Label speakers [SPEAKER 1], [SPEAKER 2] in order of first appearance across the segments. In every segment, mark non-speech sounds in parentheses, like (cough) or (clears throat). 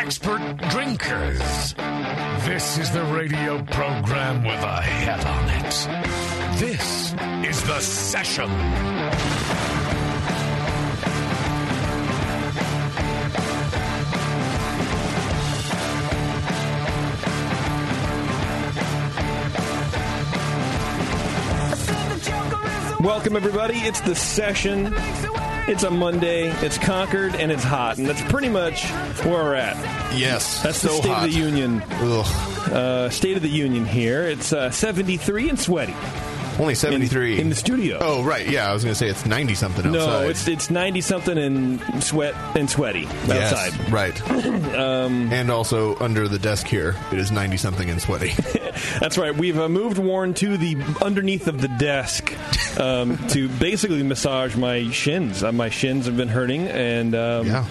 [SPEAKER 1] expert drinkers. This is the radio program with a head on it. This is The Session.
[SPEAKER 2] Welcome, everybody. It's the session. It's a Monday. It's Concord and it's hot, and that's pretty much where we're at.
[SPEAKER 3] Yes.
[SPEAKER 2] That's the State of the Union.
[SPEAKER 3] Ugh.
[SPEAKER 2] Uh, State of the Union here. It's uh, 73 and sweaty.
[SPEAKER 3] Only 73.
[SPEAKER 2] in the studio.
[SPEAKER 3] Oh, right. Yeah, I was going to say it's 90 something
[SPEAKER 2] No,
[SPEAKER 3] outside.
[SPEAKER 2] it's it's ninety something and sweat and sweaty
[SPEAKER 3] Yes,
[SPEAKER 2] outside. (coughs) Um,
[SPEAKER 3] right. and also under the desk here, it is 90 something and sweaty.
[SPEAKER 2] (laughs) That's right. We've uh, moved Warren to the underneath of the desk um, to basically massage my shins. Uh, my shins have been hurting, and um,
[SPEAKER 3] Yeah.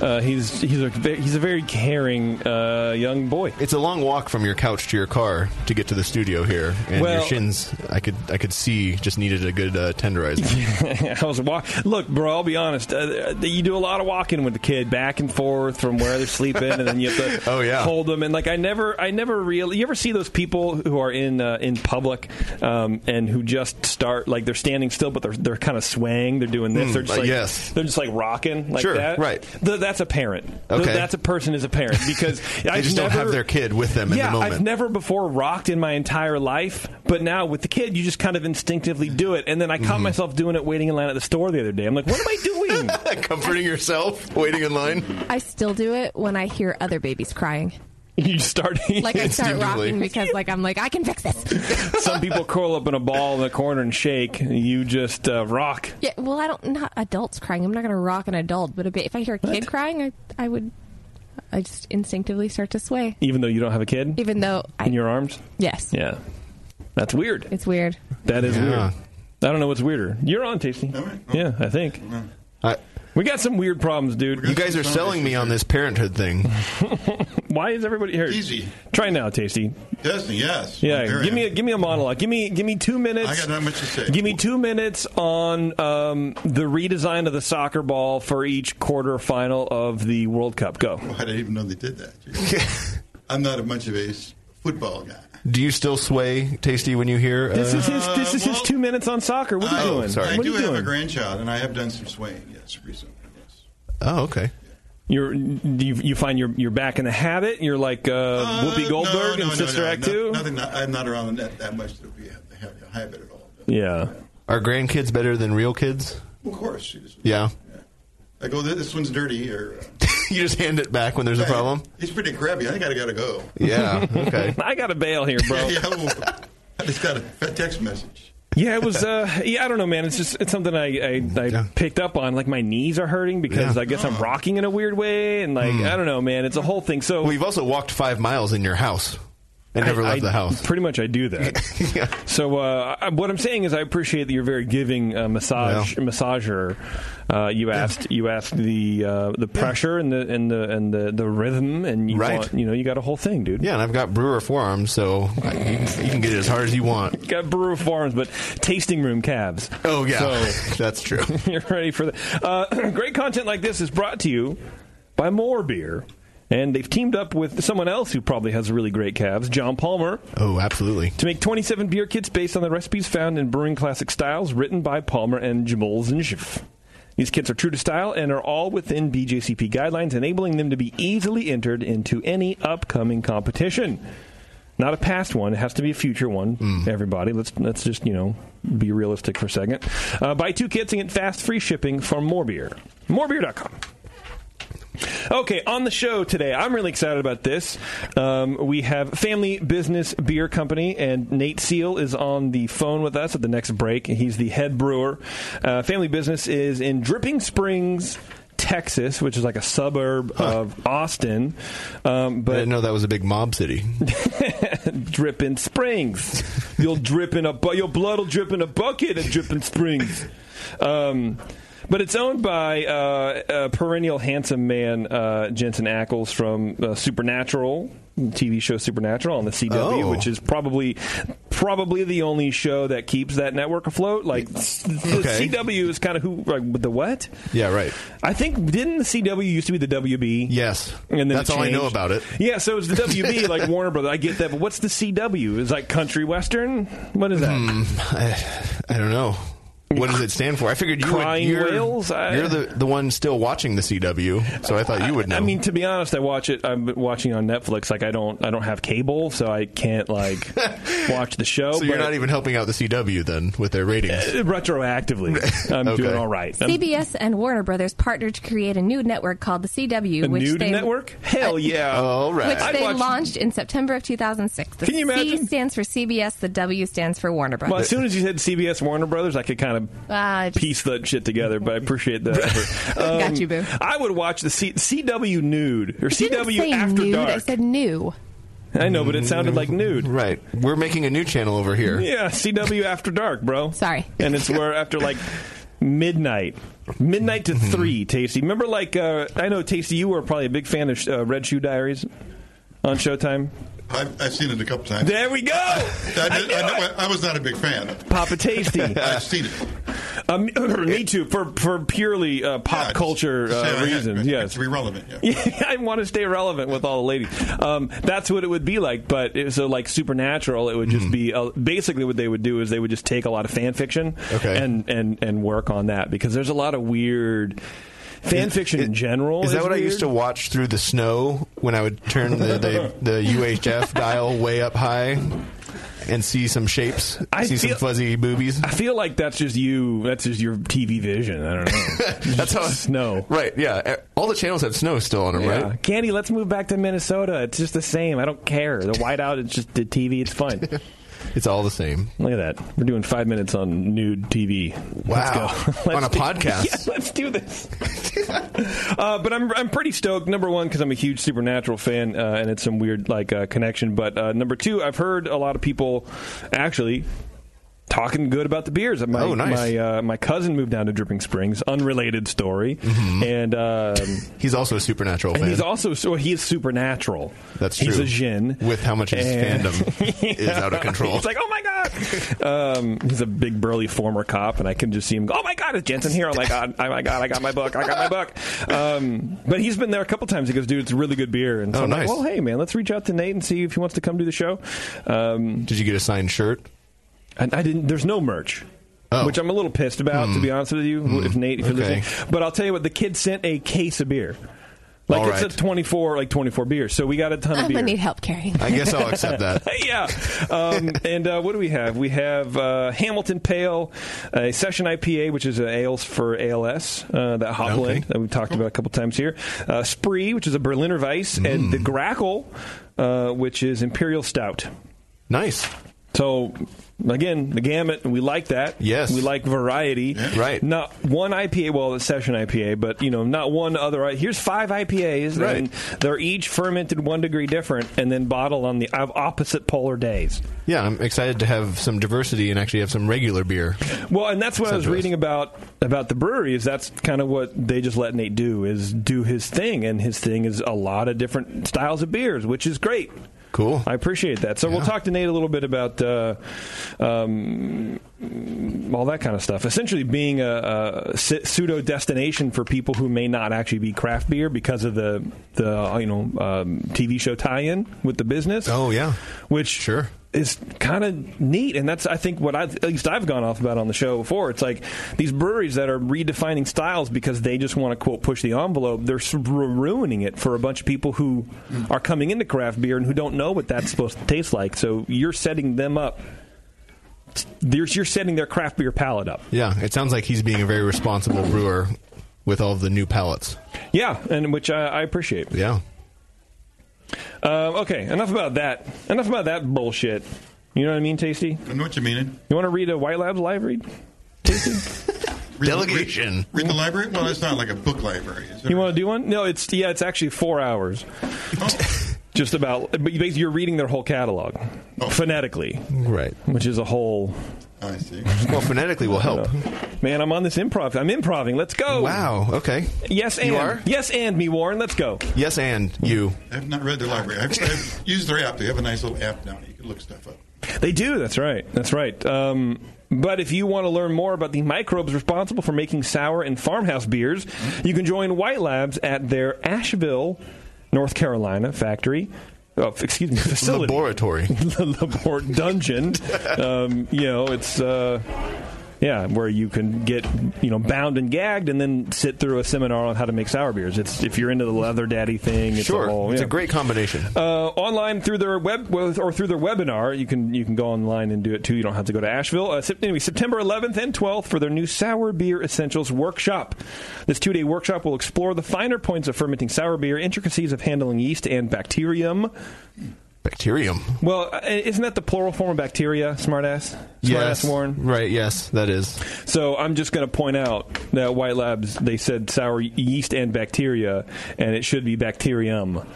[SPEAKER 2] uh, he's he's a ve- he's a very caring uh, young boy.
[SPEAKER 3] it's a long walk from your couch to your car to get to the studio here, and
[SPEAKER 2] Well-
[SPEAKER 3] your shins, I could I could see, just needed a good uh,
[SPEAKER 2] (laughs)
[SPEAKER 3] tenderizer.
[SPEAKER 2] I was walk. Look, bro, I'll be honest. Uh, you do a lot of walking with the kid back and forth from where they're sleeping, and then you have to
[SPEAKER 3] (laughs) Oh, yeah.
[SPEAKER 2] hold them. And like, I never, I never really. You ever see those people who are in uh, in public um, and who just start like they're standing still, but they're they're kind of swaying. They're doing this.
[SPEAKER 3] Mm,
[SPEAKER 2] they're just
[SPEAKER 3] uh,
[SPEAKER 2] like
[SPEAKER 3] yes.
[SPEAKER 2] They're just like rocking like
[SPEAKER 3] Sure,
[SPEAKER 2] that.
[SPEAKER 3] right.
[SPEAKER 2] Th- that's a parent. Th-
[SPEAKER 3] Okay.
[SPEAKER 2] that's a person is a parent
[SPEAKER 3] (laughs)
[SPEAKER 2] because
[SPEAKER 3] they
[SPEAKER 2] I
[SPEAKER 3] just don't have their kid with them in
[SPEAKER 2] yeah,
[SPEAKER 3] the moment.
[SPEAKER 2] I've never before rocked in my entire life, but now with the kid, you just kind of instinctively do it. And then I caught
[SPEAKER 3] Mm-hmm.
[SPEAKER 2] myself doing it waiting in line at the store the other day. I'm like, what am I doing?
[SPEAKER 3] (laughs) Comforting yourself, waiting in line.
[SPEAKER 4] I still do it when I hear other babies crying.
[SPEAKER 2] (laughs) you start.
[SPEAKER 4] (laughs) Like
[SPEAKER 2] (laughs)
[SPEAKER 4] I start (laughs)
[SPEAKER 3] Instinctively.
[SPEAKER 4] rocking because like I'm like I can fix this.
[SPEAKER 2] Some people curl up in a ball in the corner and shake. You just uh, rock.
[SPEAKER 4] Yeah, well I don't not adults crying. I'm not gonna rock an adult, but a ba- if I hear a kid crying, I I would I just instinctively start to sway,
[SPEAKER 2] Even though you don't have a kid
[SPEAKER 4] even though I
[SPEAKER 2] in your arms?
[SPEAKER 4] yes
[SPEAKER 2] Yeah. That's weird.
[SPEAKER 4] it's weird.
[SPEAKER 2] That is
[SPEAKER 3] Yeah.
[SPEAKER 2] weird. I don't know what's weirder. You're on, Tasty.
[SPEAKER 5] Oh.
[SPEAKER 2] Yeah, I think.
[SPEAKER 3] I,
[SPEAKER 2] We got some weird problems, dude.
[SPEAKER 3] you guys are selling me on this parenthood thing.
[SPEAKER 2] (laughs) Why is everybody here?
[SPEAKER 5] Easy.
[SPEAKER 2] Try now, Tasty.
[SPEAKER 5] Disney, yes. I'm
[SPEAKER 2] Yeah,
[SPEAKER 5] very
[SPEAKER 2] give me a,
[SPEAKER 5] happy.
[SPEAKER 2] give me a monologue. Give me give me two minutes.
[SPEAKER 5] I got not much to say.
[SPEAKER 2] Give me two minutes on um, the redesign of the soccer ball for each quarterfinal of the World Cup. Go.
[SPEAKER 5] I didn't even know they did that. I'm not a much of a s- football guy.
[SPEAKER 3] Do you still sway, Tasty, when you hear? Uh, Oh,
[SPEAKER 2] This is his.
[SPEAKER 5] Uh,
[SPEAKER 2] This is his
[SPEAKER 5] well-
[SPEAKER 2] two minutes on soccer. What are you
[SPEAKER 5] I-
[SPEAKER 2] doing?
[SPEAKER 3] sorry.
[SPEAKER 5] I
[SPEAKER 2] What are
[SPEAKER 5] do
[SPEAKER 2] you
[SPEAKER 5] have
[SPEAKER 2] doing?
[SPEAKER 5] a grandchild, and I have done some swaying, yes, recently. Yes.
[SPEAKER 3] oh, okay.
[SPEAKER 2] You're, you you find you're you're back in the habit. You're like uh, Whoopi
[SPEAKER 5] Uh,
[SPEAKER 2] Goldberg
[SPEAKER 5] no,
[SPEAKER 2] in
[SPEAKER 5] no,
[SPEAKER 2] Sister
[SPEAKER 5] no, no,
[SPEAKER 2] Act
[SPEAKER 5] no,
[SPEAKER 2] Two.
[SPEAKER 5] Nothing, not, I'm not around that, that much to be have, have a habit at all.
[SPEAKER 2] Yeah.
[SPEAKER 3] Are grandkids better than real kids?
[SPEAKER 5] Of course. she was-
[SPEAKER 3] Yeah. (laughs)
[SPEAKER 5] I go, this one's dirty, or uh,
[SPEAKER 3] you just hand it back when there's a problem.
[SPEAKER 5] He's pretty crabby. I think I gotta go.
[SPEAKER 3] Yeah. Okay.
[SPEAKER 2] (laughs) I got to bail here, bro.
[SPEAKER 5] (laughs) yeah, well, I just got a text message.
[SPEAKER 2] Yeah, it was. Uh, yeah, I don't know, man. It's just it's something I I, I picked up on. Like my knees are hurting because
[SPEAKER 3] Yeah. Hmm.
[SPEAKER 2] I guess I'm rocking in a weird way, and like I don't know, man. It's a whole thing. So
[SPEAKER 3] Well, you've also walked five miles in your house and never
[SPEAKER 2] I-
[SPEAKER 3] left
[SPEAKER 2] I-
[SPEAKER 3] the house.
[SPEAKER 2] Pretty much, I
[SPEAKER 3] (laughs)
[SPEAKER 2] do that. So uh, I, what I'm saying is, I appreciate that you're very giving uh, massage massager. Uh, you asked you asked the uh, the pressure and the and the and the, the rhythm, and you
[SPEAKER 3] Right.
[SPEAKER 2] want, you know you got a whole thing, dude.
[SPEAKER 3] Yeah, and I've got Brewer forearms, so I, you, can- you can get it as hard as you want.
[SPEAKER 2] (laughs) Got brewer farms, but tasting room calves.
[SPEAKER 3] Oh yeah,
[SPEAKER 2] So-
[SPEAKER 3] (laughs) that's true.
[SPEAKER 2] (laughs) You're ready for that. Uh, (clears throat) great content like this is brought to you by More Beer. And they've teamed up with someone else who probably has really great calves, John Palmer.
[SPEAKER 3] Oh, absolutely.
[SPEAKER 2] To make 27 beer kits based on the recipes found in brewing classic styles written by Palmer and Jamal Zinshif. These kits are true to style and are all within BJCP guidelines, enabling them to be easily entered into any upcoming competition. Not a past one; it has to be a future one. Everybody, let's let's just you know be realistic for a second. Uh, buy two kits and get fast free shipping from Morebeer. Morebeer.com. Okay, on the show today, I'm really excited about this. Um, we have Family Business Beer Company, and Nate Seal is on the phone with us at the next break. He's the head brewer. Uh, Family Business is in Dripping Springs. Texas, which is like a suburb of Austin, um, but I didn't
[SPEAKER 3] know that was a big mob city.
[SPEAKER 2] (laughs) dripping Springs, you'll drip in a bu- your blood will drip in a bucket at Dripping Springs. Um, but it's owned by uh, a perennial handsome man, uh, Jensen Ackles from uh, Supernatural, TV show Supernatural on the CW,
[SPEAKER 3] Oh.
[SPEAKER 2] which is probably probably the only show that keeps that network afloat. Like s- the
[SPEAKER 3] Okay.
[SPEAKER 2] CW is kind of who like the what?
[SPEAKER 3] Yeah, right.
[SPEAKER 2] I think didn't the CW used to be the WB?
[SPEAKER 3] Yes,
[SPEAKER 2] and then
[SPEAKER 3] That's
[SPEAKER 2] it
[SPEAKER 3] all I know
[SPEAKER 2] changed.
[SPEAKER 3] about it.
[SPEAKER 2] Yeah, so
[SPEAKER 3] (laughs)
[SPEAKER 2] it's the WB like Warner Brother. I get that, but what's the CW? Is like country western? What is that?
[SPEAKER 3] Hmm, I don't know. What does it stand for? I figured you
[SPEAKER 2] Crying
[SPEAKER 3] would. You're,
[SPEAKER 2] whales? I-
[SPEAKER 3] you're the the one still watching the CW, so I thought you would know.
[SPEAKER 2] I mean, to be honest, I watch it. I'm watching on Netflix. Like, I don't, I don't have cable, so I can't
[SPEAKER 3] (laughs)
[SPEAKER 2] like watch the show.
[SPEAKER 3] so you're
[SPEAKER 2] but-
[SPEAKER 3] not even helping out the CW then with their ratings.
[SPEAKER 2] Uh,
[SPEAKER 3] (laughs)
[SPEAKER 2] retroactively. I'm
[SPEAKER 3] Okay.
[SPEAKER 2] doing all right. I'm-
[SPEAKER 4] CBS and Warner Brothers partnered to create a new network called the CW,
[SPEAKER 2] a
[SPEAKER 4] which
[SPEAKER 2] nude
[SPEAKER 4] they
[SPEAKER 2] network? Hell yeah! All
[SPEAKER 4] Which they launched in September of 2006. The
[SPEAKER 2] Can you
[SPEAKER 4] C
[SPEAKER 2] imagine?
[SPEAKER 4] stands for CBS. The W stands for Warner Brothers.
[SPEAKER 2] Well, as soon as you said CBS Warner Brothers, I could kind of
[SPEAKER 4] Ah, it's-
[SPEAKER 2] piece that shit together, but I appreciate the effort.
[SPEAKER 4] (laughs) Got you, boo.
[SPEAKER 2] I would watch the C- CW Nude or
[SPEAKER 4] I didn't
[SPEAKER 2] CW
[SPEAKER 4] say
[SPEAKER 2] After
[SPEAKER 4] nude, I
[SPEAKER 2] Dark.
[SPEAKER 4] said new.
[SPEAKER 2] I know, but it sounded like nude.
[SPEAKER 3] Right. We're making a new channel over here.
[SPEAKER 2] Yeah, CW After Dark, bro.
[SPEAKER 4] Sorry.
[SPEAKER 2] And it's where after like midnight, midnight
[SPEAKER 3] Mm-hmm.
[SPEAKER 2] to three, Tasty. Remember, like uh, I know, Tasty, you were probably a big fan of uh, Red Shoe Diaries on Showtime.
[SPEAKER 5] I've, I've seen it a couple times.
[SPEAKER 2] There we go.
[SPEAKER 5] I, did- I know- I was not a big fan.
[SPEAKER 2] Papa Tasty.
[SPEAKER 5] I've seen it.
[SPEAKER 2] Um, (clears throat) me too. For for purely uh, pop culture
[SPEAKER 5] Say I
[SPEAKER 2] uh,
[SPEAKER 5] had,
[SPEAKER 2] reasons.
[SPEAKER 5] but
[SPEAKER 2] Yes.
[SPEAKER 5] To be relevant, yeah.
[SPEAKER 2] Yeah, (laughs) I want to stay relevant with all the ladies. Um, that's what it would be like. But it, so, like supernatural, it would just be uh, basically what they would do is they would just take a lot of fan fiction
[SPEAKER 3] Okay.
[SPEAKER 2] and and and work on that because there's a lot of weird fan fiction in general.
[SPEAKER 3] Is that what I used to
[SPEAKER 2] weird.
[SPEAKER 3] watch through the snow when I would turn the the, the UHF
[SPEAKER 2] (laughs)
[SPEAKER 3] dial way up high and see some shapes,
[SPEAKER 2] I
[SPEAKER 3] see
[SPEAKER 2] feel-
[SPEAKER 3] some fuzzy boobies?
[SPEAKER 2] I feel like that's just you. That's just your TV vision. I don't
[SPEAKER 3] (laughs)
[SPEAKER 2] know.
[SPEAKER 3] That's how
[SPEAKER 2] snow.
[SPEAKER 3] Right? Yeah. E, All the channels have snow still on them,
[SPEAKER 2] Yeah.
[SPEAKER 3] right?
[SPEAKER 2] Candy, let's move back to Minnesota. It's just the same. I don't care. The whiteout, it's just the TV. It's fun.
[SPEAKER 3] (laughs) It's all the same.
[SPEAKER 2] Look at that. We're doing five minutes on nude TV.
[SPEAKER 3] Wow.
[SPEAKER 2] Let's go.
[SPEAKER 3] (laughs) On
[SPEAKER 2] Let's
[SPEAKER 3] a
[SPEAKER 2] do-
[SPEAKER 3] podcast.
[SPEAKER 2] (laughs) Yeah, let's do this. uh, but I'm, I'm pretty stoked, number one, because I'm a huge Supernatural fan uh, and it's some weird like uh, connection. But uh, number two, I've heard a lot of people actually. Talking good about the beers. My,
[SPEAKER 3] Oh, nice. Oh,
[SPEAKER 2] my, uh, my cousin moved down to Dripping Springs. Unrelated story, and um,
[SPEAKER 3] Mm-hmm. (laughs) He's also a supernatural
[SPEAKER 2] and
[SPEAKER 3] fan.
[SPEAKER 2] he's also so he is supernatural.
[SPEAKER 3] That's
[SPEAKER 2] He's
[SPEAKER 3] true.
[SPEAKER 2] a Jin.
[SPEAKER 3] With how much his
[SPEAKER 2] And-
[SPEAKER 3] fandom
[SPEAKER 2] (laughs)
[SPEAKER 3] is out of control.
[SPEAKER 2] It's like, oh my god! Um, he's a big burly former cop, and I can just see him. go, Oh my god, it's Jensen here! Oh my god! Oh my god! I got my book! I got my book! Um, but he's been there a couple times. He goes, dude, it's really good beer. And so
[SPEAKER 3] Oh,
[SPEAKER 2] I'm like,
[SPEAKER 3] nice.
[SPEAKER 2] well, hey man, let's reach out to Nate and see if he wants to come do the show. Um,
[SPEAKER 3] Did you get a signed shirt?
[SPEAKER 2] and I didn't. There's no merch.
[SPEAKER 3] Oh. Hmm.
[SPEAKER 2] Which I'm a little pissed about, to be honest with you. If Nate, if you're
[SPEAKER 3] Okay.
[SPEAKER 2] listening, but I'll tell you what, the kid sent a case of beer. Like
[SPEAKER 3] All
[SPEAKER 2] it's
[SPEAKER 3] right.
[SPEAKER 2] a 24, like 24 beers. So we got a ton
[SPEAKER 4] I'm (laughs)
[SPEAKER 2] of beer.
[SPEAKER 4] gonna need help carrying.
[SPEAKER 2] (laughs) yeah. Um, and uh, what do we have? We have uh, Hamilton Pale, a Session IPA, which is uh, ales for ALS, uh, that hop blend that we've talked about a couple times here. Uh, Spree, which is a Berliner Weiss, and the Grackle, uh, which is Imperial Stout.
[SPEAKER 3] Nice.
[SPEAKER 2] So. Again, the gamut. We like that. Yes, we like variety. Right. Not one IPA. Well, it's session IPA, but you know, not one other. Here's five IPAs,
[SPEAKER 3] Right.
[SPEAKER 2] and they're each fermented one degree different, and then bottled on the of opposite polar days.
[SPEAKER 3] Yeah, I'm excited to have some diversity and actually have some regular beer.
[SPEAKER 2] Well, and that's what I was reading about about the brewery. Is that's kind of what they just let Nate do is do his thing, and his thing is a lot of different styles of beers, which is great.
[SPEAKER 3] Cool.
[SPEAKER 2] I appreciate that. So we'll talk to Nate a little bit about uh, um, all that kind of stuff. Essentially, being a, a pseudo destination for people who may not actually be craft beer because of the the you know um, TV show tie-in with the business.
[SPEAKER 3] Oh yeah,
[SPEAKER 2] which sure is kind of neat, and that's I think what I at least I've gone off about on the show before. It's like these breweries that are redefining styles because they just want to quote push the envelope. They're s- ru- ruining it for a bunch of people who are coming into craft beer and who don't know what that's supposed to taste like. So you're setting them up. You're you're setting their craft beer palate up.
[SPEAKER 3] Yeah, it sounds like he's being a very responsible brewer with all of the new pallets.
[SPEAKER 2] Yeah, and which I, I appreciate.
[SPEAKER 3] Yeah.
[SPEAKER 2] Um, okay, enough about that. Enough about that bullshit. You know what I mean, Tasty?
[SPEAKER 5] I know what you mean.
[SPEAKER 2] You want to read a White Labs live read?
[SPEAKER 5] (laughs) Read Delegation. Read, read the library? Well, it's not like a book library.
[SPEAKER 2] You want to do one? No, it's yeah, it's actually four
[SPEAKER 5] (laughs)
[SPEAKER 2] hours. Just about, but you basically you're reading their whole catalog phonetically,
[SPEAKER 3] right?
[SPEAKER 2] Which is a whole.
[SPEAKER 5] Oh. I see.
[SPEAKER 3] Well, phonetically will help.
[SPEAKER 2] (laughs) Man, I'm on this improv. I'm improving. Let's go.
[SPEAKER 3] Wow. Okay.
[SPEAKER 2] Yes, and
[SPEAKER 3] You are?
[SPEAKER 2] yes, and me, Warren. Let's go.
[SPEAKER 3] Yes, and you.
[SPEAKER 5] I have not read their library. I've, I've used their app. They have a nice little app now. You can look stuff up.
[SPEAKER 2] They do. That's right. That's right. Um, but if you want to learn more about the microbes responsible for making sour and farmhouse beers, you can join White Labs at their Asheville, North Carolina factory. Oh, excuse me, (laughs) facility.
[SPEAKER 3] Laboratory.
[SPEAKER 2] Labor- dungeon. Um, you know, it's. Uh, yeah, where you can get you know bound and gagged, and then sit through a seminar on how to make sour beers. It's if you're into the leather daddy thing. It's
[SPEAKER 3] sure.
[SPEAKER 2] a whole,
[SPEAKER 3] It's a
[SPEAKER 2] yeah.
[SPEAKER 3] great combination.
[SPEAKER 2] Uh, online through their web well, or through their webinar, you can you can go online and do it too. You don't have to go to Asheville. Uh, Sep- anyway, September 11th and 12th for their new sour beer essentials workshop. This two day workshop will explore the finer points of fermenting sour beer, intricacies of handling yeast and bacterium.
[SPEAKER 3] Bacterium.
[SPEAKER 2] Well, uh, isn't that the plural form of bacteria? Smartass. Smartass
[SPEAKER 3] Yes.
[SPEAKER 2] Warren.
[SPEAKER 3] Right. Yes, that is.
[SPEAKER 2] So I'm just going to point out that White Labs they said sour yeast and bacteria, and it should be bacterium,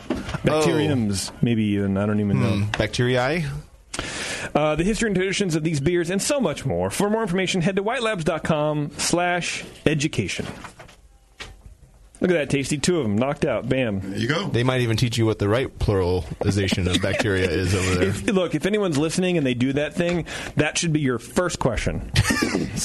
[SPEAKER 2] bacteriums maybe even I don't even know
[SPEAKER 3] bacteria.
[SPEAKER 2] Uh, the history and traditions of these beers and so much more. For more information, head to whitelabs.com slash education. Look at that, tasty. Two of them knocked out. Bam. There
[SPEAKER 5] you go.
[SPEAKER 3] They might even teach you what the right pluralization of bacteria is over there.
[SPEAKER 2] If, look, if anyone's listening and they do that thing, that should be your first
[SPEAKER 3] (laughs)
[SPEAKER 2] question.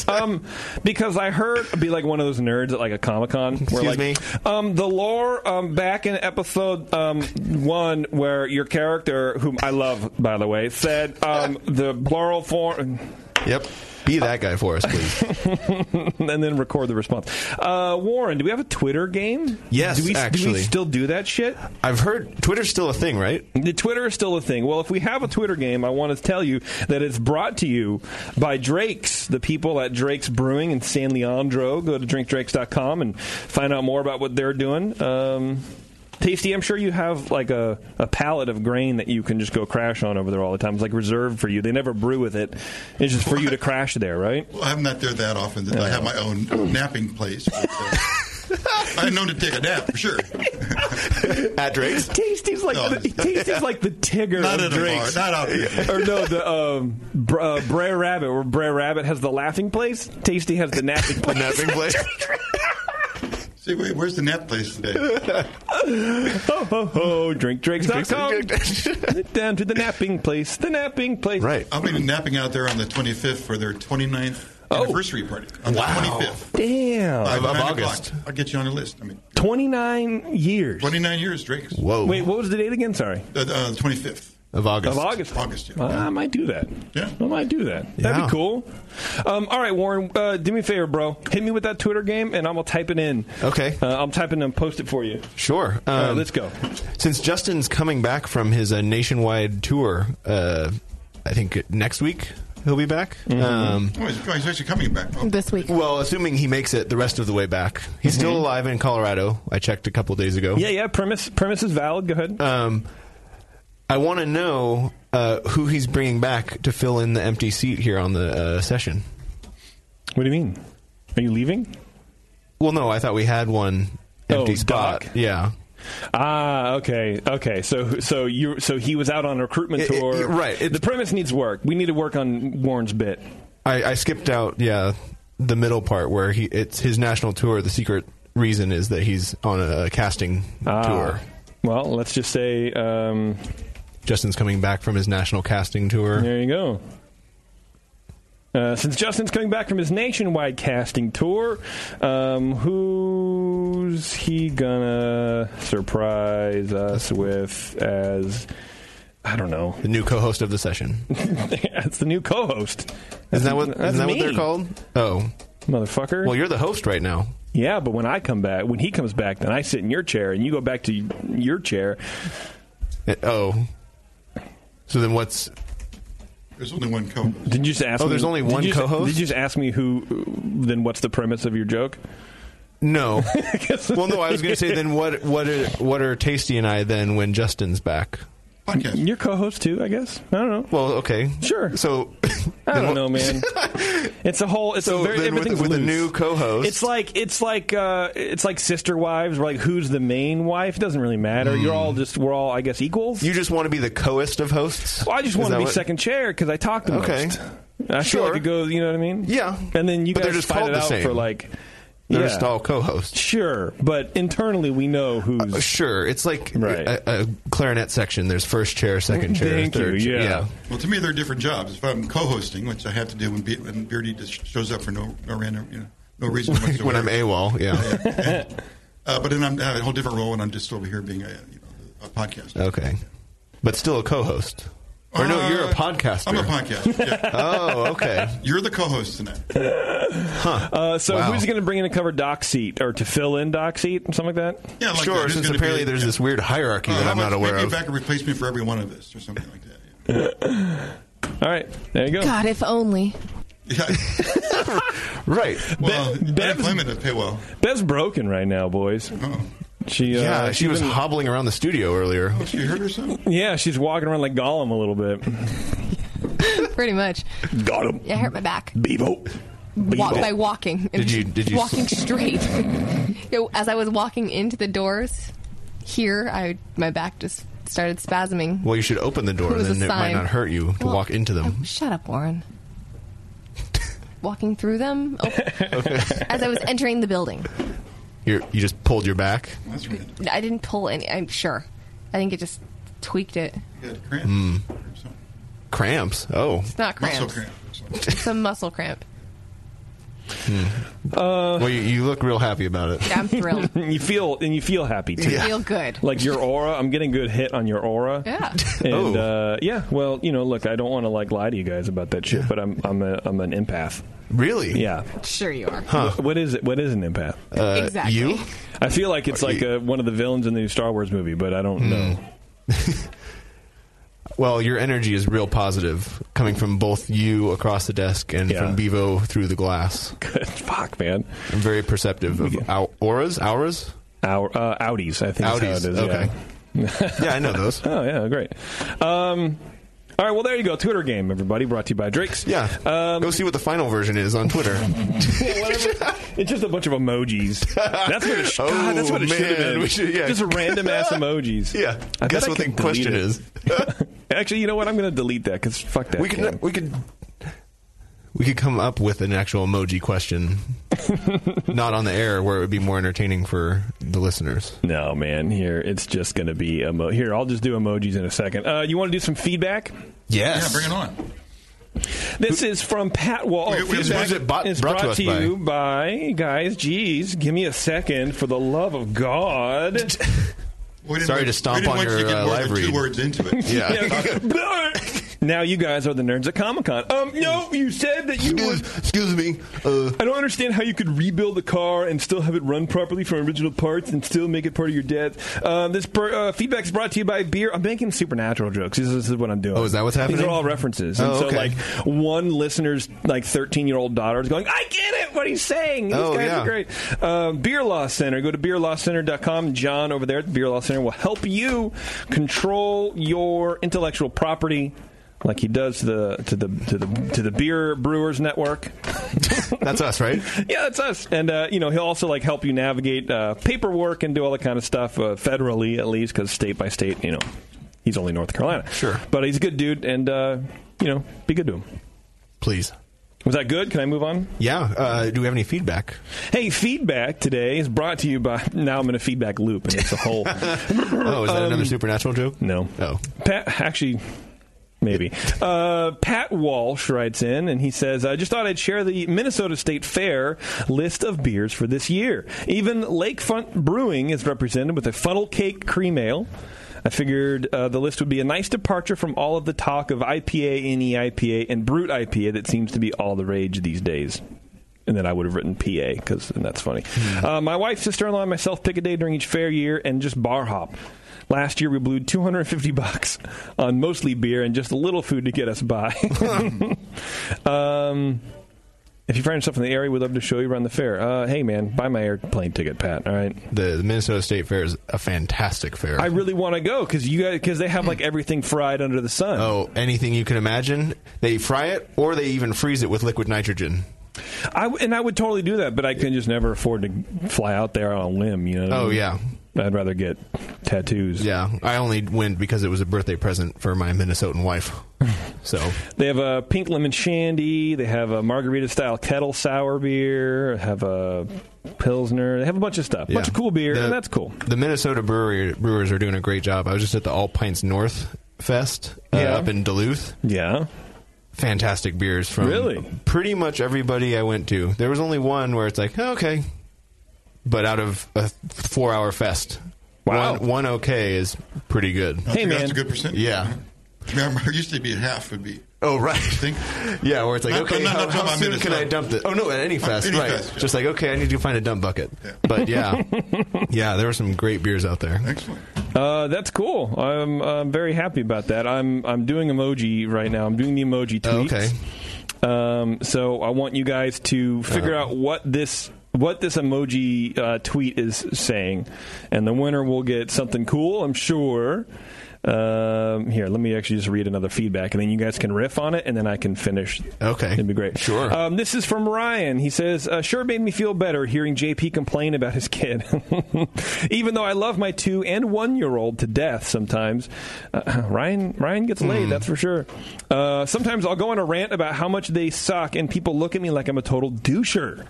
[SPEAKER 2] um, because I heard be like one of those nerds at like a comic con.
[SPEAKER 3] Excuse
[SPEAKER 2] like,
[SPEAKER 3] me?
[SPEAKER 2] Um, the lore um, back in episode um, one, where your character, whom I love by the way, said
[SPEAKER 3] (laughs)
[SPEAKER 2] um, the plural form.
[SPEAKER 3] Yep. Be that guy for us, please.
[SPEAKER 2] (laughs) and then record the response. Uh, Warren, do we have a Twitter game?
[SPEAKER 3] Yes,
[SPEAKER 2] do we, Do we
[SPEAKER 3] actually.
[SPEAKER 2] still do that shit?
[SPEAKER 3] I've heard Twitter's still a thing, right?
[SPEAKER 2] The Twitter is still a thing. Well, if we have a Twitter game, I want to tell you that it's brought to you by Drake's, the people at Drake's Brewing in San Leandro. Go to drinkdrakes.com and find out more about what they're doing. Um, Tasty, I'm sure you have like a, a pallet of grain that you can just go crash on over there all the time. It's like reserved for you. They never brew with it. It's just for
[SPEAKER 3] (laughs)
[SPEAKER 2] you to crash there, right?
[SPEAKER 5] Well, I'm not there that often. I have my own napping place. But, uh, I'm known to take a nap,
[SPEAKER 3] (laughs)
[SPEAKER 5] for sure.
[SPEAKER 3] At
[SPEAKER 4] (laughs)
[SPEAKER 3] Drake's?
[SPEAKER 2] Tasty's like the, Tasty's like the Tigger
[SPEAKER 5] Not
[SPEAKER 2] of
[SPEAKER 5] at a bar,
[SPEAKER 2] Drake's.
[SPEAKER 5] not out here.
[SPEAKER 2] or no, the um, Br- uh, Brer Rabbit, where Brer Rabbit has the laughing place. Tasty has the napping place.
[SPEAKER 3] napping place.
[SPEAKER 5] See, wait, where's the nap place today?
[SPEAKER 2] (laughs) ho ho ho! Drinkdrakes.com. Down to the napping place. The napping place.
[SPEAKER 3] Right.
[SPEAKER 5] I'll be napping out there on the 25th for their 29th
[SPEAKER 3] Oh.
[SPEAKER 5] anniversary party. On the 25th.
[SPEAKER 2] Damn.
[SPEAKER 5] By nine o'clock. I'll get you on the list. I mean,
[SPEAKER 2] 29 years.
[SPEAKER 5] 29 years, Drake's.
[SPEAKER 3] Whoa.
[SPEAKER 2] Wait, what was the date again? Sorry.
[SPEAKER 5] Uh, uh, 25th.
[SPEAKER 3] of August.
[SPEAKER 2] Of August.
[SPEAKER 5] August, yeah.
[SPEAKER 2] I might do that. Yeah. I might do that. That'd
[SPEAKER 3] Yeah.
[SPEAKER 2] be cool. Um, all right, Warren, uh, do me a favor, bro. Hit me with that Twitter game, and I'm going to type it in.
[SPEAKER 3] Okay.
[SPEAKER 2] Uh, I'm typing and post it for you.
[SPEAKER 3] Sure. Um,
[SPEAKER 2] All right, let's go.
[SPEAKER 3] Since Justin's coming back from his uh, nationwide tour, uh, I think next week he'll be back.
[SPEAKER 2] Mm-hmm.
[SPEAKER 3] Um,
[SPEAKER 5] Oh, he's, he's actually coming back. Oh,
[SPEAKER 4] this week.
[SPEAKER 3] Well, assuming he makes it the rest of the way back, he's still alive in Colorado. I checked a couple days ago.
[SPEAKER 2] Mm-hmm. Yeah, yeah. Premise premise is valid. Go ahead.
[SPEAKER 3] Um, I want to know uh, who he's bringing back to fill in the empty seat here on the uh, session.
[SPEAKER 2] What do you mean? Are you leaving? Oh,
[SPEAKER 3] Well, no. I thought we had one empty spot. Yeah.
[SPEAKER 2] Ah, okay, okay. So, so you, so he was out on a recruitment
[SPEAKER 3] It- it-
[SPEAKER 2] tour,
[SPEAKER 3] it- right,
[SPEAKER 2] The premise needs work. We need to work on Warren's bit.
[SPEAKER 3] I, I skipped out, yeah, the middle part where he it's his national tour. The secret reason is that he's on a casting
[SPEAKER 2] Ah.
[SPEAKER 3] tour.
[SPEAKER 2] Well, let's just say um,
[SPEAKER 3] Justin's coming back from his national casting tour.
[SPEAKER 2] There you go. Uh, since Justin's coming back from his nationwide casting tour, um, who's he gonna surprise us with as? I don't know.
[SPEAKER 3] The new co-host of the session.
[SPEAKER 2] (laughs) That's the new co-host.
[SPEAKER 3] Isn't that what-
[SPEAKER 2] That's
[SPEAKER 3] isn't that what
[SPEAKER 2] me.
[SPEAKER 3] they're called? Oh,
[SPEAKER 2] motherfucker!
[SPEAKER 3] Well, you're the host right now.
[SPEAKER 2] Yeah, but when I come back, when he comes back, then I sit in your chair and you go back to your chair.
[SPEAKER 3] oh, so then what's?
[SPEAKER 5] There's only one co-host.
[SPEAKER 2] Did you just ask?
[SPEAKER 3] Oh,
[SPEAKER 2] me-
[SPEAKER 3] there's only
[SPEAKER 2] did
[SPEAKER 3] one
[SPEAKER 2] you just-
[SPEAKER 3] co-host?
[SPEAKER 2] Did you just ask me who? Then what's the premise of your joke? (laughs)
[SPEAKER 3] No. well, no. I was going to say then what what are, what are Tasty and I then when Justin's back?
[SPEAKER 5] Podcast.
[SPEAKER 2] Your co-host too, I guess. I don't know.
[SPEAKER 3] Well, okay,
[SPEAKER 2] sure.
[SPEAKER 3] So (laughs)
[SPEAKER 2] I don't know, man. It's a whole. It's
[SPEAKER 3] So
[SPEAKER 2] a very
[SPEAKER 3] then with-
[SPEAKER 2] everything's
[SPEAKER 3] with a
[SPEAKER 2] loose.
[SPEAKER 3] new co-host-
[SPEAKER 2] It's like it's like uh, it's like sister wives. We're like, who's the main wife? It doesn't really matter. You're all just we're all I guess equals.
[SPEAKER 3] you just want to be the co-host of hosts.
[SPEAKER 2] Well, I just
[SPEAKER 3] Is
[SPEAKER 2] want to
[SPEAKER 3] that
[SPEAKER 2] be
[SPEAKER 3] what-
[SPEAKER 2] second chair because I talk the
[SPEAKER 3] Okay.
[SPEAKER 2] most. I feel
[SPEAKER 3] Sure.
[SPEAKER 2] like it goes. You know what I mean?
[SPEAKER 3] Yeah.
[SPEAKER 2] And then you
[SPEAKER 3] But
[SPEAKER 2] guys
[SPEAKER 3] they're just
[SPEAKER 2] fight
[SPEAKER 3] called
[SPEAKER 2] it
[SPEAKER 3] the
[SPEAKER 2] out
[SPEAKER 3] same.
[SPEAKER 2] for like.
[SPEAKER 3] They're
[SPEAKER 2] yeah.
[SPEAKER 3] just all co-hosts.
[SPEAKER 2] Sure, but internally we know who's.
[SPEAKER 3] Uh, Sure, it's like
[SPEAKER 2] Right.
[SPEAKER 3] a, a clarinet section. There's first chair, second chair,
[SPEAKER 2] Thank
[SPEAKER 3] third
[SPEAKER 2] you,
[SPEAKER 3] chair.
[SPEAKER 2] yeah.
[SPEAKER 5] Well, to me, they're different jobs. If I'm co-hosting, which I have to do when, Be- when Beardy just shows up for no, no random, you know, no reason
[SPEAKER 3] (laughs)
[SPEAKER 5] whatsoever.
[SPEAKER 3] when I'm AWOL, yeah.
[SPEAKER 5] uh, but then I'm I have a whole different role, and I'm just over here being a, you know, a podcast.
[SPEAKER 3] okay, but still a co-host. Or no, you're a podcaster.
[SPEAKER 5] Uh, I'm a podcast. Yeah.
[SPEAKER 3] oh, okay.
[SPEAKER 5] You're the
[SPEAKER 3] (laughs)
[SPEAKER 5] co-host tonight.
[SPEAKER 2] Uh, so
[SPEAKER 3] Wow.
[SPEAKER 2] who's going to bring in a cover doc seat or to fill in doc seat or something like that?
[SPEAKER 5] Yeah, like
[SPEAKER 3] sure,
[SPEAKER 5] that. Who's
[SPEAKER 3] since
[SPEAKER 5] gonna
[SPEAKER 3] apparently
[SPEAKER 5] be-
[SPEAKER 3] there's
[SPEAKER 5] yeah.
[SPEAKER 3] this weird hierarchy
[SPEAKER 5] Uh,
[SPEAKER 3] that
[SPEAKER 5] how
[SPEAKER 3] I'm
[SPEAKER 5] much-
[SPEAKER 3] not aware
[SPEAKER 5] maybe
[SPEAKER 3] of.
[SPEAKER 5] back a replacement for every one of us or something like that.
[SPEAKER 2] All right, there you
[SPEAKER 4] (laughs)
[SPEAKER 2] go.
[SPEAKER 4] God, if only.
[SPEAKER 3] Right.
[SPEAKER 5] Well, unemployment is paywall.
[SPEAKER 2] Bev's broken right now, boys. She uh,
[SPEAKER 3] yeah, she
[SPEAKER 2] she's
[SPEAKER 3] was
[SPEAKER 2] been-
[SPEAKER 3] hobbling around the studio earlier.
[SPEAKER 5] Oh, she hurt herself.
[SPEAKER 2] yeah, she's walking around like Gollum a little bit.
[SPEAKER 4] (laughs) Pretty much.
[SPEAKER 2] Got him,
[SPEAKER 4] It hurt my back.
[SPEAKER 2] Bebo.
[SPEAKER 4] Walk, by walking. and
[SPEAKER 3] Did you- did you-
[SPEAKER 4] Walking straight. (laughs) Yo, As I was walking into the doors here, I my back just started spasming.
[SPEAKER 3] Well, you should open the door,
[SPEAKER 4] It was
[SPEAKER 3] then
[SPEAKER 4] a
[SPEAKER 3] it might
[SPEAKER 4] sign.
[SPEAKER 3] not hurt you to
[SPEAKER 4] Well,
[SPEAKER 3] walk
[SPEAKER 4] (laughs)
[SPEAKER 3] into them.
[SPEAKER 4] Shut up,
[SPEAKER 3] (laughs)
[SPEAKER 4] Warren. walking through them oh, as I was entering the building.
[SPEAKER 3] You're, you just pulled your back.
[SPEAKER 5] That's right.
[SPEAKER 4] I didn't pull any. I'm sure. I think it just tweaked it.
[SPEAKER 5] You had cramps.
[SPEAKER 3] Mm. Cramps. Oh.
[SPEAKER 4] It's not
[SPEAKER 5] Muscle
[SPEAKER 4] cramps. It's a muscle cramp.
[SPEAKER 3] Hmm.
[SPEAKER 2] Uh,
[SPEAKER 3] well, you, you look real happy about it.
[SPEAKER 4] I'm thrilled.
[SPEAKER 2] (laughs) you feel and you feel happy too.
[SPEAKER 4] Feel good.
[SPEAKER 2] Like your aura, I'm getting a good hit on your aura.
[SPEAKER 1] (laughs)
[SPEAKER 4] Yeah.
[SPEAKER 2] And
[SPEAKER 3] Oh.
[SPEAKER 2] uh, yeah, well, you know, look, I don't want to like lie to you guys about that shit, but I'm I'm a, I'm an empath.
[SPEAKER 3] Really?
[SPEAKER 2] Yeah.
[SPEAKER 4] Sure you are.
[SPEAKER 2] Wh- What is it? What is an empath?
[SPEAKER 3] Uh,
[SPEAKER 4] Exactly.
[SPEAKER 3] You?
[SPEAKER 2] I feel like it's like uh one of the villains in the new Star Wars movie, but I
[SPEAKER 3] Hmm.
[SPEAKER 2] don't know.
[SPEAKER 3] Well, your energy is real positive, coming from both you across the desk and
[SPEAKER 2] Yeah.
[SPEAKER 3] from Bevo through the glass.
[SPEAKER 2] Good. (laughs) Fuck, man.
[SPEAKER 3] I'm very perceptive of au- auras. Auras.
[SPEAKER 2] Our uh, Audis, I think is
[SPEAKER 3] Audis,
[SPEAKER 2] how it is.
[SPEAKER 3] okay.
[SPEAKER 2] Yeah. (laughs)
[SPEAKER 3] Yeah, I know those.
[SPEAKER 2] Oh yeah, great. Um, all right, well there you go. Twitter game, everybody. Brought to you by Drake's.
[SPEAKER 3] Yeah.
[SPEAKER 2] Um,
[SPEAKER 3] Go see what the final version is on Twitter.
[SPEAKER 2] whatever. (laughs) It's just a bunch of emojis. That's what it, sh-
[SPEAKER 3] Oh,
[SPEAKER 2] God, that's what it should have
[SPEAKER 3] man. (laughs)
[SPEAKER 2] been.
[SPEAKER 3] We should- yeah.
[SPEAKER 2] Just
[SPEAKER 3] (laughs)
[SPEAKER 2] random ass emojis.
[SPEAKER 3] yeah.
[SPEAKER 2] I
[SPEAKER 3] Guess
[SPEAKER 2] bet I
[SPEAKER 3] what the
[SPEAKER 2] can delete
[SPEAKER 3] question
[SPEAKER 2] it.
[SPEAKER 3] is.
[SPEAKER 2] (laughs) Actually, you know what? I'm going to delete that because fuck that.
[SPEAKER 3] we could
[SPEAKER 2] game.
[SPEAKER 3] we could we could come up with an actual
[SPEAKER 2] (laughs)
[SPEAKER 3] emoji question, not on the air, where it would be more entertaining for the listeners.
[SPEAKER 2] No, man. Here, it's just going to be emo. Here, I'll just do emojis in a
[SPEAKER 3] (laughs)
[SPEAKER 2] second. Uh, you want to do some feedback?
[SPEAKER 5] Yeah,
[SPEAKER 3] Yes.
[SPEAKER 5] bring it on.
[SPEAKER 2] This is from Pat Wall.
[SPEAKER 5] Wait, wait,
[SPEAKER 2] Feedback
[SPEAKER 3] was it bought-
[SPEAKER 2] is
[SPEAKER 3] brought
[SPEAKER 2] brought,
[SPEAKER 3] to us
[SPEAKER 2] to, you
[SPEAKER 3] (laughs)
[SPEAKER 2] by guys. Geez, give me a second for the love of God.
[SPEAKER 5] We didn't
[SPEAKER 3] Sorry
[SPEAKER 5] want-
[SPEAKER 3] to stomp
[SPEAKER 5] we didn't
[SPEAKER 3] on
[SPEAKER 5] want you
[SPEAKER 3] your,
[SPEAKER 5] to get
[SPEAKER 3] uh,
[SPEAKER 5] more
[SPEAKER 3] live
[SPEAKER 5] than
[SPEAKER 3] read.
[SPEAKER 5] Two words (laughs) into
[SPEAKER 2] (laughs)
[SPEAKER 3] (laughs)
[SPEAKER 5] it.
[SPEAKER 2] now you guys are the nerds at Comic Con. Um, no, you said that you excuse,
[SPEAKER 3] (laughs) excuse me. Uh,
[SPEAKER 2] I don't understand how you could rebuild the car and still have it run properly from original parts and still make it part of your death. Um, this per, uh, feedback is brought to you by beer. I'm making supernatural jokes. This is, this is what I'm doing.
[SPEAKER 3] Oh, is that what's
[SPEAKER 2] These
[SPEAKER 3] happening?
[SPEAKER 2] are all references.
[SPEAKER 3] Oh,
[SPEAKER 2] and so,
[SPEAKER 3] okay.
[SPEAKER 2] like, one listener's like 13 year old daughter is going, "I get it. What he's saying. These
[SPEAKER 3] Oh,
[SPEAKER 2] guys
[SPEAKER 3] yeah.
[SPEAKER 2] are great." Um, Beer Loss Center. Go to beerlosscenter.com. John over there at the Beer Loss Center will help you control your intellectual property. Like he does to the to the to the to the beer brewers network.
[SPEAKER 3] (laughs) that's us, right?
[SPEAKER 2] (laughs) yeah, that's us. And uh, you know he'll also like help you navigate uh, paperwork and do all that kind of stuff uh, federally at least because state by state, you know, he's only North Carolina. Sure, but he's a good dude, and uh, you know, be good to him,
[SPEAKER 3] please.
[SPEAKER 2] Was that good? Can I move on?
[SPEAKER 3] Yeah. Uh, do we have any feedback?
[SPEAKER 2] Hey, feedback today is brought to you by. Now I'm in a feedback loop, and it's a
[SPEAKER 3] (laughs)
[SPEAKER 2] whole.
[SPEAKER 3] Oh, is that another
[SPEAKER 2] Um,
[SPEAKER 3] supernatural joke?
[SPEAKER 2] No.
[SPEAKER 3] Oh.
[SPEAKER 2] Pat, actually, maybe.
[SPEAKER 3] (laughs)
[SPEAKER 2] Uh, Pat Walsh writes in and he says, I just thought I'd share the Minnesota State Fair list of beers for this year. Even Lakefront Brewing is represented with a funnel cake cream ale. I figured uh, the list would be a nice departure from all of the talk of IPA, NEIPA, and Brute IPA that seems to be all the rage these days. And then I would have written PA because that's funny.
[SPEAKER 3] Hmm.
[SPEAKER 2] Uh, my wife, sister in law, and myself pick a day during each fair year and just bar hop. Last year we blew 250 (laughs) bucks on mostly beer and just a little food to get us
[SPEAKER 3] (laughs)
[SPEAKER 2] by. um, if you find yourself in the area, we'd love to show you around the fair. Uh, hey man, buy my airplane ticket, Pat. All right.
[SPEAKER 3] The, the Minnesota State Fair is a fantastic fair.
[SPEAKER 2] I really want to go because you guys because they have like everything fried under the sun.
[SPEAKER 3] Oh, anything you can imagine. They fry it, or they even freeze it with liquid nitrogen.
[SPEAKER 2] I w- and I would totally do that, but I can just never afford to fly out there on a limb. You know? what I
[SPEAKER 3] Oh,
[SPEAKER 2] mean?
[SPEAKER 3] yeah.
[SPEAKER 2] I'd rather get tattoos.
[SPEAKER 3] Yeah, I only went because it was a birthday present for my
[SPEAKER 2] (laughs)
[SPEAKER 3] Minnesotan wife. So
[SPEAKER 2] They have a pink lemon shandy. They have a margarita style kettle sour beer. Have a pilsner. They have a bunch of stuff. Bunch of cool beer, and that's cool.
[SPEAKER 3] The Minnesota brewery, brewers are doing a great job. I was just at the All Pints North Fest uh,
[SPEAKER 2] Yeah.
[SPEAKER 3] up in Duluth.
[SPEAKER 2] Yeah.
[SPEAKER 3] Fantastic beers from
[SPEAKER 2] Really?
[SPEAKER 3] pretty much everybody I went to. There was only one where it's like, oh, okay. But out of a four hour fest, one, one okay is pretty good.
[SPEAKER 5] Hey, man. That's a good percent.
[SPEAKER 3] Yeah.
[SPEAKER 5] I mean, I used to be at half would be.
[SPEAKER 3] Oh, right. (laughs) yeah, where it's like,
[SPEAKER 5] Not-
[SPEAKER 3] okay,
[SPEAKER 5] not-
[SPEAKER 3] how,
[SPEAKER 5] not talking
[SPEAKER 3] how
[SPEAKER 5] about
[SPEAKER 3] soon can I
[SPEAKER 5] Minnesota.
[SPEAKER 3] dump this? Oh, no, at any
[SPEAKER 5] Uh,
[SPEAKER 3] fest,
[SPEAKER 5] any
[SPEAKER 3] right.
[SPEAKER 5] fest, yeah.
[SPEAKER 3] Just like, okay, I need to find a dump bucket. But yeah,
[SPEAKER 5] (laughs)
[SPEAKER 3] (laughs) yeah, there were some great beers out there.
[SPEAKER 5] Excellent.
[SPEAKER 2] Uh, that's cool. I'm, I'm very happy about that. I'm I'm doing emoji right now. I'm doing the emoji
[SPEAKER 3] Oh,
[SPEAKER 2] tweets. Okay. Um, so I want you guys to figure
[SPEAKER 3] Uh-huh.
[SPEAKER 2] out what this what this emoji uh, tweet is saying, and the winner will get something cool. I'm sure. Um, here, let me actually just read another feedback, and then you guys can riff on it, and then I can finish.
[SPEAKER 3] Okay,
[SPEAKER 2] it'd be great. Sure. Um, this is from Ryan. He says, uh, "Sure made me feel better hearing JP complain about his kid, (laughs) even though I love my two and one year old to death. Sometimes uh, (clears throat) Ryan Ryan gets laid, that's for sure. Uh, sometimes I'll go on a rant about how much they suck, and people look at me like I'm a total doucher."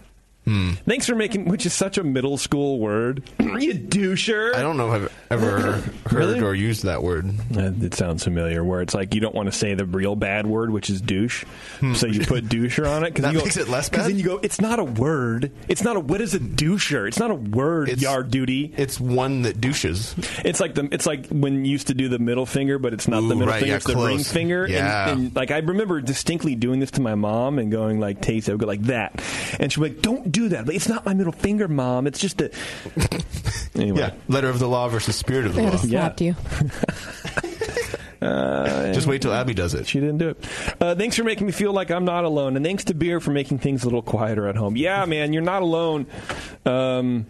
[SPEAKER 2] Thanks for making, which is such a middle school word. you doucher. I
[SPEAKER 3] don't know if I've ever
[SPEAKER 2] (laughs)
[SPEAKER 3] heard or used that word.
[SPEAKER 2] it sounds familiar. Where it's like you don't want to say the real bad word, which is douche, so you put doucher on it. Cause
[SPEAKER 3] Hmm. (laughs) That
[SPEAKER 2] you go,
[SPEAKER 3] makes it less
[SPEAKER 2] 'cause
[SPEAKER 3] bad?
[SPEAKER 2] then you go, it's not a word. It's not a what is a doucher? It's not a word. yard duty.
[SPEAKER 3] It's one that douches.
[SPEAKER 2] It's like the it's like when you used to do the middle finger, but it's not the
[SPEAKER 3] Ooh,
[SPEAKER 2] middle
[SPEAKER 3] right,
[SPEAKER 2] finger.
[SPEAKER 3] yeah,
[SPEAKER 2] it's the ring
[SPEAKER 3] close.
[SPEAKER 2] finger. And-
[SPEAKER 3] Yeah.
[SPEAKER 2] And, like I remember distinctly doing this to my mom and going like, "Taste," I would go like that, and she'd be like, "Don't do that." But it's not my middle finger, mom. It's
[SPEAKER 3] (laughs)
[SPEAKER 2] just a anyway.
[SPEAKER 3] Yeah, letter of the law versus spirit of the
[SPEAKER 4] They would
[SPEAKER 3] law.
[SPEAKER 4] have slapped you.
[SPEAKER 2] (laughs) Uh,
[SPEAKER 3] Just wait till Abby does it.
[SPEAKER 2] She didn't do it. Uh, thanks for making me feel like I'm not alone, and thanks to beer for making things a little quieter at home. Yeah, man, you're not alone. Um,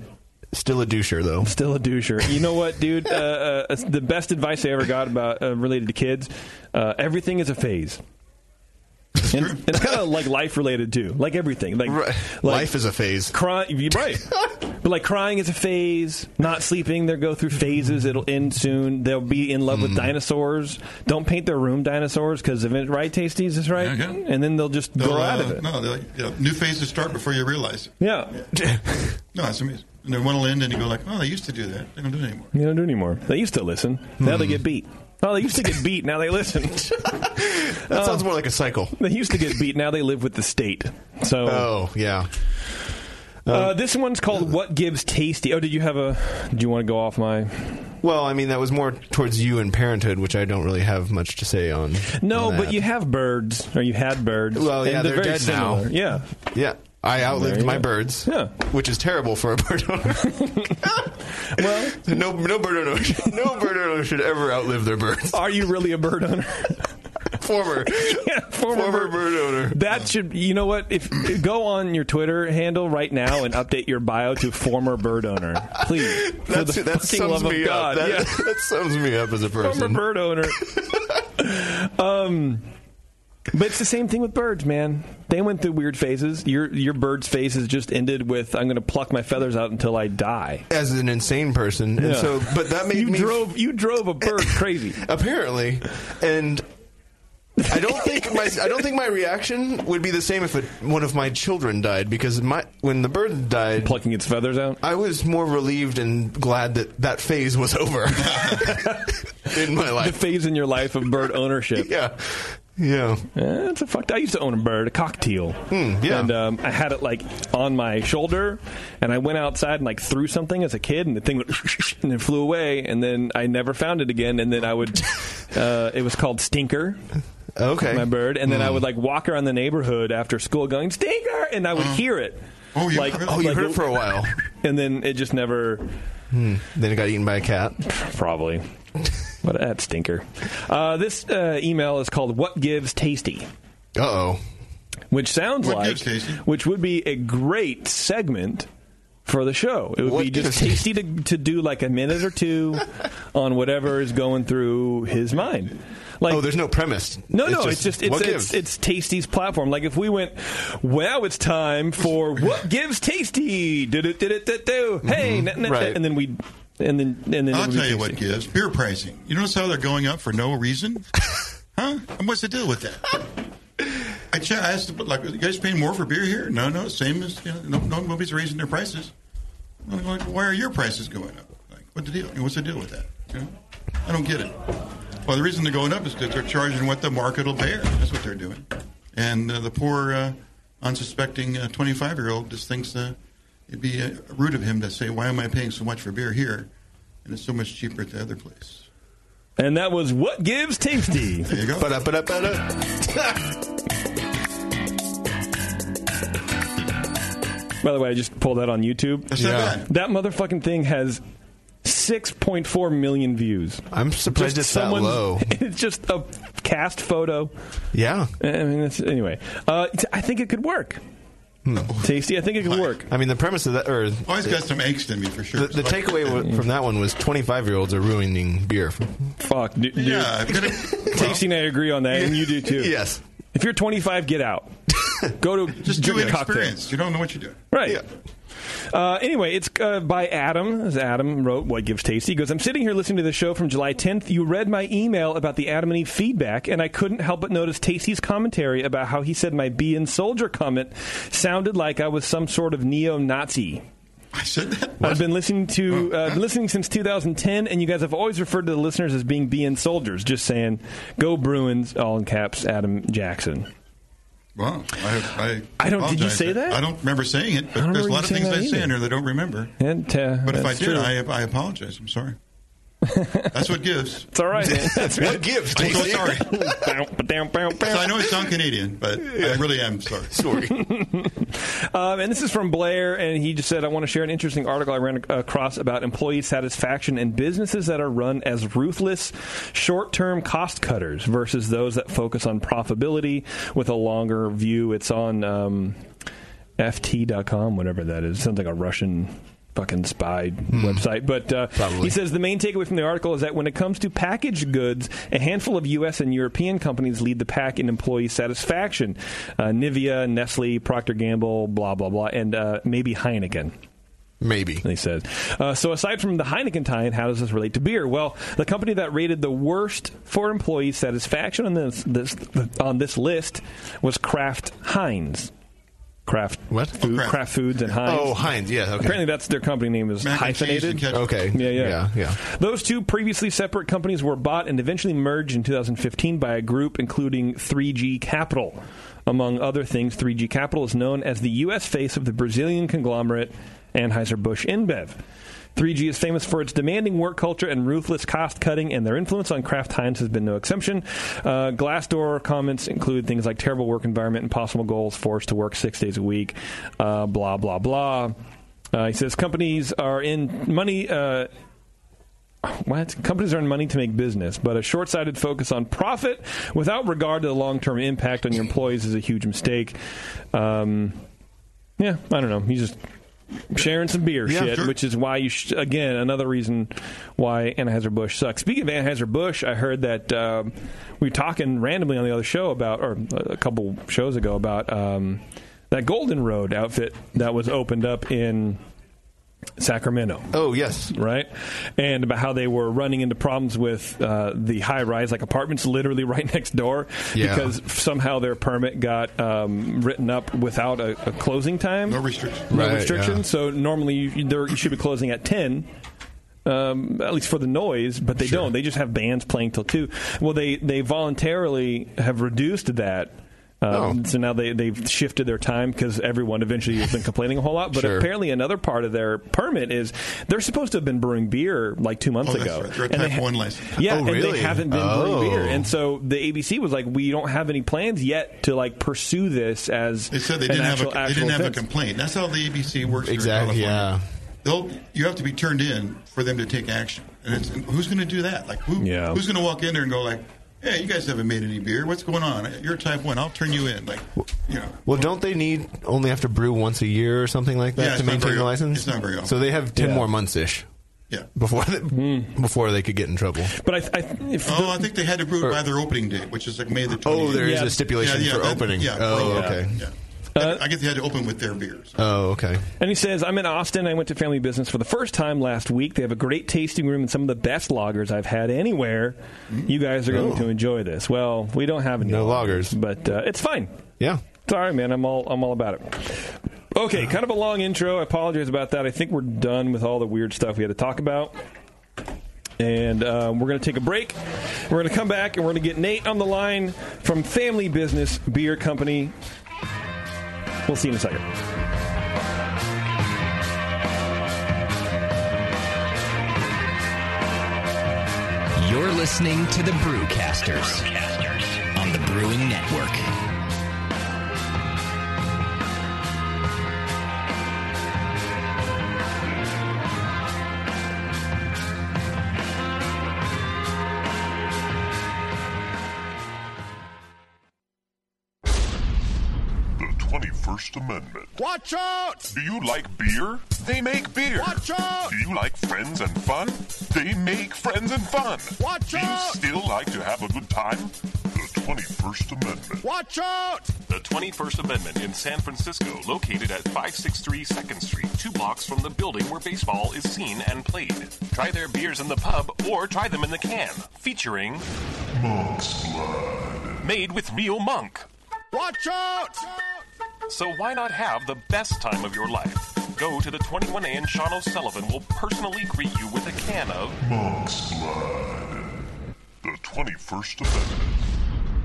[SPEAKER 3] still a doucher, though.
[SPEAKER 2] Still a doucher. You know what, dude? uh, uh, the best advice I ever got about uh, related to kids: uh, everything is a phase. And, and it's kind of like life related too, like everything. Like, like
[SPEAKER 3] Life is a phase.
[SPEAKER 2] Crying, you're
[SPEAKER 3] (laughs)
[SPEAKER 2] right. but like crying is a phase. Not sleeping, they'll go through phases. It'll end soon. They'll be in love
[SPEAKER 3] Hmm.
[SPEAKER 2] with dinosaurs. Don't paint their room dinosaurs because if it right, tasties is this right, and then they'll just
[SPEAKER 5] They'll,
[SPEAKER 2] grow
[SPEAKER 5] uh,
[SPEAKER 2] out of it.
[SPEAKER 5] No, they'll- yeah, new phases start before you realize it.
[SPEAKER 2] Yeah.
[SPEAKER 5] No, it's amazing. And then one will end, and you go like, "Oh, they used to do that. They don't do it anymore."
[SPEAKER 2] They don't do anymore. They used to listen.
[SPEAKER 3] Hmm.
[SPEAKER 2] Now they get beat. Oh, they used to
[SPEAKER 5] (laughs)
[SPEAKER 2] get beat. Now they listen.
[SPEAKER 3] (laughs) that sounds more like a cycle.
[SPEAKER 2] They used to get beat. Now they live with the state. So.
[SPEAKER 3] Oh, yeah. Um,
[SPEAKER 2] Uh, this one's called "What Gives Tasty." Oh, did you have a? Do you want to go off my?
[SPEAKER 3] Well, I mean, that was more towards you and parenthood, which I don't really have much to say on.
[SPEAKER 2] No, but you have birds, or you had birds.
[SPEAKER 3] Well, yeah,
[SPEAKER 2] and
[SPEAKER 3] they're
[SPEAKER 2] very
[SPEAKER 3] dead
[SPEAKER 2] similar.
[SPEAKER 3] now.
[SPEAKER 2] Yeah.
[SPEAKER 3] Yeah. I
[SPEAKER 2] There
[SPEAKER 3] outlived
[SPEAKER 2] you
[SPEAKER 3] my
[SPEAKER 2] go.
[SPEAKER 3] birds, yeah. which is terrible for a bird
[SPEAKER 2] (laughs)
[SPEAKER 3] owner. well, no, no bird owner, should- no bird owner should ever outlive their birds.
[SPEAKER 2] Are you really a bird owner?
[SPEAKER 3] former,
[SPEAKER 2] yeah, former,
[SPEAKER 3] bird, owner.
[SPEAKER 2] That should, you know what? If go on your Twitter handle right now and update your bio to former bird owner, please. (laughs) For
[SPEAKER 3] That's,
[SPEAKER 2] the
[SPEAKER 3] that
[SPEAKER 2] fucking love
[SPEAKER 3] sums me
[SPEAKER 2] of God,
[SPEAKER 3] up. That,
[SPEAKER 2] yeah.
[SPEAKER 3] (laughs) that sums me up as a person.
[SPEAKER 2] Former bird owner. um, but it's the same thing with birds, man. They went through weird phases. Your your bird's phase has just ended with "I'm going to pluck my feathers out until I die."
[SPEAKER 3] As an insane person, and
[SPEAKER 2] Yeah.
[SPEAKER 3] so but that made
[SPEAKER 2] you
[SPEAKER 3] me
[SPEAKER 2] drove you drove a
[SPEAKER 3] (laughs)
[SPEAKER 2] bird crazy
[SPEAKER 3] apparently, and I don't think my I don't think my reaction would be the same if it, one of my children died because my when the bird died,
[SPEAKER 2] plucking its feathers out,
[SPEAKER 3] I was more relieved and glad that that phase
[SPEAKER 2] (laughs)
[SPEAKER 3] was over in my
[SPEAKER 2] the
[SPEAKER 3] life.
[SPEAKER 2] phase in your life of
[SPEAKER 3] (laughs)
[SPEAKER 2] bird ownership.
[SPEAKER 3] yeah. Yeah. Hmm,
[SPEAKER 2] That's a fucked. I used to own a bird, a cockatiel.
[SPEAKER 3] yeah.
[SPEAKER 2] And um, I had it like on my shoulder, and I went outside and like threw something as a kid, and the thing went (laughs) and then flew away, and then I never found it again. And then I would, uh, it was called Stinker.
[SPEAKER 3] Okay. Hmm.
[SPEAKER 2] My bird, and then I would like walk around the neighborhood after school, going Stinker, and I would hear it.
[SPEAKER 5] Oh, you
[SPEAKER 2] like,
[SPEAKER 5] heard it? Oh, you
[SPEAKER 2] like-
[SPEAKER 3] Hmm. heard it for a while.
[SPEAKER 2] (laughs) and then it just never.
[SPEAKER 3] Hmm. Then it got eaten by a cat.
[SPEAKER 2] Probably. What that stinker. Uh, this uh, email is called "What Gives Tasty."
[SPEAKER 3] Uh oh.
[SPEAKER 2] Which sounds
[SPEAKER 5] What
[SPEAKER 2] like
[SPEAKER 5] Gives Tasty?
[SPEAKER 2] which would be a great segment for the show. It would
[SPEAKER 3] What
[SPEAKER 2] be just
[SPEAKER 3] Gives
[SPEAKER 2] tasty to, to do like a minute or two on whatever is going through his mind. Like
[SPEAKER 3] Oh, there's no premise.
[SPEAKER 2] no, no, it's just it's
[SPEAKER 3] what
[SPEAKER 2] it's,
[SPEAKER 3] gives?
[SPEAKER 2] it's Tasty's platform. Like if we went, well, it's time for what gives Tasty. Did it? Did it? Did do? Hey,
[SPEAKER 3] Mm-hmm.
[SPEAKER 5] Mhm.
[SPEAKER 2] na- na- na-
[SPEAKER 5] Right.
[SPEAKER 2] and then we and then and then it
[SPEAKER 5] I'll
[SPEAKER 2] would be
[SPEAKER 5] tell you what
[SPEAKER 2] tasty.
[SPEAKER 5] gives beer pricing. You notice how they're going up for
[SPEAKER 2] (laughs)
[SPEAKER 5] no reason, huh? And what's the deal with that? I, ch- I asked, like, you guys paying more for beer here? No, no, same as you know, no, no nobody's raising their prices. I'm like, why are your prices going up? Like, what the deal? What's the deal with that? You know? I don't get it. Well, the reason they're going up is because they're charging what the market will bear. That's what they're doing. And uh, the poor, uh, unsuspecting 25 year old just thinks uh, it'd be uh, rude of him to say, Why am I paying so much for beer here? And it's so much cheaper at the other place.
[SPEAKER 2] And that was what gives Tasty.
[SPEAKER 5] (laughs) There you go.
[SPEAKER 2] By the way, I just pulled that on YouTube.
[SPEAKER 5] That's not Yeah. bad.
[SPEAKER 2] That motherfucking thing has 6.4 million views.
[SPEAKER 3] I'm surprised it's that
[SPEAKER 2] someone's-
[SPEAKER 3] low.
[SPEAKER 2] (laughs) It's just a cast photo.
[SPEAKER 3] yeah.
[SPEAKER 2] I mean, it's, anyway, uh, it's- I think it could work. Tasty, I think it could work.
[SPEAKER 3] I mean, the premise of that, or
[SPEAKER 5] (laughs) Always got some angst in me for sure.
[SPEAKER 3] the, the
[SPEAKER 5] So I-
[SPEAKER 3] takeaway wa- from that one was 25 year olds are ruining beer.
[SPEAKER 2] Fuck, dude.
[SPEAKER 5] Yeah, I've got a-
[SPEAKER 2] Tasty and I agree on that, and you do too.
[SPEAKER 3] (laughs) Yes.
[SPEAKER 2] If you're 25, get
[SPEAKER 3] (laughs)
[SPEAKER 2] out. Go to
[SPEAKER 5] just do
[SPEAKER 2] drink
[SPEAKER 5] an
[SPEAKER 2] a cocktail.
[SPEAKER 5] experience. You don't know what you're doing.
[SPEAKER 2] Right. Uh, anyway, it's uh, by Adam. As Adam wrote What Gives Tasty. He goes, I'm sitting here listening to the show from July 10th. You read my email about the Adam and Eve feedback, and I couldn't help but notice Tasty's commentary about how he said my be in soldier comment sounded like I was some sort of neo Nazi.
[SPEAKER 5] I said that. Oh.
[SPEAKER 2] I've been listening to uh, been listening since 2010, and you guys have always referred to the listeners as being BN soldiers. Just saying, go Bruins! All in caps, Adam Jackson.
[SPEAKER 5] Well, I, I,
[SPEAKER 2] I don't- did you
[SPEAKER 5] apologize.
[SPEAKER 2] say that?
[SPEAKER 5] I don't remember saying it,
[SPEAKER 2] I
[SPEAKER 5] but
[SPEAKER 2] don't
[SPEAKER 5] there's
[SPEAKER 2] remember
[SPEAKER 5] a lot of
[SPEAKER 2] you saying
[SPEAKER 5] things
[SPEAKER 2] that
[SPEAKER 5] I say
[SPEAKER 2] either.
[SPEAKER 5] in here that I don't remember.
[SPEAKER 2] And, uh,
[SPEAKER 5] But if I
[SPEAKER 2] that's
[SPEAKER 5] did,
[SPEAKER 2] true.
[SPEAKER 5] I, I apologize. I'm sorry. That's what gives.
[SPEAKER 2] It's (laughs) all
[SPEAKER 5] (laughs)
[SPEAKER 2] right. Man. That's
[SPEAKER 3] What gives,
[SPEAKER 5] I'm so
[SPEAKER 3] Tasty?
[SPEAKER 5] sorry. (laughs) So I
[SPEAKER 2] right.
[SPEAKER 5] know I sound Canadian, but I really am sorry.
[SPEAKER 3] Sorry.
[SPEAKER 2] um, and this is from Blair, and he just said, "I want to share an interesting article I ran ac- across about employee satisfaction and businesses that are run as ruthless, short-term cost cutters versus those that focus on profitability with a longer view." It's on um, FT.com, whatever that is. Sounds like a Russian fucking spy website. But uh, he says the main takeaway from the article is that when it comes to packaged goods, a handful of U.S. and European companies lead the pack in employee satisfaction: uh, Nivea, Nestle, Procter Gamble, blah blah blah, and uh, maybe Heineken.
[SPEAKER 3] Maybe.
[SPEAKER 2] He says. Uh, so, aside from the Heineken tie, how does this relate to beer? Well, the company that rated the worst for employee satisfaction on this, this on this list was Kraft Heinz. Kraft what? Food,
[SPEAKER 3] Oh, Kraft.
[SPEAKER 2] Kraft Foods and Heinz.
[SPEAKER 3] Oh, Heinz. Yeah, okay.
[SPEAKER 2] Apparently, that's their company name is
[SPEAKER 5] Mac and cheese
[SPEAKER 2] hyphenated.
[SPEAKER 5] and ketchup.
[SPEAKER 3] Okay.
[SPEAKER 2] Yeah, yeah.
[SPEAKER 3] Yeah, yeah.
[SPEAKER 2] Those two previously separate companies were bought and eventually merged in 2015 by a group including 3G Capital. Among other things, 3G Capital is known as the U.S. face of the Brazilian conglomerate Anheuser-Busch InBev. 3G is famous for its demanding work culture and ruthless cost cutting, and their influence on Kraft Heinz has been no exception. Uh, Glassdoor comments include things like terrible work environment, impossible goals, forced to work six days a week, uh, blah, blah, blah. Uh, he says companies are in money. Uh, what companies earn money to make business, but a short-sighted focus on profit without regard to the long-term impact on your employees is a huge mistake. Um, yeah, I don't know. He's just sharing some beer
[SPEAKER 6] Yeah,
[SPEAKER 2] shit,
[SPEAKER 6] sure.
[SPEAKER 2] which is why you sh- again another reason why Anheuser Busch sucks. Speaking of Anheuser Busch, I heard that um, we were talking randomly on the other show about, or a couple shows ago about um, that Golden Road outfit that was opened up in. Sacramento.
[SPEAKER 3] Oh yes,
[SPEAKER 2] right. And about how they were running into problems with uh, the high-rise like apartments, literally (laughs) right next door,
[SPEAKER 3] Yeah.
[SPEAKER 2] because somehow their permit got um, written up without a, a closing time. No
[SPEAKER 5] restrictions.
[SPEAKER 2] No
[SPEAKER 3] Right,
[SPEAKER 2] restrictions.
[SPEAKER 3] yeah.
[SPEAKER 2] So normally you, you- there, you should be closing at ten. Um, at least for the noise, but they don't. They just have bands playing till two. Well, they they voluntarily have reduced that. Um,
[SPEAKER 5] Oh.
[SPEAKER 2] So now they they've shifted their time because everyone eventually has been complaining a whole lot. But
[SPEAKER 6] Sure.
[SPEAKER 2] apparently, another part of their permit is they're supposed to have been brewing beer like two months
[SPEAKER 5] Oh, that's
[SPEAKER 2] ago.
[SPEAKER 5] right. They're a
[SPEAKER 2] And they
[SPEAKER 5] type one license.
[SPEAKER 2] Yeah,
[SPEAKER 5] Oh,
[SPEAKER 2] and
[SPEAKER 5] really?
[SPEAKER 2] they haven't been
[SPEAKER 5] Oh.
[SPEAKER 2] brewing beer. And so the ABC was like, we don't have any plans yet to like pursue this as
[SPEAKER 5] They said they
[SPEAKER 2] an
[SPEAKER 5] didn't
[SPEAKER 2] actual,
[SPEAKER 5] have a, they
[SPEAKER 2] actual
[SPEAKER 5] didn't have a
[SPEAKER 2] offense.
[SPEAKER 5] complaint. That's how the ABC works. here in
[SPEAKER 3] Exactly,
[SPEAKER 5] California.
[SPEAKER 3] yeah.
[SPEAKER 5] They'll, you have to be turned in for them to take action. And, it's, and who's going to do that? Like who?
[SPEAKER 2] Yeah.
[SPEAKER 5] Who's going to walk in there and go like, "Hey, you guys haven't made any beer. What's going on? You're a type one. I'll turn you in." Like, you know,
[SPEAKER 3] Well, don't they need only have to brew once a year or something like that
[SPEAKER 5] Yeah, it's
[SPEAKER 3] to
[SPEAKER 5] not
[SPEAKER 3] maintain
[SPEAKER 5] very
[SPEAKER 3] the
[SPEAKER 5] o-
[SPEAKER 3] license?
[SPEAKER 5] it's not very often.
[SPEAKER 3] So they have ten
[SPEAKER 5] Yeah.
[SPEAKER 3] more months ish.
[SPEAKER 5] Yeah.
[SPEAKER 3] Before they,
[SPEAKER 2] Hmm.
[SPEAKER 3] before they could get in trouble.
[SPEAKER 2] But I, I if
[SPEAKER 5] oh, I think they had to brew it by their opening date, which is like May the. 20th.
[SPEAKER 3] Oh, there is Yeah. a stipulation for opening.
[SPEAKER 5] Yeah.
[SPEAKER 3] Oh,
[SPEAKER 5] yeah.
[SPEAKER 3] okay.
[SPEAKER 5] Yeah. I guess they had to open with their beers.
[SPEAKER 3] Oh, okay.
[SPEAKER 2] And he says, I'm in Austin. I went to Family Business for the first time last week. They have a great tasting room and some of the best loggers I've had anywhere. You guys are
[SPEAKER 3] Oh.
[SPEAKER 2] going to enjoy this. Well, we don't have any no
[SPEAKER 3] loggers,
[SPEAKER 2] but uh, it's fine.
[SPEAKER 3] Yeah.
[SPEAKER 2] It's all right, man. I'm all, I'm all about it. Okay, kind of a long intro. I apologize about that. I think we're done with all the weird stuff we had to talk about. And um, we're going to take a break. We're going to come back and we're going to get Nate on the line from Family Business Beer Company. We'll see you in a second.
[SPEAKER 7] You're listening to the Brewcasters, on the Brewing Network.
[SPEAKER 8] The 21st Amendment.
[SPEAKER 9] Watch out!
[SPEAKER 8] Do you like beer? They make beer.
[SPEAKER 9] Watch out!
[SPEAKER 8] Do you like friends and fun? They make friends and fun.
[SPEAKER 9] Watch
[SPEAKER 8] Do you
[SPEAKER 9] out!
[SPEAKER 8] still like to have a good time? The 21st Amendment.
[SPEAKER 9] Watch out!
[SPEAKER 10] The 21st Amendment in San Francisco, located at 563 2nd Street, two blocks from the building where baseball is seen and played. Try their beers in the pub or try them in the can, featuring
[SPEAKER 8] Monk's blood.
[SPEAKER 10] Made with Real Monk.
[SPEAKER 9] Watch out!
[SPEAKER 10] So why not have the best time of your life? Go to the 21A and Sean O'Sullivan will personally greet you with a can of
[SPEAKER 8] Monk's blood. The 21st Amendment.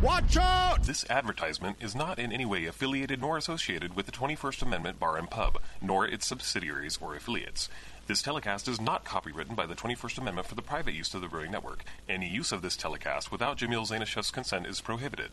[SPEAKER 9] Watch out!
[SPEAKER 10] This advertisement is not in any way affiliated nor associated with the 21st Amendment Bar and Pub, nor its subsidiaries or affiliates. This telecast is not copywritten by the 21st Amendment for the private use of the Brewing Network. Any use of this telecast without Jamil Zanishev's consent is prohibited.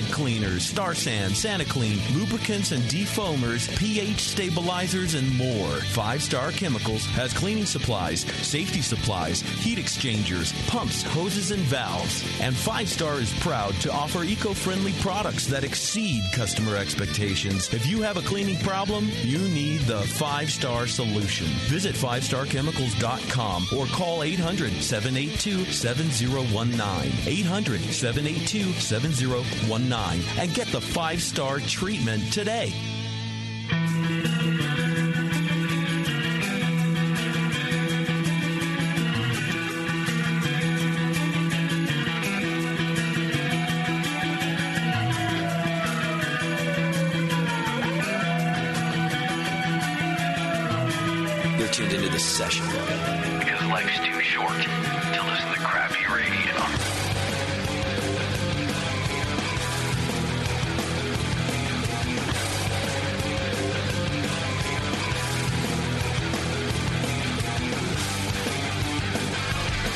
[SPEAKER 11] cleaners, star sand, Santa Clean, lubricants and defoamers, pH stabilizers, and more. Five Star Chemicals has cleaning supplies, safety supplies, heat exchangers, pumps, hoses, and valves. And Five Star is proud to offer eco friendly products that exceed customer expectations. If you have a cleaning problem, you need the Five Star Solution. Visit 5starchemicals.com or call 800 782 7019. 800 782 7019 and get the Five Star treatment today.
[SPEAKER 7] session.
[SPEAKER 6] Because life's too short to listen to crappy radio.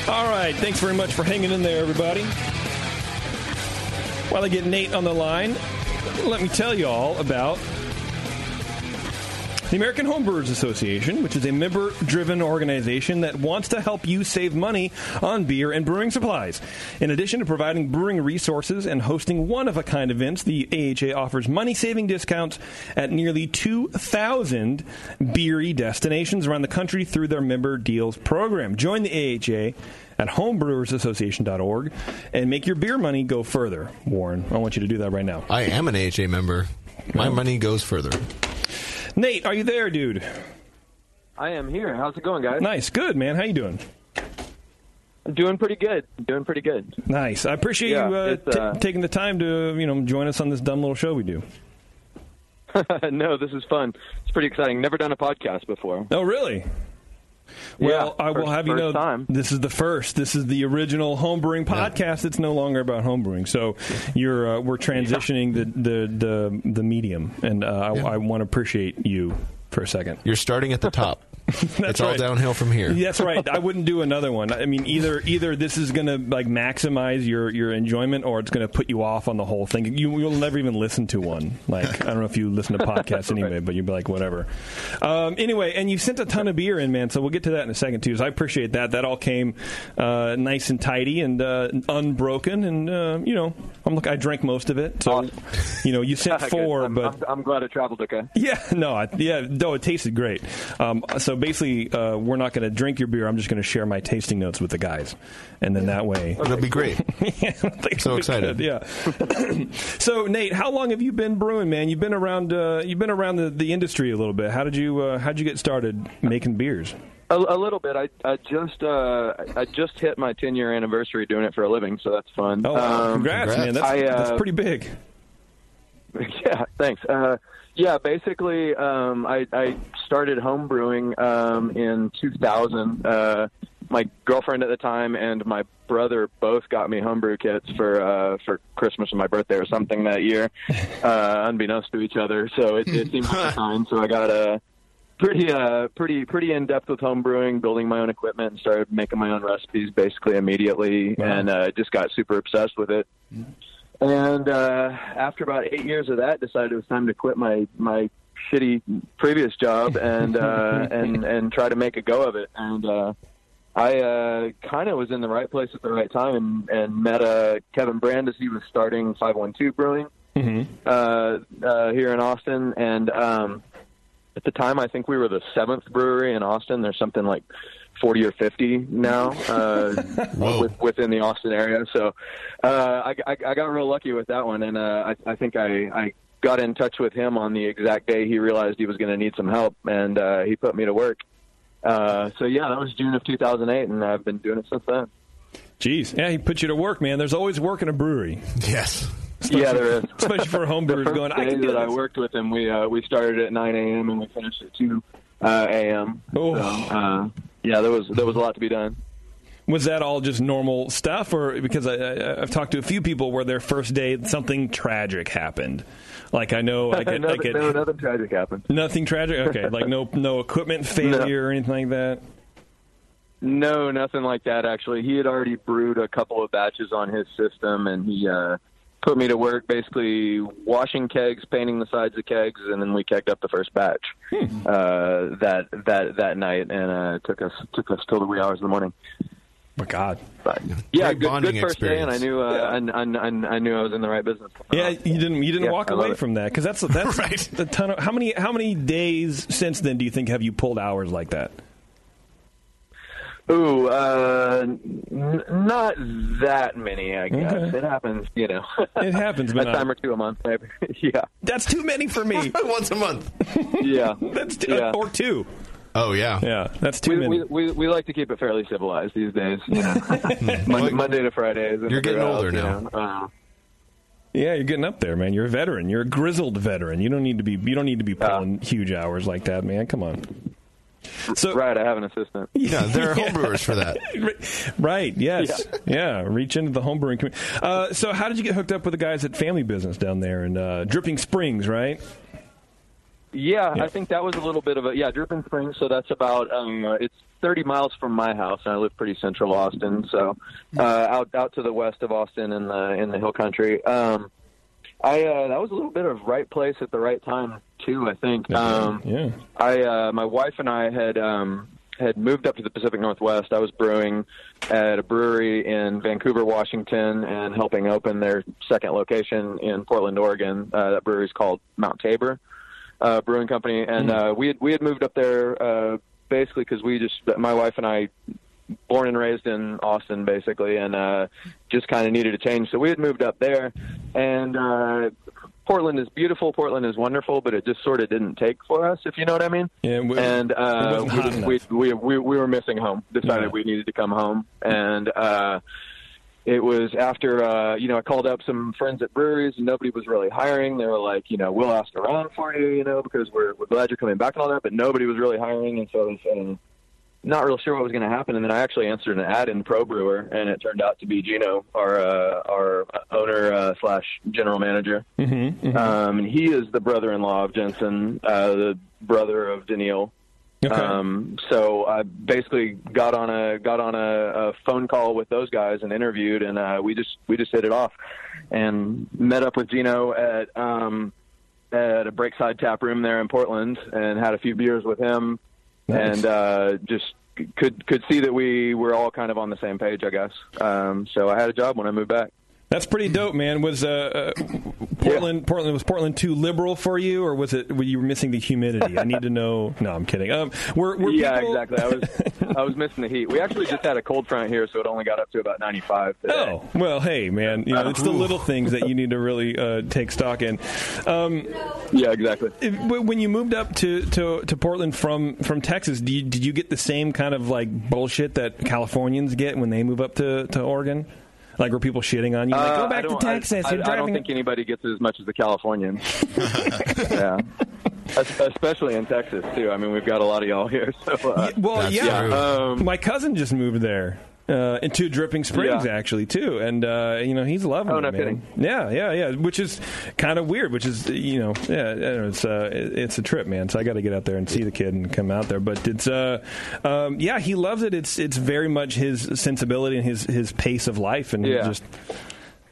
[SPEAKER 2] All right. Thanks very much for hanging in there, everybody. While I get Nate on the line, let me tell you all about the American Homebrewers Association, which is a member driven organization that wants to help you save money on beer and brewing supplies. In addition to providing brewing resources and hosting one of a kind events, the AHA offers money saving discounts at nearly 2,000 beery destinations around the country through their member deals program. Join the AHA at homebrewersassociation.org and make your beer money go further. Warren, I want you to do that right now.
[SPEAKER 3] I am an AHA member. My money goes further.
[SPEAKER 2] Nate, are you there, dude?
[SPEAKER 12] I am here. How's it going, guys?
[SPEAKER 2] Nice, good man. How you doing?
[SPEAKER 12] I'm doing pretty good. Doing pretty good. (laughs)
[SPEAKER 2] Nice. I appreciate
[SPEAKER 12] Yeah,
[SPEAKER 2] you uh,
[SPEAKER 12] it's,
[SPEAKER 2] ta-
[SPEAKER 12] uh,
[SPEAKER 2] taking the time to you know join us on this dumb little show we do.
[SPEAKER 12] no, this is fun. It's pretty exciting. Never done a podcast before.
[SPEAKER 2] Oh, really? Well, I will have you know this is the first. This is the original homebrewing podcast. It's no longer about homebrewing. So you're uh, we're transitioning the, the the the medium, and uh, I, I want to appreciate you for a second.
[SPEAKER 3] You're starting at the
[SPEAKER 2] (laughs)
[SPEAKER 3] top. it's all
[SPEAKER 2] right.
[SPEAKER 3] downhill from here.
[SPEAKER 2] (laughs) That's right. I wouldn't do another one. I mean, either either this is going to like maximize your your enjoyment, or it's going to put you off on the whole thing. You you'll never even listen to one. Like I don't know if you listen to podcasts anyway, but you'd be like whatever. Um, anyway, and you sent a ton of beer in, man. So we'll get to that in a second too. So I appreciate that. That all came uh, nice and tidy and uh, unbroken, and uh, you know, I'm look. I drank most of it. So you know,
[SPEAKER 12] (laughs)
[SPEAKER 2] you sent
[SPEAKER 12] Good.
[SPEAKER 2] 4
[SPEAKER 12] I'm,
[SPEAKER 2] but
[SPEAKER 12] I'm, I'm glad it traveled okay.
[SPEAKER 2] yeah, no, I, yeah, no, it tasted great. Um, so basically, uh, we're not going to drink your beer. I'm just going to share my tasting notes with the guys, and then that way
[SPEAKER 3] it'll
[SPEAKER 2] (laughs)
[SPEAKER 3] be great.
[SPEAKER 2] so
[SPEAKER 3] excited.
[SPEAKER 2] yeah. (clears throat) so Nate, how long have you been brewing, man? You've been around. Uh, you've been around the, the industry a little bit. How did you uh, How'd you get started making beers?
[SPEAKER 12] A, a little bit. I, I just uh, I just hit my 10 year anniversary doing it for a living, so that's fun.
[SPEAKER 2] Oh, wow.
[SPEAKER 12] Um,
[SPEAKER 2] congrats, man. That's,
[SPEAKER 12] I, uh,
[SPEAKER 2] that's pretty big.
[SPEAKER 12] (laughs) Yeah, thanks. Uh, yeah, basically, um, I, I started home brewing um, in 2000. Uh, my girlfriend at the time and my brother both got me homebrew kits for uh, for Christmas and my birthday or something that year, uh, unbeknownst to each other. So it, it seemed like fine. So I got a pretty uh, pretty pretty in depth with home brewing, building my own equipment, and started making my own recipes basically immediately, and uh, just got super obsessed with it. And uh, after about eight years of that, decided it was time to quit my my shitty previous job and uh, and and try to make a go of it. And uh, I uh, kind of was in the right place at the right time and, and met uh, Kevin Brand as he was starting Five One Two Brewing
[SPEAKER 2] Mm-hmm.
[SPEAKER 12] uh, uh, here in Austin, and um, at the time, I think we were the seventh brewery in Austin. There's something like forty or fifty now uh, with, within the Austin area. So uh, I, I, I got real lucky with that one, and uh, I, I think I, I got in touch with him on the exact day he realized he was going to need some help, and uh, he put me to work. Uh, so yeah, that was June of 2008, and I've been doing it since then.
[SPEAKER 2] Jeez, yeah, he put you to work, man. There's always work in a brewery.
[SPEAKER 3] Yes.
[SPEAKER 12] yeah, there is.
[SPEAKER 2] (laughs) Especially for homebrewers
[SPEAKER 12] the first
[SPEAKER 2] going, I
[SPEAKER 12] day
[SPEAKER 2] can do
[SPEAKER 12] that I
[SPEAKER 2] this.
[SPEAKER 12] worked with him. We uh, we started at 9 a.m. and we finished at 2 uh, a.m.
[SPEAKER 2] Oh.
[SPEAKER 12] So, uh, yeah, there was there was a lot to be done.
[SPEAKER 2] Was that all just normal stuff, or because I, I, I've talked to a few people where their first day something tragic happened? Like I know,
[SPEAKER 12] (laughs)
[SPEAKER 2] like it,
[SPEAKER 12] nothing,
[SPEAKER 2] like it,
[SPEAKER 12] no, nothing tragic happened.
[SPEAKER 2] nothing tragic. Okay, like no no
[SPEAKER 12] (laughs)
[SPEAKER 2] equipment failure or anything like that.
[SPEAKER 12] No, nothing like that. Actually, he had already brewed a couple of batches on his system, and he uh, put me to work basically washing kegs, painting the sides of kegs, and then we kegged up the first batch
[SPEAKER 2] Hmm.
[SPEAKER 12] uh, that that that night, and uh, it took us took us till the wee hours of the morning.
[SPEAKER 2] My God.
[SPEAKER 12] But, yeah,
[SPEAKER 2] Great
[SPEAKER 12] good,
[SPEAKER 2] bonding
[SPEAKER 12] good first day, and I
[SPEAKER 2] experience.
[SPEAKER 12] knew uh, I, I, I, I knew I was in the right business.
[SPEAKER 2] Yeah, you didn't you didn't
[SPEAKER 12] Yeah,
[SPEAKER 2] walk
[SPEAKER 12] I love
[SPEAKER 2] away
[SPEAKER 12] it.
[SPEAKER 2] from that because that's (laughs) that's a ton of how many how many days since then do you think have you pulled hours like that?
[SPEAKER 12] Ooh, uh, n- not that many, I guess. It happens, you know.
[SPEAKER 2] It happens,
[SPEAKER 12] (laughs) a
[SPEAKER 2] but not-
[SPEAKER 12] time or two a month, maybe. (laughs) yeah,
[SPEAKER 2] That's too many for me.
[SPEAKER 3] (laughs) Once a month.
[SPEAKER 12] (laughs) yeah.
[SPEAKER 2] (laughs) That's t-
[SPEAKER 12] yeah.
[SPEAKER 2] or two.
[SPEAKER 3] Oh yeah.
[SPEAKER 2] Yeah, that's too
[SPEAKER 12] we,
[SPEAKER 2] many.
[SPEAKER 12] We, we we like to keep it fairly civilized these days.
[SPEAKER 2] (laughs)
[SPEAKER 12] You know, Monday, Monday to Fridays. and
[SPEAKER 2] You're getting
[SPEAKER 12] throughout,
[SPEAKER 2] older
[SPEAKER 12] you
[SPEAKER 2] now.
[SPEAKER 12] know. Uh,
[SPEAKER 2] Yeah, you're getting up there, man. You're a veteran. You're a grizzled veteran. You don't need to be. You don't need to be pulling huge hours like that, man. Come on.
[SPEAKER 12] right, I have an assistant.
[SPEAKER 2] (laughs)
[SPEAKER 3] Yeah, there are homebrewers for that.
[SPEAKER 2] Right. Yes. Yeah. Reach into the homebrewing community. Uh, so, how did you get hooked up with the guys at Family Business down there in uh, Dripping Springs? Right.
[SPEAKER 12] Yeah, I think that was a little bit of a yeah, Dripping Springs. So that's about um, uh, it's 30 miles from my house, and I live pretty central Austin, so uh, out out to the west of Austin in the in the hill country. Um, I uh, that was a little bit of right place at the right time too. I think. Um,
[SPEAKER 2] yeah.
[SPEAKER 12] I uh, my wife and I had um, had moved up to the Pacific Northwest. I was brewing at a brewery in Vancouver, Washington, and helping open their second location in Portland, Oregon. Uh, that brewery is called Mount Tabor uh, Brewing Company, and uh, we had we had moved up there uh, basically because we just my wife and I born and raised in Austin, basically, and uh, just kind of needed a change. So we had moved up there, and uh, Portland is beautiful. Portland is wonderful, but it just sort of didn't take for us, if you know what I mean.
[SPEAKER 2] Yeah, we-
[SPEAKER 12] and
[SPEAKER 2] it
[SPEAKER 12] uh,
[SPEAKER 2] wasn't hot enough.
[SPEAKER 12] we, we, we we were missing home. Decided we needed to come home, and uh, it was after uh, you know I called up some friends at breweries, and nobody was really hiring. They were like, you know, we'll ask around for you, you know, because we're we're glad you're coming back and all that, but nobody was really hiring, and so I was um, not real sure what was going to happen. And then I actually answered an ad in Pro Brewer, and it turned out to be Gino, our uh, our owner uh, slash general manager.
[SPEAKER 2] Mm-hmm.
[SPEAKER 12] Um, and he is the brother-in-law of Jensen, uh, the brother of Daniil. Um, so I basically got on a got on a, a phone call with those guys and interviewed, and uh, we just we just hit it off, and met up with Gino at um, at a Breakside Tap Room there in Portland, and had a few beers with him,
[SPEAKER 2] Nice.
[SPEAKER 12] and uh, just c- could could see that we were all kind of on the same page, I guess. Um, so I had a job when I moved back.
[SPEAKER 2] That's pretty dope, man. Was uh, uh, Portland Portland was Portland too liberal for you, or was it were you missing the humidity? I need to know. No, I'm kidding. Um, were, were
[SPEAKER 12] yeah,
[SPEAKER 2] people-
[SPEAKER 12] exactly. I
[SPEAKER 2] (laughs)
[SPEAKER 12] was I was missing the heat. We actually just had a cold front here, so it only got up to about 95. Today.
[SPEAKER 2] Oh well, hey man, you know, it's the little things that you need to really uh, take stock in. Um,
[SPEAKER 12] yeah, exactly.
[SPEAKER 2] when you moved up to, to, to Portland from from Texas, did you, did you get the same kind of like bullshit that Californians get when they move up to, to Oregon? Like were people shitting on you? Like,
[SPEAKER 12] Uh,
[SPEAKER 2] go
[SPEAKER 12] I
[SPEAKER 2] back to
[SPEAKER 12] don't- I-
[SPEAKER 2] Texas.
[SPEAKER 12] I,
[SPEAKER 2] you're
[SPEAKER 12] I
[SPEAKER 2] driving
[SPEAKER 12] don't think anybody gets as much as the
[SPEAKER 2] (laughs)
[SPEAKER 12] Californians. yeah. Es- Especially in Texas too. I mean, we've got a lot of y'all here. So, uh,
[SPEAKER 2] Well, yeah,
[SPEAKER 12] Uh,
[SPEAKER 2] my cousin just moved there uh, into Dripping Springs,
[SPEAKER 12] Yeah.
[SPEAKER 2] actually, too, and uh, you know he's loving
[SPEAKER 12] Oh,
[SPEAKER 2] it,
[SPEAKER 12] no
[SPEAKER 2] man.
[SPEAKER 12] kidding.
[SPEAKER 2] Yeah, yeah, yeah. Which is kind of weird. Which is you know, yeah, I don't know, it's uh, it- it's a trip, man. So I got to get out there and see the kid and come out there. But it's uh, um, yeah, he loves it. It's it's very much his sensibility and his his pace of life, and
[SPEAKER 12] Yeah.
[SPEAKER 2] just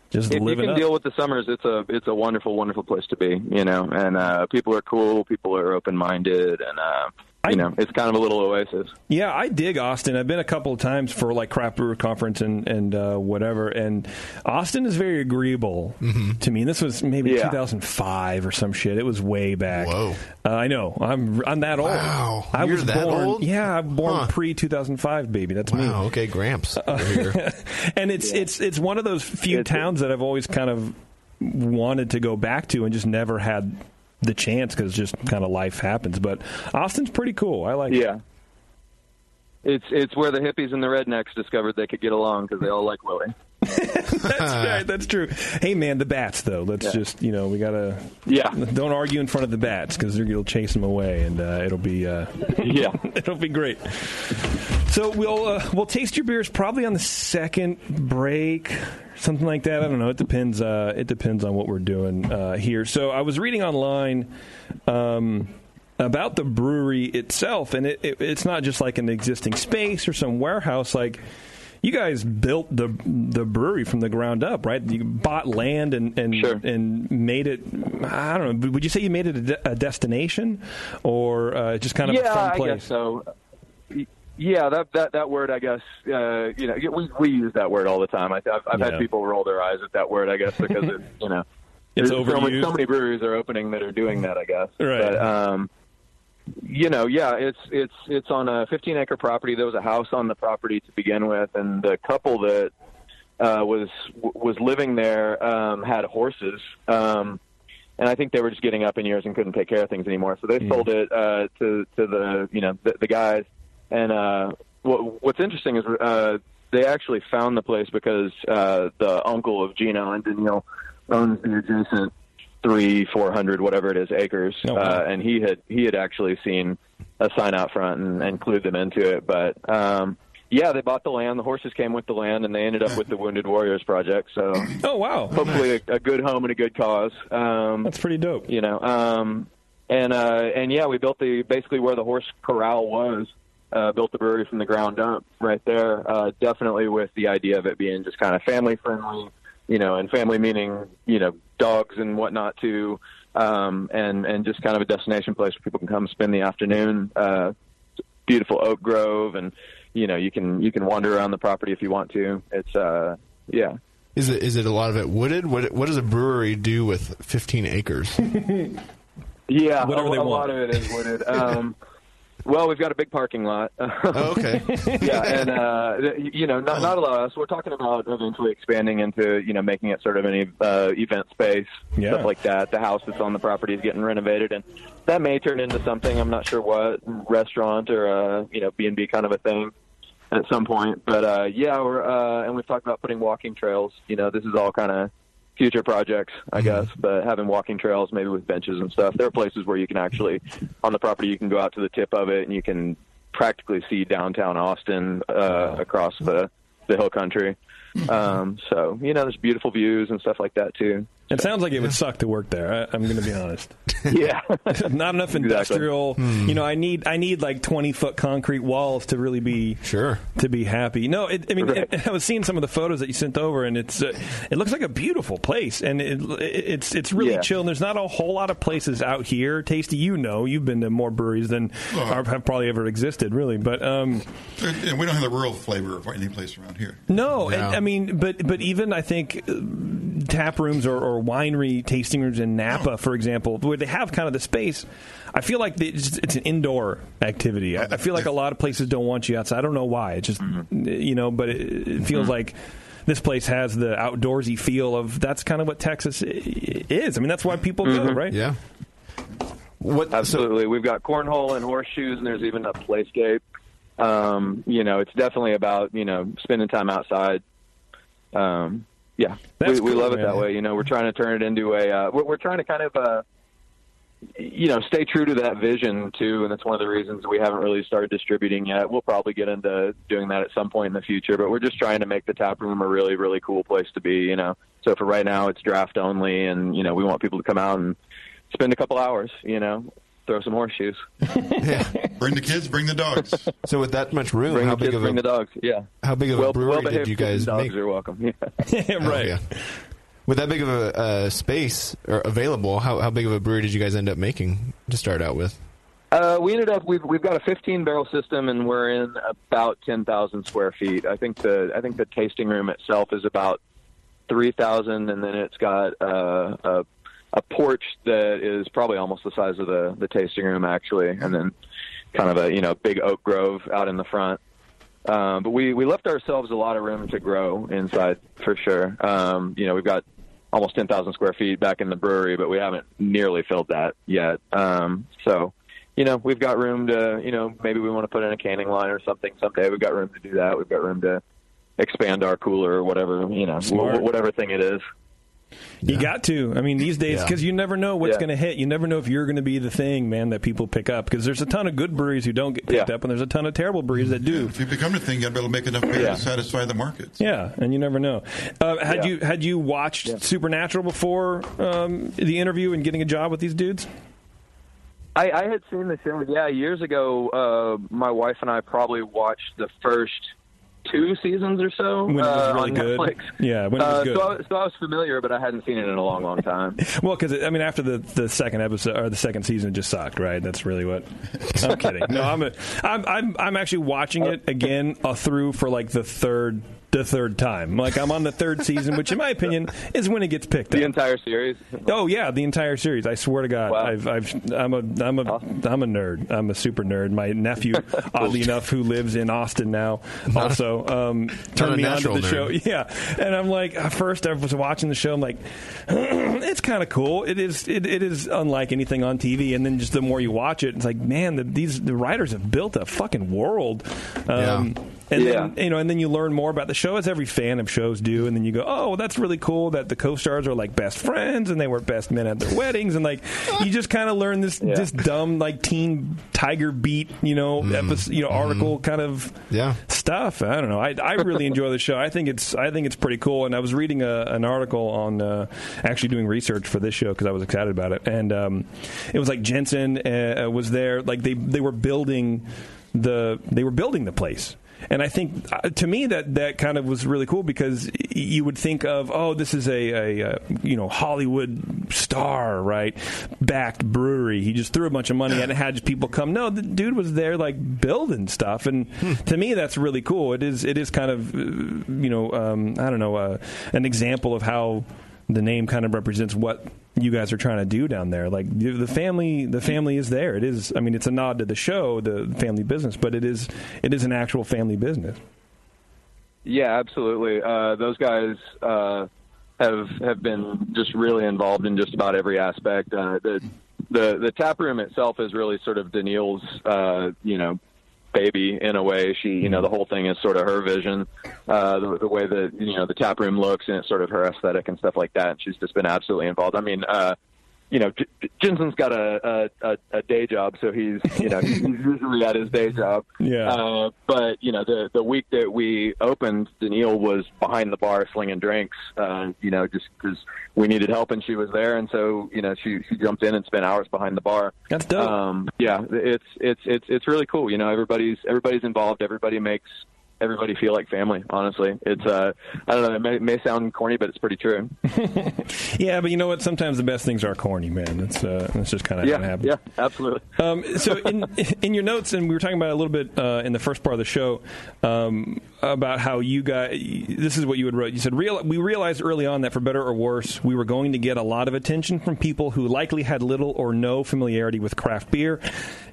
[SPEAKER 2] just
[SPEAKER 12] if you
[SPEAKER 2] living
[SPEAKER 12] can
[SPEAKER 2] up.
[SPEAKER 12] deal with the summers, it's a it's a wonderful, wonderful place to be. You know, and uh, people are cool. People are open minded, and uh, you know, it's kind of a little oasis.
[SPEAKER 2] Yeah, I dig Austin. I've been a couple of times for like Craft Brewer Conference and and uh, whatever. And Austin is very agreeable
[SPEAKER 3] Mm-hmm.
[SPEAKER 2] to me. And this was maybe
[SPEAKER 12] Yeah.
[SPEAKER 2] 2005 or some shit. It was way back. Whoa! Uh, I know. I'm I'm that old.
[SPEAKER 3] Wow.
[SPEAKER 2] I
[SPEAKER 3] You're
[SPEAKER 2] was
[SPEAKER 3] that
[SPEAKER 2] born.
[SPEAKER 3] old?
[SPEAKER 2] Yeah, I'm born
[SPEAKER 3] Huh.
[SPEAKER 2] pre 2005, baby. That's me. Uh,
[SPEAKER 3] Wow, okay, Gramps. over here.
[SPEAKER 2] (laughs) and it's it's it's one of those few towns that I've always kind of wanted to go back to and just never had the chance because just kind of life happens. But Austin's pretty cool. I like. it.
[SPEAKER 12] Yeah. It's it's where the hippies and the rednecks discovered they could get along because they all like Willie.
[SPEAKER 2] (laughs) that's right. That's true. Hey, man, the bats though. Let's just you know we gotta
[SPEAKER 12] yeah.
[SPEAKER 2] Don't argue in front of the bats because you'll chase them away, and uh, it'll be uh,
[SPEAKER 12] yeah,
[SPEAKER 2] (laughs) it'll be great. So we'll uh, we'll taste your beers probably on the second break, something like that. I don't know. It depends. Uh, it depends on what we're doing uh, here. So I was reading online. Um, about the brewery itself, and it, it, it's not just like an existing space or some warehouse. Like you guys built the the brewery from the ground up, right? You bought land and and and made it. I don't know. Would you say you made it a, de- a destination, or uh, just kind of
[SPEAKER 12] yeah,
[SPEAKER 2] a fun
[SPEAKER 12] I
[SPEAKER 2] place?
[SPEAKER 12] guess so. Y- Yeah, that that that word, I guess. Uh, you know, we we use that word all the time. I, I've, I've
[SPEAKER 2] Yeah.
[SPEAKER 12] had people roll their eyes at that word, I guess,
[SPEAKER 2] (laughs)
[SPEAKER 12] because it's you know,
[SPEAKER 2] It's
[SPEAKER 12] there's So many,
[SPEAKER 2] overused.
[SPEAKER 12] so many breweries are opening that are doing that, I guess.
[SPEAKER 2] Right.
[SPEAKER 12] But, um, you know, yeah, it's it's it's on a 15 acre property. There was a house on the property to begin with, and the couple that uh, was was living there um, had horses, um, and I think they were just getting up in years and couldn't take care of things anymore. So they
[SPEAKER 2] Hmm.
[SPEAKER 12] sold it uh, to to the you know the, the guys. And uh, what, what's interesting is uh, they actually found the place because uh, the uncle of Gino and Daniel owns the adjacent
[SPEAKER 2] Oh,
[SPEAKER 12] three, four hundred, whatever it is, acres, uh, and he had he had actually seen a sign out front and, and clued them into it. But um, yeah, they bought the land. The horses came with the land, and they ended up with the Wounded Warriors Project. So
[SPEAKER 2] (laughs) oh wow,
[SPEAKER 12] hopefully a, a good home and a good cause. Um,
[SPEAKER 2] That's pretty dope.
[SPEAKER 12] You know, um, and uh, and yeah, we built the basically where the horse corral was. Uh, built the brewery from the ground up right there. Uh, definitely with the idea of it being just kind of family friendly, you know, and family meaning you know dogs and whatnot too, um, and and just kind of a destination place where people can come spend the afternoon. Uh, beautiful oak grove, and you know you can you can wander around the property if you want to. It's uh yeah.
[SPEAKER 3] Is it is it a lot of it wooded? What what does a brewery do with
[SPEAKER 2] (laughs)
[SPEAKER 3] 15 acres?
[SPEAKER 12] Yeah,
[SPEAKER 3] Whatever
[SPEAKER 12] a,
[SPEAKER 3] they
[SPEAKER 12] a
[SPEAKER 3] want.
[SPEAKER 12] lot of it is wooded.
[SPEAKER 3] (laughs)
[SPEAKER 12] Um, well, we've got a big parking lot. (laughs)
[SPEAKER 3] Oh, okay.
[SPEAKER 12] yeah, and uh, th- you know, not not a lot. So we're talking about eventually expanding into you know making it sort of an uh, event space, stuff like that. The house that's on the property is getting renovated, and that may turn into something. I'm not sure what restaurant or uh, you know B and B kind of a thing at some point. But uh, yeah, we're uh, and we've talked about putting walking trails. You know, this is all kind of future projects, I
[SPEAKER 13] Mm-hmm.
[SPEAKER 12] guess. But having walking trails, maybe with benches and stuff. There are places where you can actually on the property you can go out to the tip of it and you can practically see downtown Austin uh, across the the hill country.
[SPEAKER 13] Mm-hmm.
[SPEAKER 12] Um, so you know, there's beautiful views and stuff like that too.
[SPEAKER 2] It sounds like it would suck to work there. I, I'm going to be honest.
[SPEAKER 12] yeah,
[SPEAKER 2] (laughs) not enough industrial. You know, I need I need like 20 foot concrete walls to really be
[SPEAKER 3] sure
[SPEAKER 2] to be happy. No, it, I mean, I was seeing some of the photos that you sent over, and it's uh, it looks like a beautiful place, and it, it's it's really
[SPEAKER 14] Yeah.
[SPEAKER 2] chill. And there's not a whole lot of places out here. Tasty, you know, you've been to more breweries than are, have probably ever existed, really. But um,
[SPEAKER 5] And we don't have the rural flavor of any place around here.
[SPEAKER 2] no, and, I mean, but but even I think uh, tap rooms or, or winery tasting rooms in Napa, for example, where they have kind of the space. I feel like they- it's, it's an indoor activity. I, I feel like a lot of places don't want you outside. I don't know why. It just you know, but it, it feels like. This place has the outdoorsy feel of that's kind of what Texas i- i- is. I mean, that's why people go,
[SPEAKER 12] Mhm.
[SPEAKER 2] right?
[SPEAKER 3] Yeah. What?
[SPEAKER 12] Absolutely, we've got cornhole and horseshoes, and there's even a playscape. Um, you know, it's definitely about you know spending time outside. Um, yeah,
[SPEAKER 13] That's
[SPEAKER 12] we, we
[SPEAKER 13] cool,
[SPEAKER 12] love it
[SPEAKER 13] man.
[SPEAKER 12] that way. You know, we're trying to turn it into a. Uh, we're, we're trying to kind of. Uh, you know, stay true to that vision too, and that's one of the reasons we haven't really started distributing yet. We'll probably get into doing that at some point in the future, but we're just trying to make the tap room a really, really cool place to be. You know, so for right now, it's draft only, and you know, we want people to come out and spend a couple hours. You know, throw
[SPEAKER 3] (laughs)
[SPEAKER 12] some horseshoes.
[SPEAKER 5] Bring the kids, bring the dogs.
[SPEAKER 3] so with that much room,
[SPEAKER 12] Bring
[SPEAKER 3] how
[SPEAKER 12] the
[SPEAKER 3] big
[SPEAKER 12] kids,
[SPEAKER 3] of
[SPEAKER 12] bring
[SPEAKER 3] a
[SPEAKER 12] the dogs. Yeah.
[SPEAKER 3] how big of a
[SPEAKER 12] Well-
[SPEAKER 3] brewery did
[SPEAKER 12] well-behaved
[SPEAKER 3] you
[SPEAKER 12] kids and
[SPEAKER 3] guys
[SPEAKER 12] dogs
[SPEAKER 3] make? Oh,
[SPEAKER 12] are welcome.
[SPEAKER 2] Yeah,
[SPEAKER 3] (laughs)
[SPEAKER 2] (laughs) right.
[SPEAKER 3] With that big of a uh, space or available, how how big of a brewery did you guys end up making to start out with?
[SPEAKER 12] Uh, we ended up we've we've got a 15 barrel system and we're in about 10,000 square feet. I think the I think the tasting room itself is about 3,000, and then it's got uh, a a porch that is probably almost the size of the the tasting room actually, and then kind of a you know big oak grove out in the front. Um, but we we left ourselves a lot of room to grow inside for sure. Um, you know we've got almost 10,000 square feet back in the brewery, but we haven't nearly filled that yet. Um, so you know, we've got room to, you know, maybe we want to put in a canning line or something someday. We've got room to do that. We've got room to expand our cooler or whatever, you know,
[SPEAKER 2] Smart.
[SPEAKER 12] wh- whatever thing it is.
[SPEAKER 2] You got to. I mean, these days,
[SPEAKER 12] Yeah.
[SPEAKER 2] because you never know what's
[SPEAKER 12] Yeah.
[SPEAKER 2] going to hit. You never know if you're going to be the thing, man, that people pick up. Because there's a ton of good breweries who don't get picked up, and there's a ton of terrible breweries that do.
[SPEAKER 5] If you become the thing, you'll be able to make enough beer
[SPEAKER 2] Yeah.
[SPEAKER 5] to satisfy the market.
[SPEAKER 2] Yeah, and you never know. Uh, had you had you watched Supernatural before um, the interview and getting a job with these dudes?
[SPEAKER 12] I, I had seen the show, yeah, years ago. Uh, my wife and I probably watched the first two seasons or so
[SPEAKER 2] When it was
[SPEAKER 12] uh,
[SPEAKER 2] really
[SPEAKER 12] on
[SPEAKER 2] good.
[SPEAKER 12] Netflix.
[SPEAKER 2] Yeah, when it was
[SPEAKER 12] Uh,
[SPEAKER 2] good.
[SPEAKER 12] So I, so I was familiar, but I hadn't seen it in a long, long
[SPEAKER 2] (laughs)
[SPEAKER 12] time.
[SPEAKER 2] Well, because I mean, after the, the second episode or the second season, it just sucked, right? That's really what.
[SPEAKER 3] (laughs)
[SPEAKER 2] I'm kidding. No, I'm a, I'm, I'm I'm actually watching it again uh, through for like the third the third time. Like I'm on the third season, which in my opinion is when it gets picked up.
[SPEAKER 12] the entire series.
[SPEAKER 2] Oh yeah, the entire series. I swear to God, I've, I've, I'm a, I'm a, am a nerd. I'm a super nerd. My
[SPEAKER 12] (laughs)
[SPEAKER 2] nephew, oddly enough, who lives in Austin now, also um,
[SPEAKER 3] not a
[SPEAKER 2] turned me on to
[SPEAKER 3] natural
[SPEAKER 2] the show.
[SPEAKER 3] nerd.
[SPEAKER 2] (laughs) Yeah, and I'm like, at first I was watching the show. I'm like, (clears throat) it's kind of cool. It is, it, it is unlike anything on TV. And then just the more you watch it, it's like, man, the, these the writers have built a fucking world. Um, And then you know, and then you learn more about the show as every fan of shows do, and then you go, Oh, well, that's really cool that the co stars are like best friends and they were best men at their (laughs) weddings and like you just kinda learn this
[SPEAKER 3] Yeah.
[SPEAKER 2] this dumb like teen tiger beat, you know, episode, you know, article kind of
[SPEAKER 3] yeah.
[SPEAKER 2] (laughs) stuff. I don't know. I, I really enjoy the show. I think it's I think it's pretty cool. And I was reading a, an article on uh, actually doing research for this show because I was excited about it. And um, it was like Jensen uh, was there. Like they they were building the they were building the place. And I think uh, to me that that kind of was really cool because y- you would think of oh this is a, a uh, you know Hollywood star right backed brewery he just threw a bunch of money at it and had people come no the dude was there like building stuff and to me that's really cool it is it is kind of uh, you know um, I don't know uh, an example of how the name kind of represents what you guys are trying to do down there. Like you- the family, the family is there. It is. I mean, it's a nod to the show, the family business, but it is it is an actual family business.
[SPEAKER 12] Yeah, absolutely. Uh, those guys uh, have have been just really involved in just about every aspect. Uh, the the the tap room itself is really sort of Daniil's, uh, you know, baby in a way. She, you know, the whole thing is sort of her vision, uh, the, the way that you know the tap room looks and it's sort of her aesthetic and stuff like that. And she's just been absolutely involved. I mean. Uh, you know, J- J- Jensen's got a, a, a, a day job, so he's you know (laughs) he's usually at his day job.
[SPEAKER 2] Yeah.
[SPEAKER 12] Uh, but you know, the the week that we opened, Daniil was behind the bar slinging drinks. Uh, you know, just because we needed help and she was there, and so you know she she jumped in and spent hours behind the bar.
[SPEAKER 2] That's dope.
[SPEAKER 12] Um, yeah, it's it's it's it's really cool. You know, everybody's everybody's involved. Everybody makes. Everybody feel like family. Honestly, it's uh, I don't know. It may, may sound corny, but it's pretty true.
[SPEAKER 2] Yeah, but you know what? Sometimes the best things are corny, man. That's uh, that's just kind of
[SPEAKER 12] yeah,
[SPEAKER 2] how it happens.
[SPEAKER 12] yeah, absolutely.
[SPEAKER 2] Um, so in in your notes, and we were talking about it a little bit uh, in the first part of the show um, about how you guys. This is what you had wrote. You said, Real, "We realized early on that for better or worse, we were going to get a lot of attention from people who likely had little or no familiarity with craft beer,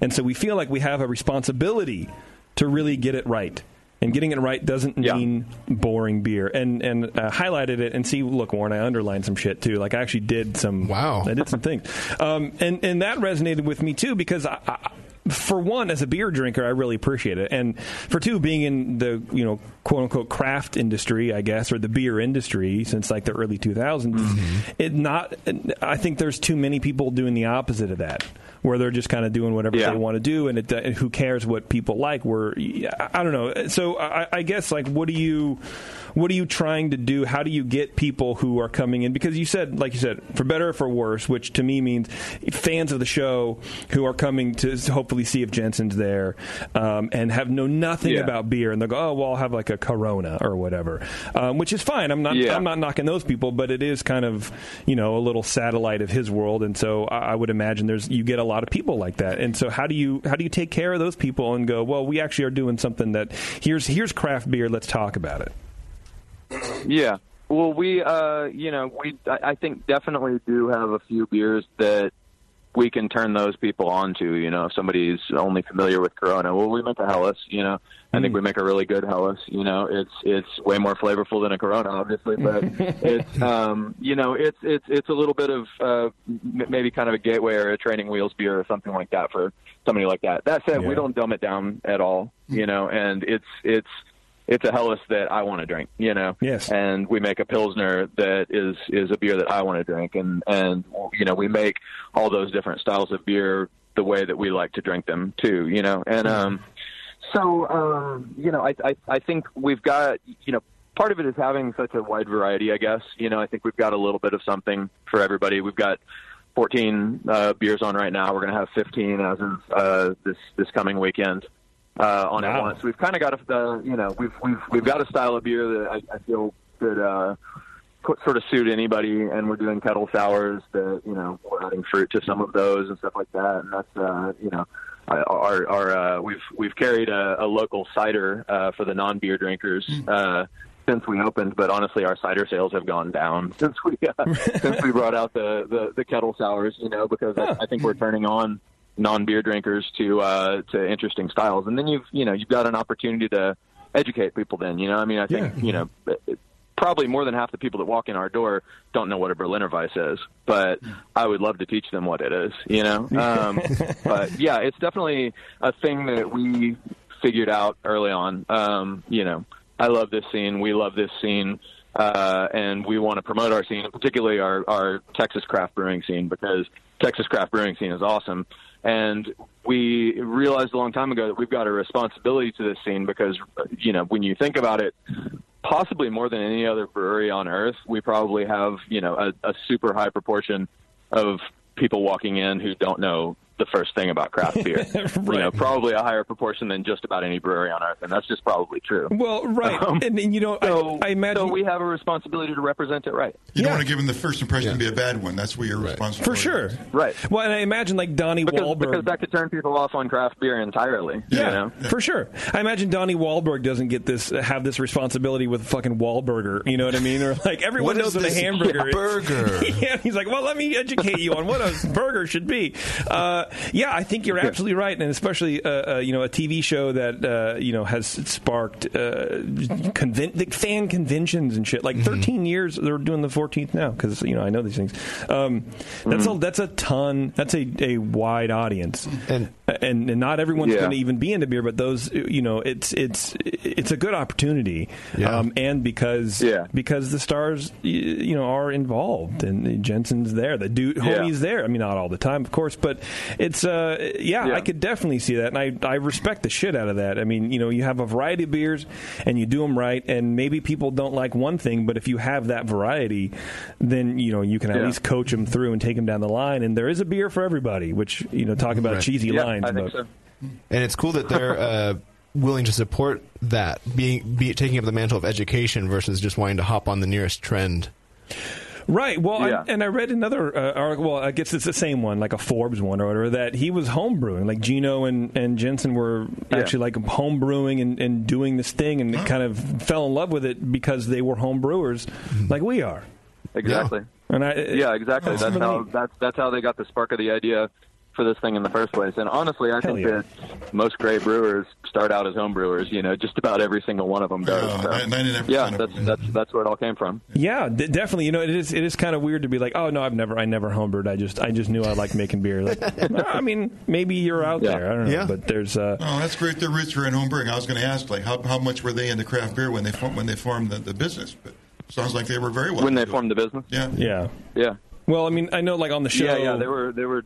[SPEAKER 2] and so we feel like we have a responsibility to really get it right." And getting it right doesn't mean boring beer. And and uh, highlighted it and see. Look, Warren, I underlined some shit too. Like I actually did some. Wow, I did some things. Um, and and that resonated with me too because I. I for one, as a beer drinker, I really appreciate it, and for two, being in the you know quote unquote craft industry, I guess, or the beer industry since like the early two it not. I think there's too many people doing the opposite of that, where they're just kind of doing whatever they want to do, and it and who cares what people like. We're I I don't know. So I, I guess like what do you what are you trying to do? How do you get people who are coming in? Because you said, like you said, for better or for worse, which to me means fans of the show who are coming to hopefully see if Jensen's there um, and have know nothing
[SPEAKER 12] Yeah.
[SPEAKER 2] about beer, and they'll go, oh well, I'll have like a Corona or whatever, um, which is fine. I'm not
[SPEAKER 12] Yeah.
[SPEAKER 2] I'm not knocking those people, but it is kind of you know a little satellite of his world, and so I, I would imagine there's you get a lot of people like that, and so how do you how do you take care of those people and go, well, we actually are doing something that here's here's craft beer, let's talk about it.
[SPEAKER 12] Yeah. Well, we, uh, you know, we, I I think definitely do have a few beers that we can turn those people on to. You know, if somebody's only familiar with Corona, well, we make a Hellas. You know, I think we make a really good Hellas. You know, it's it's way more flavorful than a Corona, obviously, but it's, um, you know, it's it's it's a little bit of uh, m- maybe kind of a gateway or a training wheels beer or something like that for somebody like that. That said, we don't dumb it down at all. You know, and it's it's it's a Hellas that I want to drink, you know.
[SPEAKER 2] Yes.
[SPEAKER 12] And we make a Pilsner that is is a beer that I want to drink, and and you know we make all those different styles of beer the way that we like to drink them too, you know. And um, so um, you know, I, I I think we've got you know part of it is having such a wide variety, I guess. You know, I think we've got a little bit of something for everybody. We've got 14 uh, beers on right now. We're going to have 15 as of uh, this this coming weekend uh, on at
[SPEAKER 14] Wow.
[SPEAKER 12] once. We've kind of got a uh, you know we've we've we've got a style of beer that I, I feel could uh, co- sort of suit anybody, and we're doing kettle sours that you know we're adding fruit to some of those and stuff like that, and that's uh, you know. I- Our, our uh, we've we've carried a, a local cider uh, for the non beer drinkers uh, since we opened, but honestly, our cider sales have gone down since we uh, since we brought out the, the, the kettle sours. You know, because I, I think we're turning on non beer drinkers to uh, to interesting styles, and then you've you know you've got an opportunity to educate people. Then you know, I mean, I think you know probably more than half the people that walk in our door don't know what a Berliner Weiss is, but I would love to teach them what it is. You know, um, but yeah, it's definitely a thing that we figured out early on. Um, you know, I love this scene. We love this scene. Uh, and we want to promote our scene, particularly our, our Texas craft brewing scene, because Texas craft brewing scene is awesome. And we realized a long time ago that we've got a responsibility to this scene because, you know, when you think about it, possibly more than any other brewery on earth, we probably have, you know, a, a super high proportion of people walking in who don't know the first thing about craft
[SPEAKER 2] (laughs)
[SPEAKER 12] beer. You know, probably a higher proportion than just about any brewery on earth, and that's just probably true.
[SPEAKER 2] Well, right, and, and you know, I, I imagine
[SPEAKER 12] Um, So we have a responsibility to represent it right.
[SPEAKER 5] You don't want to give him the first impression to be a bad one. That's where you're responsible.
[SPEAKER 2] for sure,
[SPEAKER 12] right?
[SPEAKER 2] Well, and I imagine like Donnie
[SPEAKER 12] Because,
[SPEAKER 2] Wahlberg.
[SPEAKER 12] because that could turn people off on craft beer entirely. Yeah. You know?
[SPEAKER 2] For sure, I imagine Donnie Wahlberg doesn't get this, have this responsibility with fucking Wahlburger. You know what I mean? Or like everyone
[SPEAKER 3] What
[SPEAKER 2] knows
[SPEAKER 3] is
[SPEAKER 2] what a
[SPEAKER 3] this
[SPEAKER 2] hamburger is.
[SPEAKER 3] burger?
[SPEAKER 2] (laughs) yeah, he's like, well, let me educate you on what a burger should be. Uh, yeah, I think you're absolutely right, and especially uh, uh, you know a TV show that uh, you know has sparked uh, conven- like fan conventions and shit. Like
[SPEAKER 3] Mm-hmm.
[SPEAKER 2] 13 years, they're doing the 14th now because you know I know these things. Um, that's
[SPEAKER 3] Mm-hmm.
[SPEAKER 2] a that's a ton. That's a, a wide audience, and and, and not everyone's
[SPEAKER 12] Yeah.
[SPEAKER 2] going to even be into beer, but those you know it's it's it's a good opportunity, um, and because
[SPEAKER 12] Yeah.
[SPEAKER 2] because the stars y- you know are involved and Jensen's there, the dude
[SPEAKER 12] Yeah.
[SPEAKER 2] homie's there. I mean, not all the time, of course, but it's uh yeah,
[SPEAKER 12] Yeah.
[SPEAKER 2] I could definitely see that, and I I respect the shit out of that. I mean, you know, you have a variety of beers and you do them right, and maybe people don't like one thing, but if you have that variety, then you know you can at
[SPEAKER 12] Yeah.
[SPEAKER 2] least coach them through and take them down the line, and there is a beer for everybody. Which you know, talk about
[SPEAKER 3] Right.
[SPEAKER 2] cheesy
[SPEAKER 3] Yeah,
[SPEAKER 2] lines,
[SPEAKER 3] I think
[SPEAKER 2] but.
[SPEAKER 3] so. and it's cool that
[SPEAKER 12] (laughs)
[SPEAKER 3] they're uh, willing to support that being be, taking up the mantle of education versus just wanting to hop on the nearest trend.
[SPEAKER 2] Right. Well,
[SPEAKER 3] Yeah.
[SPEAKER 2] I, and I read another uh, article. Well, I guess it's the same one, like a Forbes one or whatever, that he was homebrewing. Like Gino and, and Jensen were
[SPEAKER 12] Yeah.
[SPEAKER 2] actually like homebrewing and, and doing this thing and kind of fell in love with it because they were homebrewers like we are.
[SPEAKER 12] Exactly.
[SPEAKER 2] And I,
[SPEAKER 12] yeah, exactly.
[SPEAKER 2] That's
[SPEAKER 12] That's
[SPEAKER 2] really
[SPEAKER 12] how that's that's how they got the spark of the idea for this thing in the first place. And honestly, I
[SPEAKER 2] Hell
[SPEAKER 12] think
[SPEAKER 2] yeah.
[SPEAKER 12] that most great brewers start out as home brewers. You know, just about every single one of them does. so, yeah, that's that's that's where it all came from.
[SPEAKER 2] Yeah, d- definitely. You know, it is it is kind of weird to be like, oh no, I've never I never homebrewed. I just I just knew I liked making beer.
[SPEAKER 12] (laughs)
[SPEAKER 2] Like, I mean, maybe you're out there. I don't know,
[SPEAKER 5] Yeah.
[SPEAKER 2] but there's uh,
[SPEAKER 5] Oh, that's great. Their roots were in home brewing. I was going to ask, like, how, how much were they into craft beer when they form, when they formed the, the business? But sounds like they were very well.
[SPEAKER 12] When they formed the business.
[SPEAKER 5] Yeah.
[SPEAKER 2] yeah.
[SPEAKER 12] Yeah.
[SPEAKER 2] Well, I mean, I know like on the show,
[SPEAKER 12] Yeah, yeah, they were they were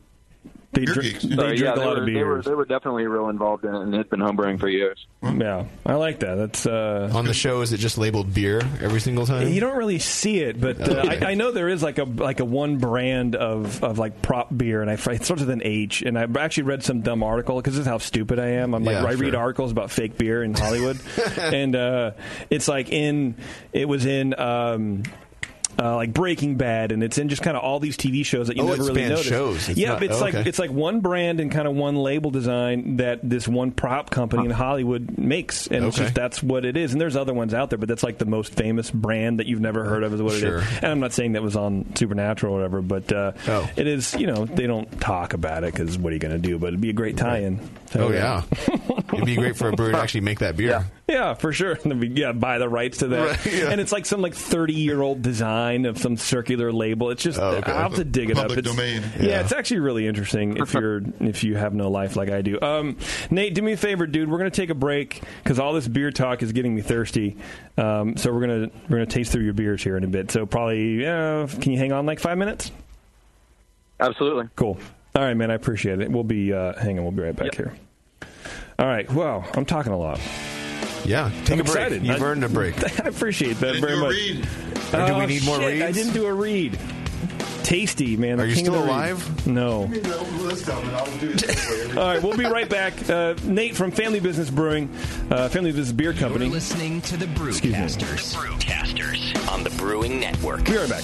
[SPEAKER 2] they, drink, they
[SPEAKER 12] Sorry,
[SPEAKER 2] drink
[SPEAKER 12] yeah,
[SPEAKER 2] a lot
[SPEAKER 12] were,
[SPEAKER 2] of
[SPEAKER 12] They were,
[SPEAKER 2] beers.
[SPEAKER 12] they were definitely real involved in it, and it's been homebrewing for years.
[SPEAKER 2] Yeah, I like that. That's uh,
[SPEAKER 3] on the show. Is it just labeled beer every single time? Oh,
[SPEAKER 2] You don't really see it, but uh,
[SPEAKER 3] Okay.
[SPEAKER 2] I, I know there is like a like a one brand of, of like prop beer, and I it starts with an H. And I actually read some dumb article because this is how stupid I am. I'm like
[SPEAKER 3] Yeah,
[SPEAKER 2] I read
[SPEAKER 3] sure.
[SPEAKER 2] articles about fake beer in
[SPEAKER 3] (laughs)
[SPEAKER 2] Hollywood, and uh, it's like in it was in. Um, uh, like Breaking Bad, and it's in just kind of all these TV shows that you
[SPEAKER 3] Oh,
[SPEAKER 2] never
[SPEAKER 3] it
[SPEAKER 2] really
[SPEAKER 3] spans
[SPEAKER 2] notice.
[SPEAKER 3] shows. It's
[SPEAKER 2] yeah,
[SPEAKER 3] not-
[SPEAKER 2] but it's
[SPEAKER 3] oh,
[SPEAKER 2] like
[SPEAKER 3] okay.
[SPEAKER 2] it's like one brand and kind of one label design that this one prop company in Hollywood makes, and it's
[SPEAKER 3] Okay.
[SPEAKER 2] just that's what it is. And there's other ones out there, but that's like the most famous brand that you've never heard of is what
[SPEAKER 3] Sure.
[SPEAKER 2] it is. And I'm not saying that was on Supernatural or whatever, but uh,
[SPEAKER 3] Oh.
[SPEAKER 2] it is. You know, they don't talk about it because what are you going to do? But it'd be a great tie-in.
[SPEAKER 3] Oh yeah, it'd be great for a
[SPEAKER 2] (laughs)
[SPEAKER 3] brewer to actually make that beer.
[SPEAKER 2] Yeah, for (laughs) sure. (laughs) And then we, yeah, buy the rights to that.
[SPEAKER 3] Right, yeah.
[SPEAKER 2] And it's like some like thirty year old design of some circular label. It's just
[SPEAKER 3] Oh, okay.
[SPEAKER 2] I'll have to dig it
[SPEAKER 3] Public
[SPEAKER 2] up. It's,
[SPEAKER 3] domain.
[SPEAKER 2] Yeah.
[SPEAKER 3] Yeah.
[SPEAKER 2] it's actually really interesting if you're if you have no life like I do. Um, Nate, do me a favor, dude. We're gonna take a break because all this beer talk is getting me thirsty. Um, so we're gonna we're gonna taste through your beers here in a bit. So probably uh, can you hang on like five minutes?
[SPEAKER 12] Absolutely.
[SPEAKER 2] Cool. All right, man. I appreciate it. We'll be uh, hanging. We'll be right back here. All right. Wow, I'm talking a lot.
[SPEAKER 3] Yeah, take
[SPEAKER 2] I'm
[SPEAKER 3] a break.
[SPEAKER 2] excited.
[SPEAKER 3] You've
[SPEAKER 2] I-
[SPEAKER 3] earned a break.
[SPEAKER 2] (laughs) I appreciate that very
[SPEAKER 3] do a
[SPEAKER 2] much.
[SPEAKER 3] read. Or do we
[SPEAKER 2] Oh,
[SPEAKER 3] need more
[SPEAKER 2] shit, I
[SPEAKER 3] reads?
[SPEAKER 2] didn't do a read. Tasty man.
[SPEAKER 3] Are
[SPEAKER 2] the
[SPEAKER 3] you
[SPEAKER 2] king of
[SPEAKER 3] still
[SPEAKER 2] the read.
[SPEAKER 3] alive?
[SPEAKER 2] No.
[SPEAKER 5] I'll do it.
[SPEAKER 2] All right, we'll be right back. Uh, Nate from Family Business Brewing, uh, Family Business Beer Company.
[SPEAKER 7] You're listening to the Brewcasters. Brewcasters on the Brewing Network.
[SPEAKER 2] Be right back.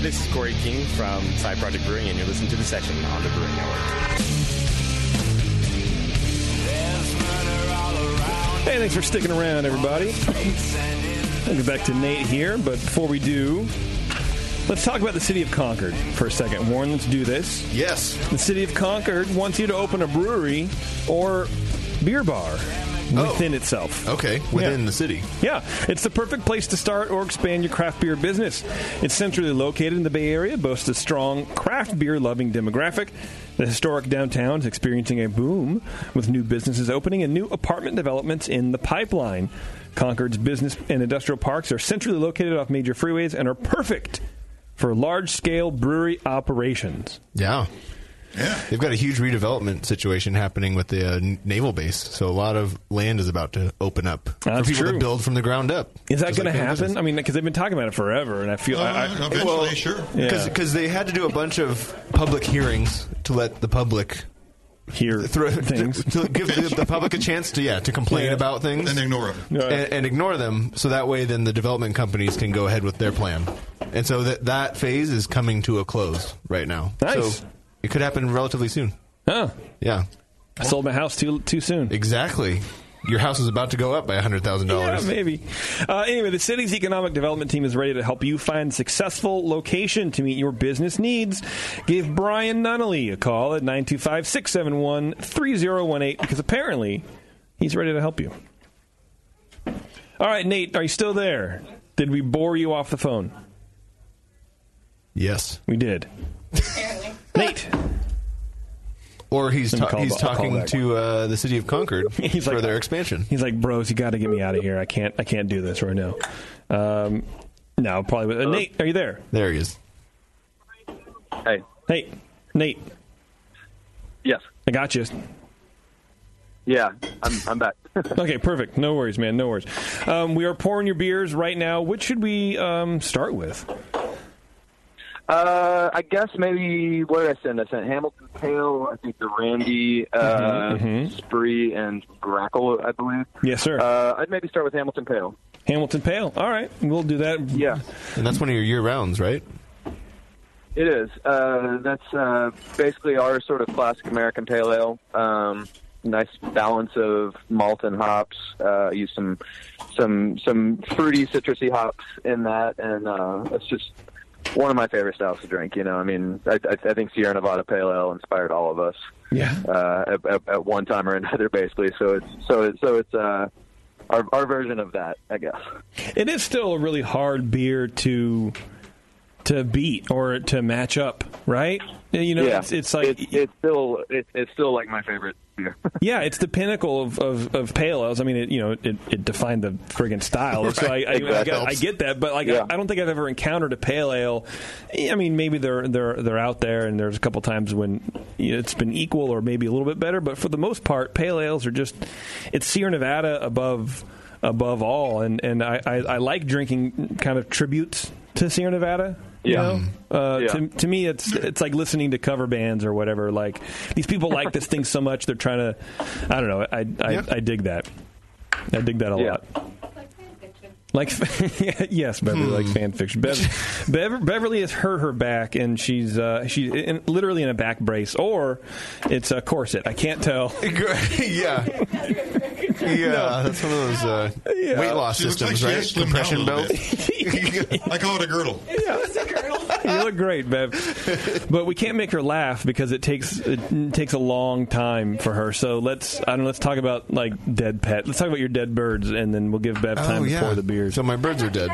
[SPEAKER 13] This is Corey King from Side Project Brewing, and you're listening to The Section on the Brewing Network.
[SPEAKER 2] Hey, thanks for sticking around, everybody. I'll get back to Nate here, but before we do, let's talk about the city of Concord for a second. Warren, let's do this.
[SPEAKER 3] Yes.
[SPEAKER 2] The city of Concord wants you to open a brewery or beer bar within itself.
[SPEAKER 3] Oh. Okay, within the city.
[SPEAKER 2] Yeah, it's the perfect place to start or expand your craft beer business. It's centrally located in the Bay Area, boasts a strong craft beer loving demographic. The historic downtown is experiencing a boom with new businesses opening and new apartment developments in the pipeline. Concord's business and industrial parks are centrally located off major freeways and are perfect for large scale brewery operations.
[SPEAKER 3] Yeah. Yeah. They've got a huge redevelopment situation happening with the uh, n- naval base, so a lot of land is about to open up
[SPEAKER 2] That's
[SPEAKER 3] for people
[SPEAKER 2] true.
[SPEAKER 3] to build from the ground up.
[SPEAKER 2] Is that
[SPEAKER 3] Just
[SPEAKER 2] going
[SPEAKER 3] like
[SPEAKER 2] to
[SPEAKER 3] any business.
[SPEAKER 2] happen? I mean, because they've been talking about it forever, and I feel. I, I,
[SPEAKER 3] Because
[SPEAKER 2] Yeah.
[SPEAKER 3] they had to do a bunch of public hearings to let the public
[SPEAKER 2] hear
[SPEAKER 3] things, to, give the, the public a chance to yeah to complain
[SPEAKER 5] Yeah.
[SPEAKER 3] about things (laughs)
[SPEAKER 5] And ignore them. Yeah.
[SPEAKER 3] and, and ignore them. So that way, then the development companies can go ahead with their plan. And so that that phase is coming to a close right now.
[SPEAKER 2] Nice.
[SPEAKER 3] So it could happen relatively soon.
[SPEAKER 2] Huh.
[SPEAKER 3] Yeah.
[SPEAKER 2] I sold my house too too soon.
[SPEAKER 3] Exactly. Your house is about to go up by hundred thousand dollars.
[SPEAKER 2] Yeah, maybe. Uh, anyway, the city's economic development team is ready to help you find a successful location to meet your business needs. Give Brian Nunnally a call at 925 671 3018 because apparently he's ready to help you. All right, Nate, are you still there? Did we bore you off the phone?
[SPEAKER 3] Yes,
[SPEAKER 2] we did. Nate.
[SPEAKER 3] Or he's
[SPEAKER 2] Let me
[SPEAKER 3] ta-
[SPEAKER 2] call
[SPEAKER 3] he's
[SPEAKER 2] ba- call
[SPEAKER 3] talking
[SPEAKER 2] back. "Ah."
[SPEAKER 3] to uh, the city of Concord
[SPEAKER 2] (laughs)
[SPEAKER 3] for their expansion.
[SPEAKER 2] He's like, bros, you got to get me out of here. I can't. I can't do this right now. Um, no, probably. Uh, Nate, are you there?
[SPEAKER 3] There he is.
[SPEAKER 2] Hey. Hey, Nate.
[SPEAKER 12] Yes.
[SPEAKER 2] I got you.
[SPEAKER 12] Yeah, I'm, I'm back. (laughs)
[SPEAKER 2] okay, perfect. No worries, man. No worries. Um, we are pouring your beers right now. What should we um, start with?
[SPEAKER 12] Uh, I guess maybe what did I send? I sent Hamilton Pale. I think the Randy uh, Spree and Grackle, I believe.
[SPEAKER 2] Mm-hmm, Yes, sir.
[SPEAKER 12] Uh, I'd maybe start with Hamilton Pale.
[SPEAKER 2] Hamilton Pale. All right, we'll do that.
[SPEAKER 12] Yeah,
[SPEAKER 3] and that's one of your year rounds,
[SPEAKER 2] (laughs)
[SPEAKER 3] right?
[SPEAKER 12] It is. Uh, that's uh, basically our sort of classic American pale ale. Um, nice balance of malt and hops. Uh, use some some some fruity, citrusy hops in that, and uh, it's just one of my favorite styles to drink. You know, I mean, I, I, I think Sierra Nevada Pale Ale inspired all of us.
[SPEAKER 2] Yeah.
[SPEAKER 12] Uh, at, at, at one time or another, basically. So it's so it's so it's uh, our our version of that, I guess.
[SPEAKER 2] It is still a really hard beer to to beat or to match up, right? You know,
[SPEAKER 12] Yeah.
[SPEAKER 2] it's, it's like
[SPEAKER 12] it's, it's still it's, it's still like my favorite beer.
[SPEAKER 2] yeah, it's the pinnacle of, of, of pale ales. I mean, it, you know, it, it defined the friggin' style, so I,
[SPEAKER 14] (laughs) Right.
[SPEAKER 2] I, I,
[SPEAKER 14] That
[SPEAKER 2] get, I
[SPEAKER 14] helps.
[SPEAKER 2] get that. But like,
[SPEAKER 14] Yeah.
[SPEAKER 2] I, I don't think I've ever encountered a pale ale. I mean, maybe they're they're they're out there, and there's a couple times when it's been equal or maybe a little bit better. But for the most part, pale ales are just it's Sierra Nevada above above all, and and I I, I like drinking kind of tributes to Sierra Nevada. you
[SPEAKER 12] Yeah.
[SPEAKER 2] know? Uh,
[SPEAKER 12] Yeah.
[SPEAKER 2] to, to me, it's it's like listening to cover bands or whatever. Like these people like this thing so much, they're trying to. I don't know. I I, I dig that. I dig that a lot. Like (laughs) yes, Beverly
[SPEAKER 14] Hmm.
[SPEAKER 2] likes fan fiction. Bev, Bev, Beverly has hurt her back, and she's uh, she's in, literally in a back brace, or it's a corset. I can't tell.
[SPEAKER 3] yeah, (laughs) yeah, that's one of those uh,
[SPEAKER 2] Yeah.
[SPEAKER 3] weight loss
[SPEAKER 2] She looks like
[SPEAKER 3] systems,
[SPEAKER 2] she
[SPEAKER 3] right?
[SPEAKER 2] has slimmed
[SPEAKER 3] Compression
[SPEAKER 2] down a
[SPEAKER 3] belt.
[SPEAKER 5] I call it a girdle.
[SPEAKER 2] (laughs) you look great, Bev. But we can't make her laugh because it takes it takes a long time for her. So let's I don't know, let's talk about like dead pet. Let's talk about your dead birds, and then we'll give Bev
[SPEAKER 3] Oh,
[SPEAKER 2] time
[SPEAKER 3] yeah.
[SPEAKER 2] to pour the beers. So
[SPEAKER 3] my birds are dead.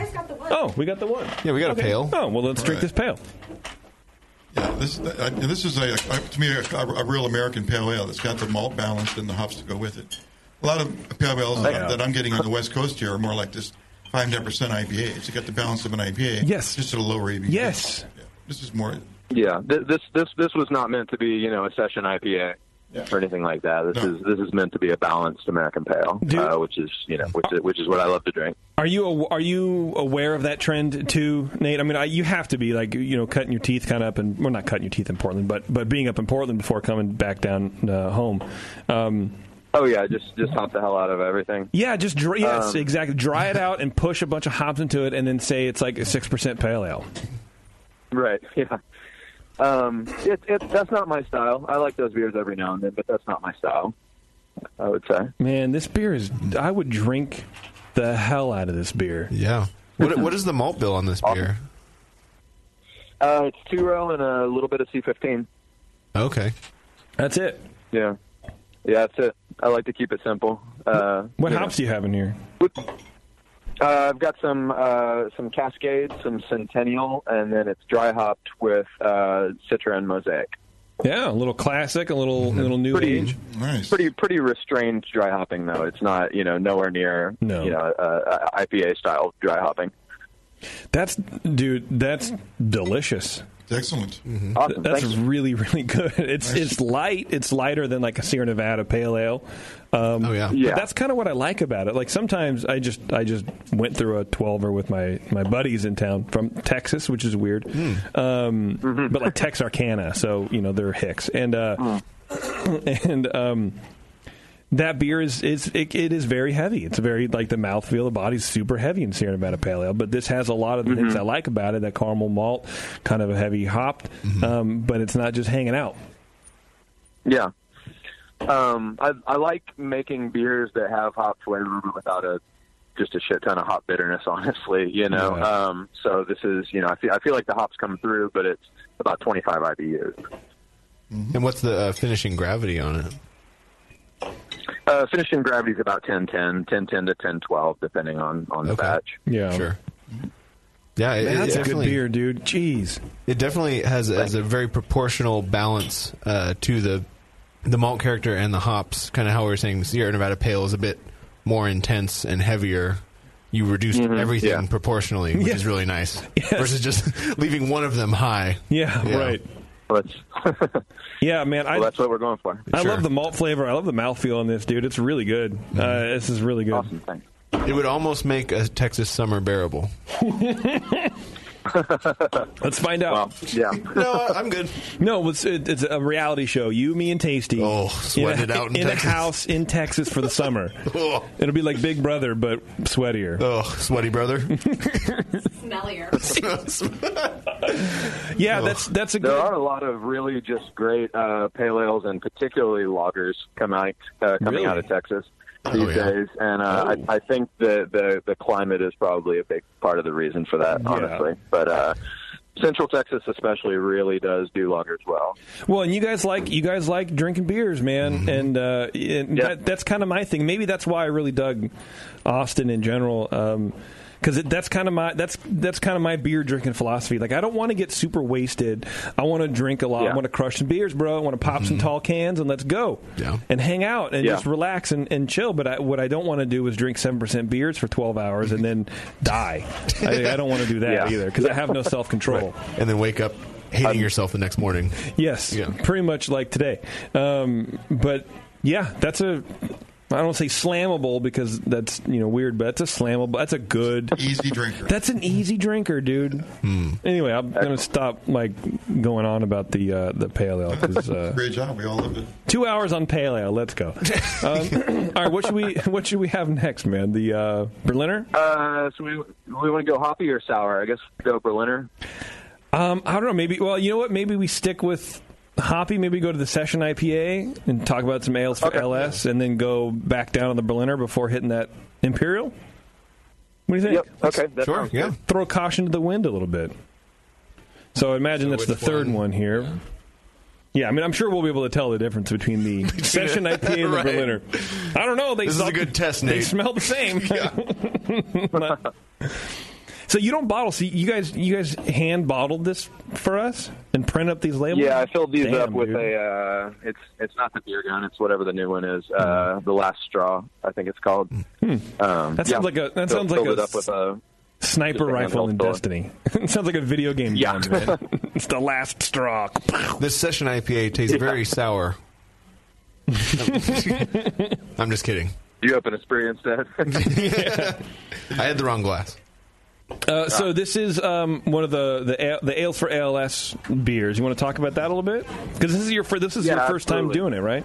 [SPEAKER 2] Oh, we got the one.
[SPEAKER 3] Yeah, we got
[SPEAKER 2] Okay.
[SPEAKER 3] a pail.
[SPEAKER 2] Oh well, let's drink
[SPEAKER 5] All
[SPEAKER 2] this pale.
[SPEAKER 5] Yeah, this I, and this is a, a to me a, a real American pale ale that's got the malt balance and the hops to go with it. A lot of pale ales
[SPEAKER 2] Oh, yeah.
[SPEAKER 5] that I'm getting on the West Coast here are more like just five ten percent IPAs. You got the balance of an IPA. Yes, just at a lower ABV.
[SPEAKER 2] Yes,
[SPEAKER 5] this is more.
[SPEAKER 12] Yeah, th- this this this was not meant to be you know a session IPA or anything like that. This is this is meant to be a balanced American pale, uh, which is you know which is, which is what I love to drink.
[SPEAKER 2] Are you aw- are you aware of that trend too, Nate? I mean, I, you have to be like you know cutting your teeth kind of up and well, not cutting your teeth in Portland, but but being up in Portland before coming back down uh, home. Um,
[SPEAKER 12] Oh yeah, just just hop the hell out of everything.
[SPEAKER 2] yeah, just dry, yes,
[SPEAKER 12] Um,
[SPEAKER 2] exactly. Dry it out and push a bunch of hops into it, and then say it's like a six percent pale ale.
[SPEAKER 12] Right. (laughs) Yeah. Um, it, it, that's not my style. I like those beers every now and then, but that's not my style. I would say.
[SPEAKER 2] Man, this beer is. I would drink the hell out of this beer.
[SPEAKER 3] Yeah. What, what is the malt bill on this
[SPEAKER 2] (laughs)
[SPEAKER 3] beer?
[SPEAKER 12] Uh, it's two row and a little bit of C15.
[SPEAKER 3] Okay.
[SPEAKER 2] That's it.
[SPEAKER 12] Yeah. Yeah, that's it. I like to keep it simple. Uh,
[SPEAKER 2] What
[SPEAKER 12] you
[SPEAKER 2] hops do you have in here?
[SPEAKER 12] know. Uh, I've got some uh, some Cascade, some Centennial, and then it's dry hopped with uh, Citra and Mosaic.
[SPEAKER 2] Yeah, a little classic, a little little new
[SPEAKER 12] Pretty-
[SPEAKER 2] age.
[SPEAKER 5] Nice.
[SPEAKER 12] Pretty pretty restrained dry hopping though. It's not you know nowhere near
[SPEAKER 2] No.
[SPEAKER 12] you know uh, uh, IPA style dry hopping.
[SPEAKER 2] That's dude. That's delicious.
[SPEAKER 5] Excellent.
[SPEAKER 3] Mm-hmm.
[SPEAKER 12] Awesome.
[SPEAKER 2] Mm-hmm. That's
[SPEAKER 12] Thank you.
[SPEAKER 2] really really good. (laughs) It's it's light. It's lighter than like a Sierra Nevada Pale Ale. Um, oh yeah.
[SPEAKER 12] Yeah.
[SPEAKER 2] That's kind of what I like about it. Like sometimes I just I just went through a twelver with my my buddies in town from Texas, which is weird. Um,
[SPEAKER 12] Mm-hmm.
[SPEAKER 2] But like Texarkana, so you know they're hicks and uh,
[SPEAKER 12] Mm.
[SPEAKER 2] (coughs) and. Um, that beer is is it, it is very heavy. It's very like the mouthfeel, the body's super heavy in Sierra Nevada Pale Ale. But this has a lot of the
[SPEAKER 3] Mm-hmm.
[SPEAKER 2] things I like about it: that caramel malt, kind of a heavy hopped,
[SPEAKER 3] Mm-hmm.
[SPEAKER 2] um, but it's not just hanging out.
[SPEAKER 12] Yeah. Um, I, I like making beers that have hop flavor but without a just a shit ton of hop bitterness. (laughs) Honestly, you know.
[SPEAKER 2] Yeah.
[SPEAKER 12] Um, so this is, you know, I feel I feel like the hops come through, but it's about 25 IBUs.
[SPEAKER 3] And what's the uh, finishing gravity on it?
[SPEAKER 12] Uh, finishing gravity is about 10, 10, 10, 10 to 10, 12, depending on on the batch.
[SPEAKER 2] Yeah. Sure.
[SPEAKER 3] Yeah, it,
[SPEAKER 2] Man,
[SPEAKER 3] it
[SPEAKER 2] that's a good
[SPEAKER 3] definitely-
[SPEAKER 2] beer, dude. Jeez.
[SPEAKER 3] It definitely has has a very proportional balance uh, to the the malt character and the hops. Kind of how we were saying, Sierra Nevada Pale is a bit more intense and heavier. You reduced
[SPEAKER 2] Mhm,
[SPEAKER 3] everything
[SPEAKER 2] yeah.
[SPEAKER 3] proportionally, which is
[SPEAKER 2] (laughs)
[SPEAKER 3] really nice. Versus just (laughs) leaving one of them high.
[SPEAKER 2] Yeah, right. yeah, man. I,
[SPEAKER 12] that's what we're going for.
[SPEAKER 2] I love the malt flavor. I love the mouthfeel on this, dude. It's really good.
[SPEAKER 3] Mm-hmm.
[SPEAKER 2] Uh, this is really good. Awesome.
[SPEAKER 12] Thanks.
[SPEAKER 3] It would almost make a Texas summer bearable.
[SPEAKER 2] (laughs) Let's find out.
[SPEAKER 12] yeah.
[SPEAKER 3] (laughs) no, I'm good.
[SPEAKER 2] No, it's, it- it's a reality show. You, me, and Tasty. Oh,
[SPEAKER 3] sweat it out in
[SPEAKER 2] in
[SPEAKER 3] Texas.
[SPEAKER 2] a house in Texas for the
[SPEAKER 3] (laughs)
[SPEAKER 2] summer.
[SPEAKER 3] Ugh.
[SPEAKER 2] It'll be like Big Brother, but sweatier.
[SPEAKER 3] Oh, sweaty brother.
[SPEAKER 2] (laughs) yeah, that's that's a.
[SPEAKER 12] There are a lot of really just great uh, pale ales and particularly lagers come out uh, coming
[SPEAKER 2] Really?
[SPEAKER 12] out of Texas these days, and uh, I, I think the, the the climate is probably a big part of the reason for that, honestly. But uh, Central Texas, especially, really does do lagers well.
[SPEAKER 2] Well, and you guys like you guys like drinking beers, man, and, uh, and that, that's kind of my thing. Maybe that's why I really dug Austin in general. Um, because that's kind of my that's that's kind of my beer drinking philosophy. Like I don't want to get super wasted. I want to drink a lot. I want to crush some beers, bro. I want to pop some tall cans and let's go. Yeah. And hang out and
[SPEAKER 15] Yeah.
[SPEAKER 2] just relax and, and chill. But I, what I don't want to do is drink seven percent beers for twelve hours and then die. I, I don't want to do that
[SPEAKER 3] (laughs) Yeah.
[SPEAKER 2] either because I have no self control.
[SPEAKER 3] and then wake up hating yourself the next morning.
[SPEAKER 2] Yes, pretty much like today. Um, but yeah, that's a. I don't say slammable because that's you know weird, but that's a slammable. That's a good
[SPEAKER 5] easy drinker. Hmm.
[SPEAKER 2] That's an easy drinker, dude. Anyway, I'm going to stop like going on about the uh, the pale ale because uh,
[SPEAKER 5] (laughs) Great job. We all loved it.
[SPEAKER 2] two hours on pale ale. Let's
[SPEAKER 5] (laughs)
[SPEAKER 2] go. Um, (clears throat) all right, what should we (laughs) what should we have next, man? The uh, Berliner.
[SPEAKER 12] Uh, so we we want to go hoppy or sour? I guess go Berliner.
[SPEAKER 2] Um, I don't know. Maybe. Well, you know what? Maybe we stick with hoppy. Maybe go to the session IPA and talk about some ales for LS, and then go back down to the Berliner before hitting that imperial. What do you think?
[SPEAKER 12] Yep. Okay, that Sure, sounds yeah. good.
[SPEAKER 2] Throw caution to the wind a little bit. So I imagine that's the third one, here. Yeah. I mean, I'm sure we'll be able to tell the difference (laughs) between the session IPA (laughs) and the
[SPEAKER 3] (laughs) Right.
[SPEAKER 2] Berliner. I don't know. They
[SPEAKER 3] This is
[SPEAKER 2] smell-
[SPEAKER 3] a good test,
[SPEAKER 2] They
[SPEAKER 3] Nate.
[SPEAKER 2] smell the
[SPEAKER 3] (laughs)
[SPEAKER 2] same. (laughs) Not- so you don't bottle. So you guys, you guys hand bottled this for us and print up these labels.
[SPEAKER 12] Yeah, I filled these
[SPEAKER 2] Damn,
[SPEAKER 12] up with
[SPEAKER 2] dude.
[SPEAKER 12] a. Uh, it's it's not the beer gun. It's whatever the new one is. Uh, the last straw, I think it's called. Um,
[SPEAKER 2] Hmm. That sounds
[SPEAKER 12] yeah.
[SPEAKER 2] like a- that
[SPEAKER 12] Fill-
[SPEAKER 2] sounds like
[SPEAKER 12] filled
[SPEAKER 2] a
[SPEAKER 12] it up with a
[SPEAKER 2] sniper
[SPEAKER 12] just a
[SPEAKER 2] rifle
[SPEAKER 12] handheld
[SPEAKER 2] in
[SPEAKER 12] bullet.
[SPEAKER 2] Destiny. (laughs) it sounds like a video game. Yeah,
[SPEAKER 12] (laughs)
[SPEAKER 2] it's the last straw.
[SPEAKER 3] This session IPA tastes very sour.
[SPEAKER 12] (laughs)
[SPEAKER 3] I'm just kidding.
[SPEAKER 12] You open a spree instead.
[SPEAKER 3] (laughs) I had the wrong glass.
[SPEAKER 2] Uh, so this is um, one of the the, ale, the ales for ALS beers. You want to talk about that a little bit? Because this is your fir- this is
[SPEAKER 12] Yeah,
[SPEAKER 2] your first
[SPEAKER 12] absolutely.
[SPEAKER 2] time doing it, right?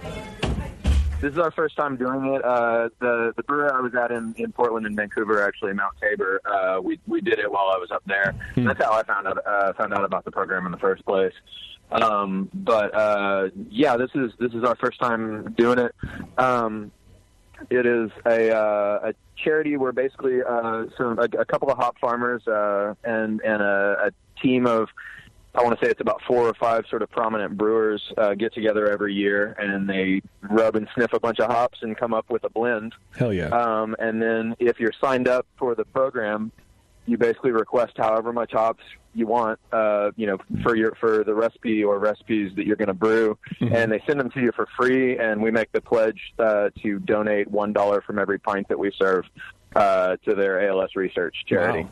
[SPEAKER 12] This is our first time doing it. Uh, the the brewer I was at in, in Portland and Vancouver, actually Mount Tabor, uh, we we did it while I was up there.
[SPEAKER 16] Hmm.
[SPEAKER 12] That's how I found out uh, found out about the program in the first place. Um, but uh, yeah, this is this is our first time doing it. Um, it is a, uh, a charity where basically uh, some a, a couple of hop farmers uh, and and a, a team of I want to say it's about four or five sort of prominent brewers uh, get together every year and they rub and sniff a bunch of hops and come up with a blend.
[SPEAKER 2] Hell yeah.
[SPEAKER 12] Um, and then if you're signed up for the program, you basically request however much hops you want, uh, you know, for your for the recipe or recipes that you're going to brew, and they send them to you for free. And we make the pledge uh, to donate one dollar from every pint that we serve uh, to their ALS research charity.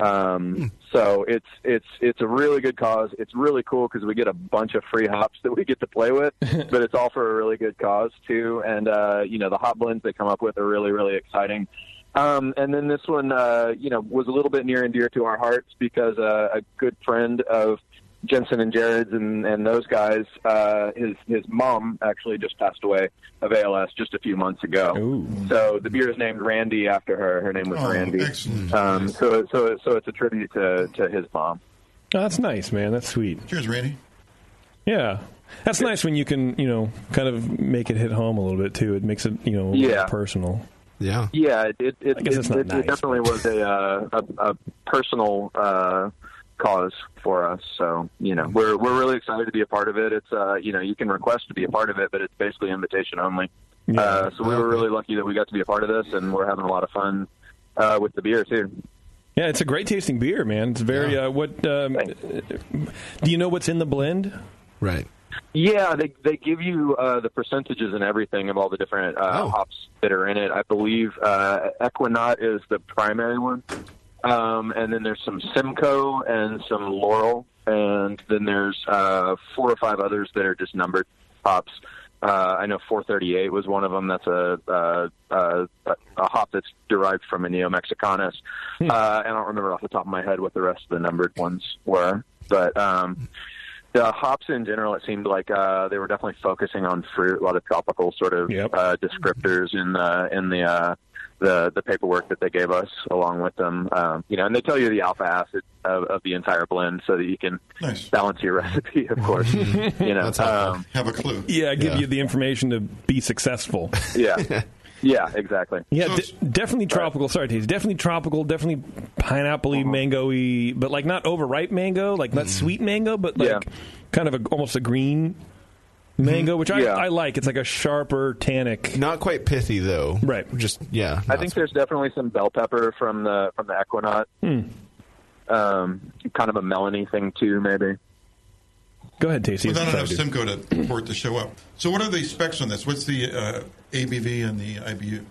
[SPEAKER 12] Um, so it's it's it's a really good cause. It's really cool because we get a bunch of free hops that we get to play with, but it's all for a really good cause too. And uh, you know the hop blends they come up with are really really exciting. Um, and then this one, uh, you know, was a little bit near and dear to our hearts because uh, a good friend of Jensen and Jared's and, and those guys, uh, his his mom actually just passed away of ALS just a few months ago. So the beer is named Randy after her. Her name was
[SPEAKER 2] Oh,
[SPEAKER 12] Randy.
[SPEAKER 2] excellent.
[SPEAKER 12] Um, so so so it's a tribute to to his mom.
[SPEAKER 2] Oh, that's nice, man. That's sweet.
[SPEAKER 5] Cheers, Randy.
[SPEAKER 2] Yeah. That's nice when you can, you know, kind of make it hit home a little bit too. It makes it, you know, a little
[SPEAKER 12] Yeah.
[SPEAKER 2] personal.
[SPEAKER 3] Yeah.
[SPEAKER 12] Yeah, it it it,
[SPEAKER 2] I guess
[SPEAKER 12] it,
[SPEAKER 2] it's not
[SPEAKER 12] it- it
[SPEAKER 2] nice,
[SPEAKER 12] definitely was a, uh, a a personal uh, cause for us. So you know, we're we're really excited to be a part of it. It's uh, you know, you can request to be a part of it, but it's basically invitation only. Uh, so we were really lucky that we got to be a part of this, and we're having a lot of fun uh, with the beer too.
[SPEAKER 2] Yeah, it's a great tasting beer, man. It's very uh, what um, do you know what's in the blend?
[SPEAKER 3] Right.
[SPEAKER 12] Yeah, they they give you uh, the percentages and everything of all the different uh, hops that are in it. I believe uh, Equinot is the primary one, um, and then there's some Simcoe and some Laurel, and then there's uh, four or five others that are just numbered hops. Uh, I know 438 was one of them. That's a uh, uh, a hop that's derived from a Neo Mexicanus. Uh, I don't remember off the top of my head what the rest of the numbered ones were, but um, the hops in general, it seemed like uh, they were definitely focusing on fruit, a lot of tropical sort of uh, descriptors in the in the uh, the the paperwork that they gave us along with them. Um, you know, and they tell you the alpha acid of, of the entire blend so that you can balance your (laughs) recipe, of course. you know, um,
[SPEAKER 5] have a clue.
[SPEAKER 2] Yeah, give
[SPEAKER 12] Yeah.
[SPEAKER 2] you the information to be successful.
[SPEAKER 12] yeah, yeah, exactly.
[SPEAKER 2] Yeah, de- definitely tropical. Sorry, Taze. Definitely tropical. Definitely pineapple y, mango y, but like not overripe mango, like not sweet mango, but like kind of a, almost a green mango, which I, I like. It's like a sharper tannic.
[SPEAKER 3] Not quite pithy though.
[SPEAKER 2] Right.
[SPEAKER 3] Just yeah.
[SPEAKER 12] I think there's definitely some bell pepper from the from the Equinaut.
[SPEAKER 2] Hmm.
[SPEAKER 12] Um, kind of a melony thing too, maybe.
[SPEAKER 2] Go ahead, Tasty.
[SPEAKER 5] Without enough Simcoe to for it to show up. So, what are the specs on this? What's the uh, ABV and the IBU?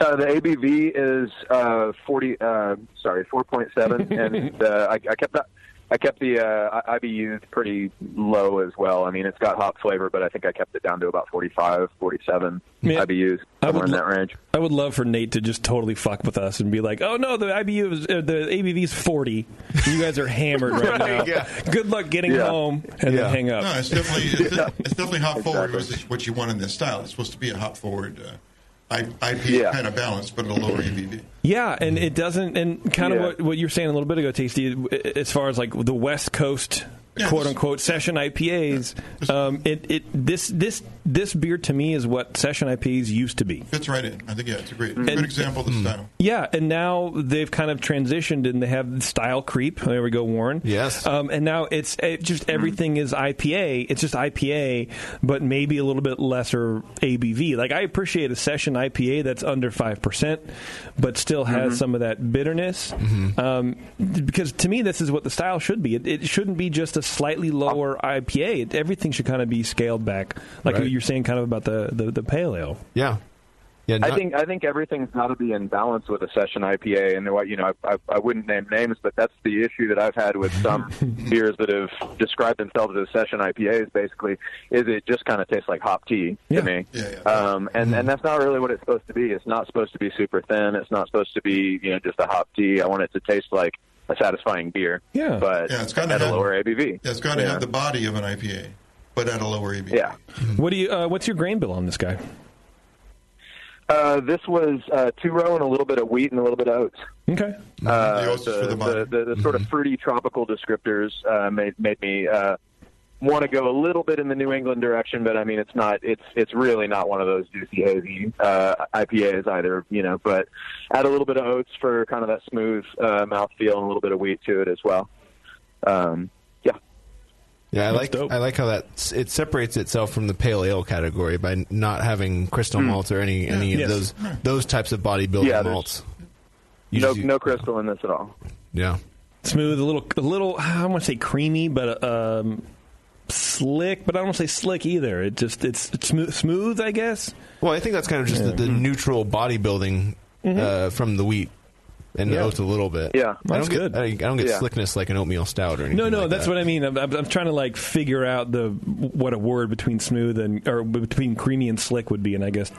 [SPEAKER 12] Uh, the ABV is uh, forty. Uh, sorry, four point seven, and uh, I, I kept that. I kept the uh, I- IBU pretty low as well. I mean, it's got hop flavor, but I think I kept it down to about 45, 47
[SPEAKER 2] Yeah.
[SPEAKER 12] IBUs
[SPEAKER 2] I
[SPEAKER 12] somewhere
[SPEAKER 2] would
[SPEAKER 12] in
[SPEAKER 2] lo-
[SPEAKER 12] that range.
[SPEAKER 2] I would love for Nate to just totally fuck with us and be like, "Oh no, the IBU is uh, the ABV is forty. You guys are hammered right, now.
[SPEAKER 5] Right, yeah.
[SPEAKER 2] Good luck getting
[SPEAKER 5] Yeah.
[SPEAKER 2] home and
[SPEAKER 5] Yeah.
[SPEAKER 2] then hang up."
[SPEAKER 5] No, it's definitely
[SPEAKER 2] (laughs)
[SPEAKER 5] it's, it's definitely hop forward. Was what you want in this style? It's supposed to be a hop forward uh, I- IP kind of balance, but at a lower E ABV.
[SPEAKER 2] Yeah, and it doesn't, and kind of
[SPEAKER 5] Yeah.
[SPEAKER 2] what, what you were saying a little bit ago, Tasty, as far as like the West Coast quote unquote session IPAs, um, it, it this this this beer to me is what session IPAs used to be.
[SPEAKER 5] Fits right in. I think yeah, it's a great
[SPEAKER 2] Mm-hmm.
[SPEAKER 5] good example of the style.
[SPEAKER 2] Yeah, and now they've kind of transitioned and they have style creep. There we go, Warren. Yes. Um, and now it's it just everything is IPA. It's just IPA, but maybe a little bit lesser ABV. Like I appreciate a session IPA that's under five percent, but still has
[SPEAKER 3] Mm-hmm.
[SPEAKER 14] Mhm.
[SPEAKER 2] some of that bitterness. Um, th- because to me, this is what the style should be. It, it shouldn't be just a slightly lower IPA. It, everything should kind of be scaled back, like
[SPEAKER 3] Right.
[SPEAKER 2] what you're saying, kind of about the the, the pale ale.
[SPEAKER 3] Yeah. Yeah.
[SPEAKER 12] I think I think everything's got to be in balance with a session IPA, and what you know, I, I, I wouldn't name names, but that's the issue that I've had with some beers that have described themselves as session IPAs. Basically, is it just kind of tastes like hop tea to me, Um, and and that's not really what it's supposed to be. It's not supposed to be super thin. It's not supposed to be you know just a hop tea. I want it to taste like a satisfying beer,
[SPEAKER 2] yeah,
[SPEAKER 12] but
[SPEAKER 5] Yeah, it's
[SPEAKER 12] at
[SPEAKER 5] gotta
[SPEAKER 12] a
[SPEAKER 5] have-
[SPEAKER 12] lower ABV.
[SPEAKER 5] Yeah, it's got to have the body of an IPA, but at a lower E ABV.
[SPEAKER 12] Yeah.
[SPEAKER 2] What do you? Uh, what's your grain bill on this guy?
[SPEAKER 12] Uh, this was uh, two row and a little bit of wheat and a little bit of oats.
[SPEAKER 2] Okay.
[SPEAKER 12] Uh,
[SPEAKER 5] oats
[SPEAKER 12] the,
[SPEAKER 5] for the
[SPEAKER 12] the, the- the sort of fruity tropical descriptors uh, made made me uh, want to go a little bit in the New England direction, but I mean it's not it's it's really not one of those juicy hazy uh, IPAs either, you know. But add a little bit of oats for kind of that smooth uh, mouthfeel and a little bit of wheat to it as well. Um, yeah,
[SPEAKER 3] Yeah, I like I like how that s- it separates itself from the pale ale category by n- not having crystal
[SPEAKER 2] Hmm.
[SPEAKER 12] Mm.
[SPEAKER 3] malts or any any
[SPEAKER 12] Yes.
[SPEAKER 3] of those those types of bodybuilding
[SPEAKER 12] Yeah, there's-
[SPEAKER 3] malts.
[SPEAKER 12] no no crystal in this at all.
[SPEAKER 3] Yeah.
[SPEAKER 2] smooth, a little, a little. I want to say creamy, but um, slick. But I don't want to say slick either. It just it's, it's smooth, smooth, I guess.
[SPEAKER 3] Well, I think that's kind of just
[SPEAKER 2] Yeah. Hmm. Mm-hmm.
[SPEAKER 3] the, the neutral bodybuilding uh, from the wheat and the
[SPEAKER 2] Yeah.
[SPEAKER 3] oats a little bit.
[SPEAKER 2] Yeah.
[SPEAKER 3] I
[SPEAKER 2] That's
[SPEAKER 3] don't
[SPEAKER 2] good.
[SPEAKER 3] Get, I, I don't get
[SPEAKER 2] Yeah.
[SPEAKER 3] slickness like an oatmeal stout or anything.
[SPEAKER 2] No, no,
[SPEAKER 3] like
[SPEAKER 2] that's
[SPEAKER 3] that.
[SPEAKER 2] what I mean. I'm, I'm, I'm trying to like figure out the what a word between smooth and or between creamy and slick would be, and I guess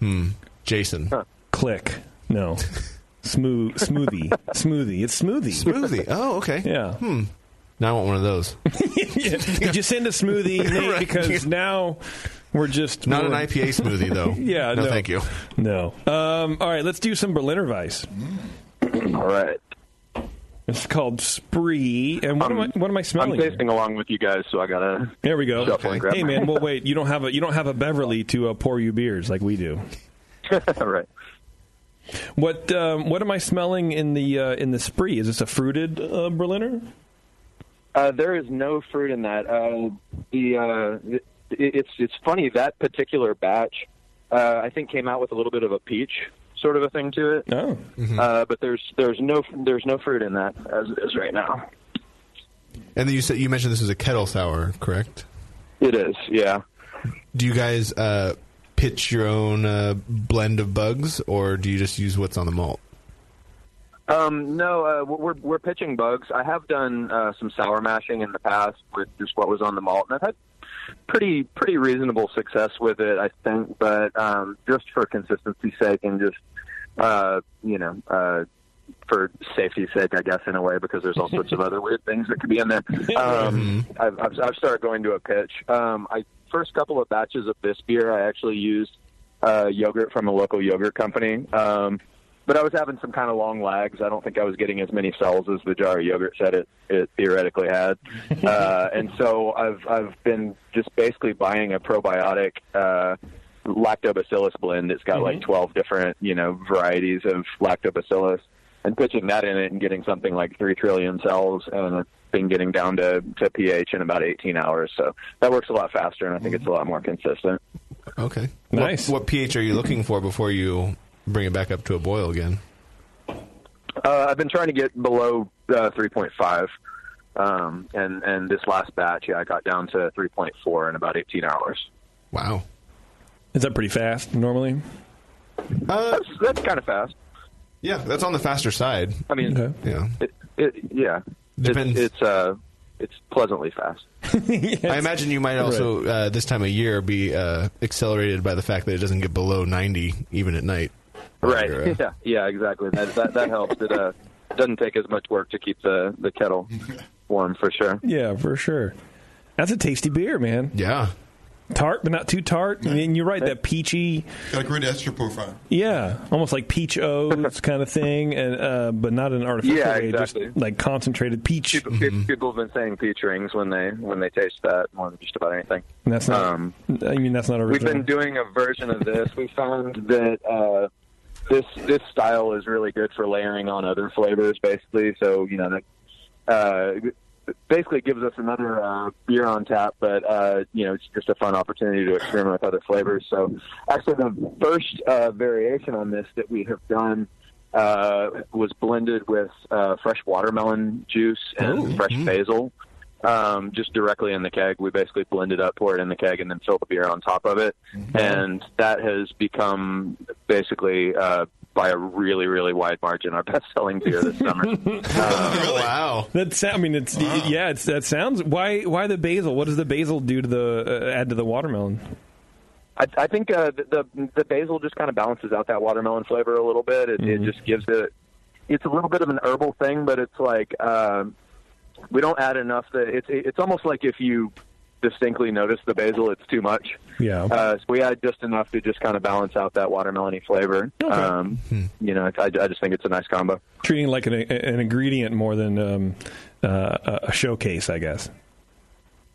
[SPEAKER 3] Hmm. Jason
[SPEAKER 2] click.
[SPEAKER 3] (laughs)
[SPEAKER 2] No, smooth smoothie smoothie. It's smoothie
[SPEAKER 3] smoothie. Oh, okay.
[SPEAKER 2] Yeah. (laughs)
[SPEAKER 3] Hmm. Now I want one of those.
[SPEAKER 2] Did you send a smoothie Nate?
[SPEAKER 3] (laughs) Right.
[SPEAKER 2] because now we're just
[SPEAKER 3] Not an
[SPEAKER 2] we're-
[SPEAKER 3] IPA smoothie, though.
[SPEAKER 2] (laughs) yeah,
[SPEAKER 3] No, thank you.
[SPEAKER 2] No. Um, all right, let's do some Berliner Weiss.
[SPEAKER 12] Mm. (clears throat) all right.
[SPEAKER 2] It's called Spree, and what am I? What am I smelling?
[SPEAKER 12] Um, I'm tasting along with you guys, so I gotta.
[SPEAKER 2] There we go.
[SPEAKER 12] Shuffle and grab
[SPEAKER 2] Hey
[SPEAKER 12] my-
[SPEAKER 2] man, well wait, you don't have a you don't have a Beverly to uh, pour you beers like we
[SPEAKER 12] (laughs)
[SPEAKER 2] do.
[SPEAKER 12] right.
[SPEAKER 2] What um, what am I smelling in the uh, in the Spree? Is this a fruited uh, Berliner?
[SPEAKER 12] Uh, there is no fruit in that. Uh, the uh, it, it's it's funny that particular batch, uh, I think, came out with a little bit of a peach sort of a thing to it.
[SPEAKER 2] No,
[SPEAKER 12] uh, but there's there's no there's no fruit in that as it is right now.
[SPEAKER 3] And then you said you mentioned this is a kettle sour, correct?
[SPEAKER 12] It is, yeah.
[SPEAKER 3] Do you guys uh, pitch your own uh, blend of bugs, or do you just use what's on the malt?
[SPEAKER 12] Um, no, uh, we're we're pitching bugs. I have done uh, some sour mashing in the past with just what was on the malt, and I've had pretty pretty reasonable success with it, I think. But um, just for consistency's sake, and just uh, you know, uh, for safety's sake, I guess in a way, because there's all sorts of other weird things that could be in there. Um, I've, I've I've started going to a pitch. Um, I first couple of batches of this beer, I actually used uh, yogurt from a local yogurt company. Um, but I was having some kind of long lags. I don't think I was getting as many cells as the jar of yogurt said it, it theoretically had. uh, and so I've I've been just basically buying a probiotic uh, lactobacillus blend. It's got like twelve different you know varieties of lactobacillus. and pitching that in it and getting something like three trillion cells, and it's been getting down to, to pH in about 18 hours. So that works a lot faster, and I think it's a lot more consistent.
[SPEAKER 3] Okay.
[SPEAKER 2] Nice.
[SPEAKER 3] What, what pH are you looking for before you bring it back up to a boil again?
[SPEAKER 12] Uh, I've been trying to get below uh, 3.5, um, and and this last batch, yeah, I got down to 3.4 in about 18 hours.
[SPEAKER 3] Wow.
[SPEAKER 2] Is that pretty fast normally?
[SPEAKER 12] that's that's kind of fast.
[SPEAKER 3] Yeah, that's on the faster side.
[SPEAKER 12] I mean,
[SPEAKER 3] yeah,
[SPEAKER 12] it, it, yeah,
[SPEAKER 3] Depends.
[SPEAKER 12] It's, it's uh, it's
[SPEAKER 2] (laughs)
[SPEAKER 12] pleasantly fast.
[SPEAKER 3] I imagine you might also uh, this time of year be uh, accelerated by the fact that it doesn't get below ninety even at night.
[SPEAKER 12] Right.
[SPEAKER 3] Or, uh,
[SPEAKER 12] (laughs) Yeah. Yeah. Exactly. That that, that helps. It uh, doesn't take as much work to keep the the
[SPEAKER 2] (laughs)
[SPEAKER 12] kettle warm for sure.
[SPEAKER 2] Yeah, for sure. That's a tasty beer, man.
[SPEAKER 3] Yeah.
[SPEAKER 2] Tart, but not too tart. I mean, you're right. That peachy,
[SPEAKER 5] Got a great ester profile.
[SPEAKER 2] yeah, almost like peach O's kind of thing, and uh, but not in an artificial
[SPEAKER 12] Yeah,
[SPEAKER 2] way.
[SPEAKER 12] exactly.
[SPEAKER 2] Just like concentrated peach.
[SPEAKER 12] People,
[SPEAKER 3] Mm-hmm.
[SPEAKER 12] people have been saying peach rings when they when they taste that more than just about anything.
[SPEAKER 2] And that's not. I mean, that's not
[SPEAKER 12] Um, We've
[SPEAKER 2] original.
[SPEAKER 12] been doing a version of this. We found that uh, this this style is really good for layering on other flavors, basically. So you know, that, uh, basically gives us another uh, beer on tap, but uh, you know, it's just a fun opportunity to experiment with other flavors. So actually, the first uh, variation on this that we have done. Uh, was blended with uh, fresh watermelon juice and fresh basil, um, just directly in the keg. We basically blend it up, pour it in the keg, and then fill the beer on top of it. And that has become basically, uh, by a really, really wide margin, our (laughs) best-selling beer this summer.
[SPEAKER 3] (laughs)
[SPEAKER 12] Uh,
[SPEAKER 3] wow.
[SPEAKER 2] That sound, I mean, it's yeah. It's that sounds. Why? Why the basil? What does the basil do to the uh, add to the watermelon?
[SPEAKER 12] I, I think uh, the, the the basil just kind of balances out that watermelon flavor a little bit. It, it just gives it. It's a little bit of an herbal thing, but it's like um we don't add enough. That it's it's almost like if you distinctly notice the basil, it's too much.
[SPEAKER 2] Yeah.
[SPEAKER 12] Uh, so we add just enough to just kind of balance out that watermelony flavor. Um, You know, I, I just think it's a nice combo.
[SPEAKER 2] Treating it like an, an ingredient more than um, uh, a- a showcase, I guess.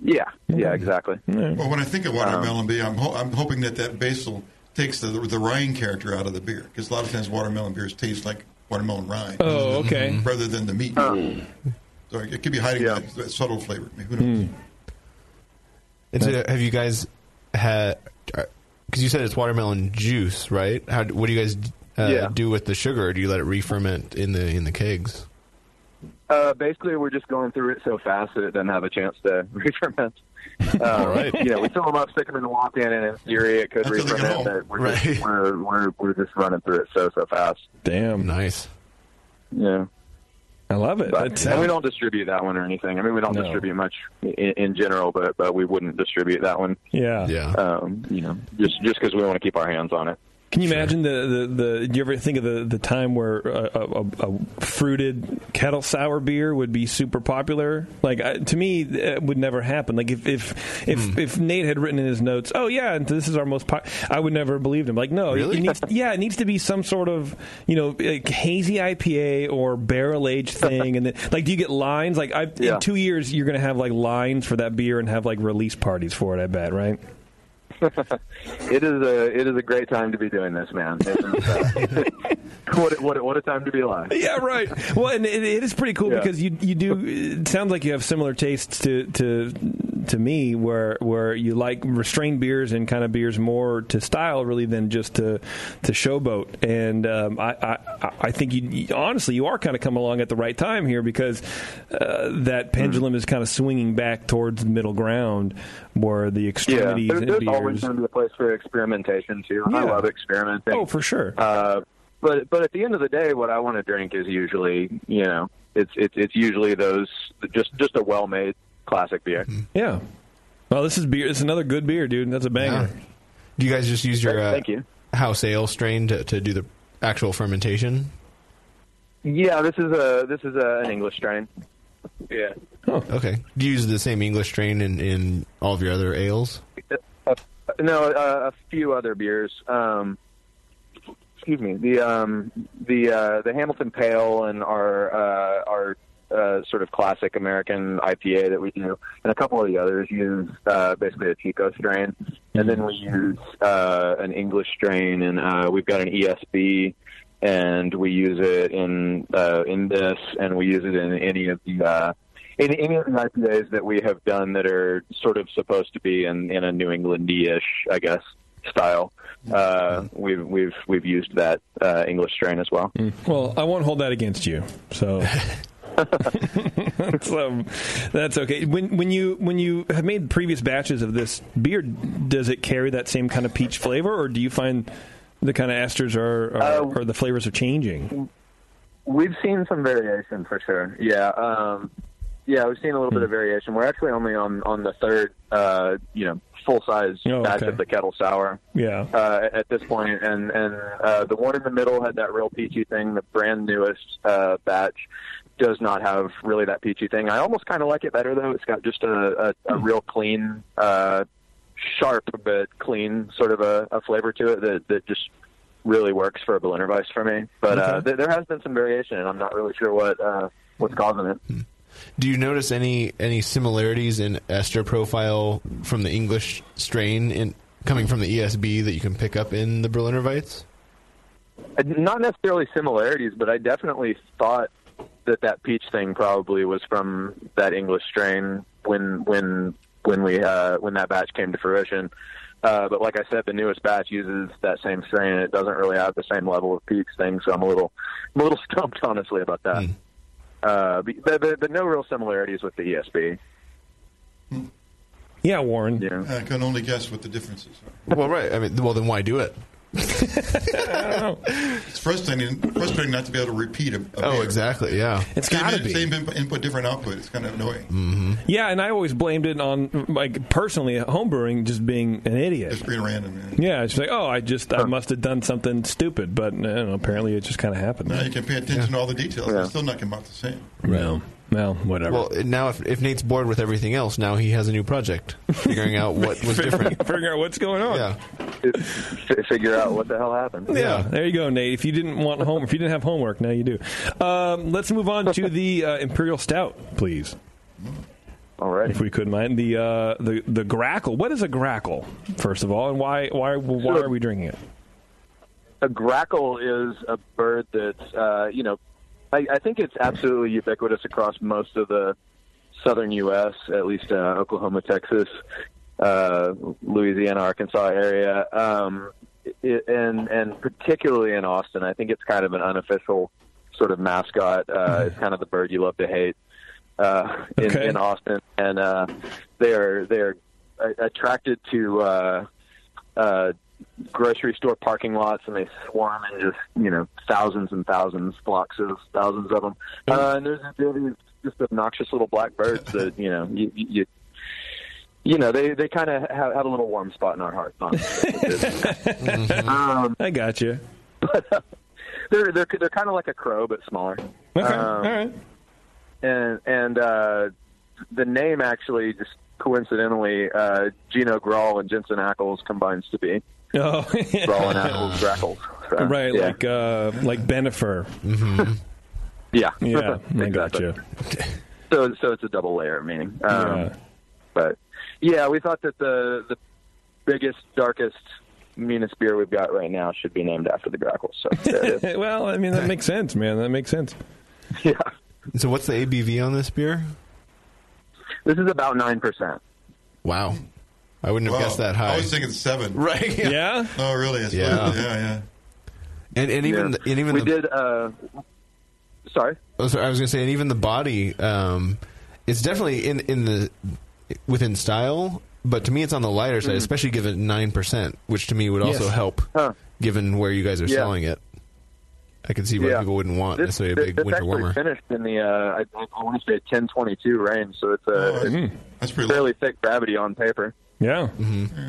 [SPEAKER 12] Yeah. Yeah. Exactly.
[SPEAKER 5] Well, when I think of
[SPEAKER 2] Um,
[SPEAKER 5] watermelon beer, I'm, ho- I'm hoping that that basil takes the the rind character out of the beer because a lot of times watermelon beers taste like watermelon rind.
[SPEAKER 2] Oh, okay. Oh.
[SPEAKER 5] Rather than the meat. Sorry, it could be hiding that, that subtle flavor. Maybe, who knows?
[SPEAKER 2] Hmm.
[SPEAKER 3] And so have you guys had? Because you said it's watermelon juice, right? How? What do you guys uh,
[SPEAKER 12] Yeah.
[SPEAKER 3] do with the sugar? Or do you let it re-ferment in the in the kegs?
[SPEAKER 12] Uh, basically, we're just going through it so fast that it doesn't have a chance to (laughs) re-ferment. Um, You know, we fill them up, stick them in the walk-in, and in theory it could re-ferment, but we're, just, we're, we're, we're just running through it so, so fast.
[SPEAKER 2] Damn.
[SPEAKER 3] Nice.
[SPEAKER 12] Yeah.
[SPEAKER 2] I love it.
[SPEAKER 12] But, and we don't distribute that one or anything. I mean, we don't
[SPEAKER 2] No.
[SPEAKER 12] distribute much in, in general, but, but we wouldn't distribute that one.
[SPEAKER 2] Yeah.
[SPEAKER 3] Yeah.
[SPEAKER 12] Um, you know, just just because we want to keep our hands on it.
[SPEAKER 2] Can you imagine the, the, the Do you ever think of the, the time where a, a, a fruited kettle sour beer would be super popular? Like I, to me, it would never happen. Like if if if, if Nate had written in his notes, "Oh yeah, and this is our most," po-, I would never have believed him. Like no, it-
[SPEAKER 3] Really?
[SPEAKER 2] it needs, yeah, it needs to be some sort of you know like hazy IPA or barrel aged thing. and then like, do you get lines? Like I,
[SPEAKER 12] Yeah.
[SPEAKER 2] in two years, you're going to have like lines for that beer and have like release parties for it. I bet, right?
[SPEAKER 12] It is a it is a great time to be doing this, man. This is, uh, (laughs) what, a- what a- what a time to be alive.
[SPEAKER 2] Yeah, right. Well, and it, it is pretty cool
[SPEAKER 12] Yeah.
[SPEAKER 2] because you you
[SPEAKER 12] (laughs)
[SPEAKER 2] do. It sounds like you have similar tastes to to to me, where where you like restrained beers and kind of beers more to style really than just to to showboat. And um, I, I I think you- you honestly you are kind of coming along at the right time here because uh,
[SPEAKER 12] Mm.
[SPEAKER 2] that pendulum is kind of swinging back towards middle ground where the
[SPEAKER 12] Yeah,
[SPEAKER 2] extremities
[SPEAKER 12] there,
[SPEAKER 2] and
[SPEAKER 12] there's
[SPEAKER 2] beers.
[SPEAKER 12] always going to be a place for experimentation too. I
[SPEAKER 2] Yeah.
[SPEAKER 12] love experimenting.
[SPEAKER 2] Oh, for sure.
[SPEAKER 12] Uh, but but at the end of the day, what I want to drink is usually you know it's it's it's usually those just just a well made classic beer.
[SPEAKER 2] yeah. Well, this is beer. This is another good beer, dude. That's a banger.
[SPEAKER 3] Do you guys just use your uh,
[SPEAKER 12] Thank you.
[SPEAKER 3] house ale strain to, to do the actual fermentation?
[SPEAKER 12] Yeah, this is a this is a, an English strain. Yeah.
[SPEAKER 3] Okay. Do you use the same English strain in, in all of your other ales?
[SPEAKER 12] Uh, no, uh, a few other beers. Um, excuse me. The um, the uh, the Hamilton Pale and our uh, our uh, sort of classic American IPA that we do, and a couple of the others use uh, basically a Chico strain, and then we use uh, an English strain, and uh, we've got an ESB. E and we use it in uh, in this, and we use it in any of the uh, in any of the IPAs that we have done that are sort of supposed to be in, in a New Englandy-ish, I guess, style.
[SPEAKER 2] Mm-hmm.
[SPEAKER 12] Uh, we've we've we've used that uh, English strain as well.
[SPEAKER 2] Well, I won't hold that against you.
[SPEAKER 3] (laughs)
[SPEAKER 2] So that's, um, that's okay. When when you when you have made previous batches of this beer, does it carry that same kind of peach flavor, or do you find the kind of esters are, are or the flavors are changing?
[SPEAKER 12] We've seen some variation for sure. Yeah, um, yeah, we've seen a little bit
[SPEAKER 2] Mm.
[SPEAKER 12] of variation. We're actually only on on the third, uh, you know, full size
[SPEAKER 2] Oh,
[SPEAKER 12] batch
[SPEAKER 2] okay.
[SPEAKER 12] of the kettle sour
[SPEAKER 2] Yeah.
[SPEAKER 12] uh, at this point, and and uh, the one in the middle had that real peachy thing. The brand newest uh, batch does not have really that peachy thing. I almost kind of like it better though. It's got just a, a, a real clean, uh, sharp but clean sort of a, a flavor to it that that just really works for a Berliner Weiss for me. But uh,
[SPEAKER 3] Okay.
[SPEAKER 12] th- there has been some variation, and I'm not really sure what uh, what's causing it.
[SPEAKER 3] Do you notice any any similarities in ester profile from the English strain in coming from the ESB that you can pick up in the Berliner Weiss?
[SPEAKER 12] Uh, Not necessarily similarities, but I definitely thought that that peach thing probably was from that English strain when when when we uh, when that batch came to fruition. Uh, but like I said, the newest batch uses that same strain, and it doesn't really have the same level of peach thing. So I'm a little I'm a little (laughs) stumped, honestly, about that. Uh, but, but, but, but no real similarities with the E ESB.
[SPEAKER 2] Yeah, Warren.
[SPEAKER 5] I can only guess what the differences are.
[SPEAKER 3] Well, right. I mean, well, then why do it?
[SPEAKER 5] (laughs) It's frustrating, frustrating not to be able to repeat a, a
[SPEAKER 3] Oh, exactly. Yeah.
[SPEAKER 2] It's
[SPEAKER 5] Same
[SPEAKER 2] gotta
[SPEAKER 5] in-
[SPEAKER 2] be. Mm-hmm.
[SPEAKER 5] Same input, input, different output. It's kind of annoying.
[SPEAKER 3] Mm.
[SPEAKER 2] Yeah, and I always blamed it on like personally homebrewing just being an idiot, just
[SPEAKER 5] being random. Yeah,
[SPEAKER 2] it's like oh, I just I must have done something stupid, but no, apparently it just kind of happened.
[SPEAKER 5] Now you can pay attention to all the details. It's still not coming out the same.
[SPEAKER 2] No, no, whatever.
[SPEAKER 3] Well, now if, if Nate's bored with everything else, now he has a new project, figuring out what was (laughs) different.
[SPEAKER 2] Figure out what's going on.
[SPEAKER 3] Yeah.
[SPEAKER 12] F- figure out what the hell happened.
[SPEAKER 2] Yeah, there you go, Nate. If you didn't want home, if you didn't have homework, now you do. Um, let's move on to the uh, Imperial Stout, please.
[SPEAKER 12] All right.
[SPEAKER 2] If we could mind the uh, the the grackle. What is a grackle? First of all, and why why why are we drinking it?
[SPEAKER 12] a grackle is a bird that's uh, you know I, I think it's absolutely ubiquitous across most of the southern U.S. at least uh, Oklahoma, Texas, uh, Louisiana, Arkansas area, um, it, and and particularly in Austin. I think it's kind of an unofficial sort of mascot. Uh, it's kind of the bird you love to hate uh, in, in Austin, and uh, they're they're uh, attracted to. Uh, uh, grocery store parking lots and they swarm and just you know thousands and thousands flocks of thousands of them uh, and there's, there's just obnoxious little black birds that you know you you, you know they they kind of have, have a little warm spot in our hearts honestly.
[SPEAKER 2] (laughs)
[SPEAKER 3] Mm-hmm.
[SPEAKER 12] um,
[SPEAKER 2] I got you
[SPEAKER 12] they're they're they're kind of like a crow but smaller
[SPEAKER 2] Okay,
[SPEAKER 12] Um,
[SPEAKER 2] all right.
[SPEAKER 12] and and uh, the name actually just coincidentally uh, Gino Grawl and Jensen Ackles combines
[SPEAKER 2] (laughs)
[SPEAKER 12] to be
[SPEAKER 2] Oh,
[SPEAKER 12] Grawl and Ackles Grackles So,
[SPEAKER 2] right,
[SPEAKER 12] yeah.
[SPEAKER 2] like uh, like Benifer.
[SPEAKER 3] Mm-hmm.
[SPEAKER 12] Yeah.
[SPEAKER 2] Yeah, I got you.
[SPEAKER 12] So so it's a double layer of meaning. Um, But yeah, we thought that the the biggest, darkest, meanest beer we've got right now should be named after the Grackles. So
[SPEAKER 2] (laughs)
[SPEAKER 12] there it is.
[SPEAKER 2] well, I mean that makes sense, man. That makes sense.
[SPEAKER 12] Yeah.
[SPEAKER 3] So what's the ABV on this beer?
[SPEAKER 12] This is about nine percent.
[SPEAKER 3] Wow. I wouldn't have
[SPEAKER 5] Wow.
[SPEAKER 3] guessed that high.
[SPEAKER 5] I was thinking seven.
[SPEAKER 3] Right.
[SPEAKER 2] Yeah.
[SPEAKER 5] Oh, really? It's
[SPEAKER 3] Yeah.
[SPEAKER 5] yeah. Yeah.
[SPEAKER 3] and and even
[SPEAKER 5] Yeah.
[SPEAKER 3] the, and even
[SPEAKER 5] We
[SPEAKER 3] the,
[SPEAKER 12] did. Uh, sorry.
[SPEAKER 3] I was, I was going to say, and even the body, um, it's definitely in in the within style, but to me, it's on the lighter side,
[SPEAKER 12] Mhm.
[SPEAKER 3] especially given nine percent, which to me would also
[SPEAKER 12] Yes.
[SPEAKER 3] help, given where you guys are
[SPEAKER 12] Yeah.
[SPEAKER 3] selling it. I can see why
[SPEAKER 12] Yeah.
[SPEAKER 3] people wouldn't want
[SPEAKER 12] This,
[SPEAKER 3] necessarily a
[SPEAKER 12] this-
[SPEAKER 3] big
[SPEAKER 12] this
[SPEAKER 3] winter
[SPEAKER 12] actually
[SPEAKER 3] warmer.
[SPEAKER 12] finished in the uh, I, I want to say ten twenty two range, so it's a it's fairly thick gravity on paper.
[SPEAKER 2] Yeah.
[SPEAKER 3] Mm-hmm.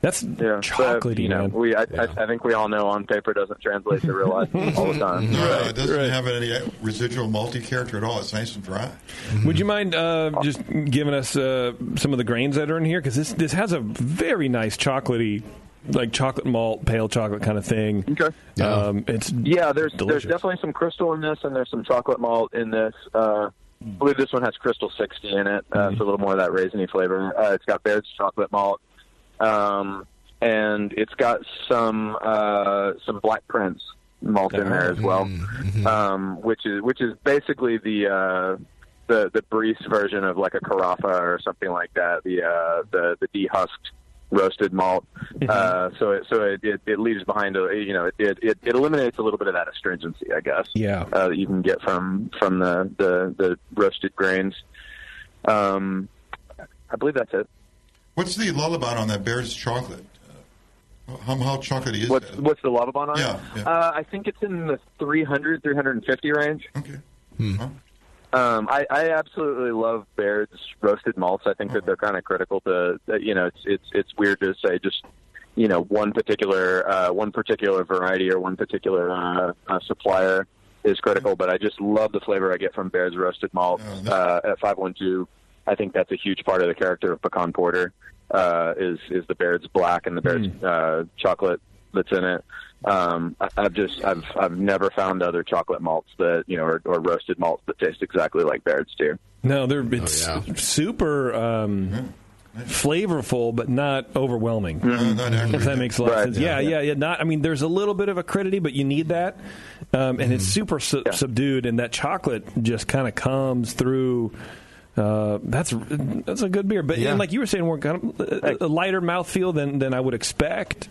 [SPEAKER 2] That's
[SPEAKER 12] Yeah,
[SPEAKER 2] chocolatey,
[SPEAKER 12] but, you know,
[SPEAKER 2] man.
[SPEAKER 12] we I, I, I think we all know on paper doesn't translate to real life all the time.
[SPEAKER 5] (laughs) No, it doesn't have any residual multi character at all. It's nice and dry.
[SPEAKER 2] (laughs) Would you mind uh, just giving us uh, some of the grains that are in here? Because this this has a very nice chocolatey, like chocolate malt, pale chocolate kind of thing.
[SPEAKER 12] Okay.
[SPEAKER 2] Um, it's
[SPEAKER 12] Yeah, there's
[SPEAKER 2] delicious.
[SPEAKER 12] there's definitely some crystal in this, and there's some chocolate malt in this. Uh, I believe this one has crystal sixty in it, uh, so a little more of that raisiny flavor. Uh, it's got Baird's chocolate malt, um, and it's got some uh, some black prince malt in there as well, um, which is which is basically the uh, the the Brees version of like a carafa or something like that. The uh, the the dehusked roasted malt. Uh, so it, so it, it, it leaves behind a you know it, it it eliminates a little bit of that astringency, I guess.
[SPEAKER 2] Yeah.
[SPEAKER 12] uh, that you can get from from the the, the roasted grains. Um, I believe that's it.
[SPEAKER 5] What's the lullabout on that Bear's chocolate? Uh, how, how chocolatey is
[SPEAKER 12] What's
[SPEAKER 5] that?
[SPEAKER 12] what's the lava bon on? it?
[SPEAKER 5] Yeah, yeah.
[SPEAKER 12] Uh, I think it's in the 300, 350 range.
[SPEAKER 5] Okay.
[SPEAKER 12] Um, I, I absolutely love Baird's roasted malts. I think that they're kind of critical to that, you know it's it's it's weird to say just you know one particular uh, one particular variety or one particular uh, uh, supplier is critical, but I just love the flavor I get from Baird's roasted malt uh, at five one two. I think that's a huge part of the character of pecan porter uh, is is the Baird's black and the Baird's uh, chocolate that's in it. Um, I, I've just I've I've never found other chocolate malts that you know or, or roasted malts that taste exactly like Baird's do.
[SPEAKER 2] No, they're it's super um, flavorful, but not overwhelming.
[SPEAKER 5] Uh,
[SPEAKER 2] If
[SPEAKER 5] (laughs)
[SPEAKER 2] that makes a lot of
[SPEAKER 12] Right.
[SPEAKER 2] sense. Yeah, yeah, yeah, Not. I mean, there's a little bit of acridity, but you need that, um, and it's super su- subdued, and that chocolate just kind of comes through. Uh, that's that's a good beer, but and like you were saying, we kind of uh, a, a lighter mouthfeel than than I would expect.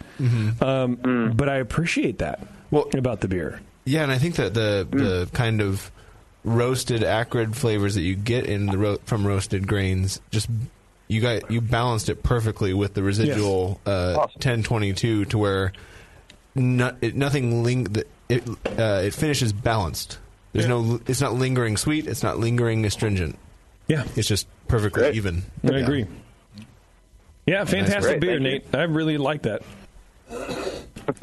[SPEAKER 2] Um, But I appreciate that about the beer.
[SPEAKER 3] Yeah, and I think that the
[SPEAKER 2] Mm.
[SPEAKER 3] the kind of roasted acrid flavors that you get in the ro- from roasted grains just you got you balanced it perfectly with the residual uh, 1022 to where no, it, nothing ling- the- it uh, it finishes balanced. There's no it's not lingering sweet, it's not lingering astringent.
[SPEAKER 2] Yeah.
[SPEAKER 3] It's just perfectly even.
[SPEAKER 2] I
[SPEAKER 3] Yeah.
[SPEAKER 2] agree. Yeah, fantastic
[SPEAKER 3] Great,
[SPEAKER 2] beer,
[SPEAKER 3] thank you.
[SPEAKER 2] Nate. I really like that.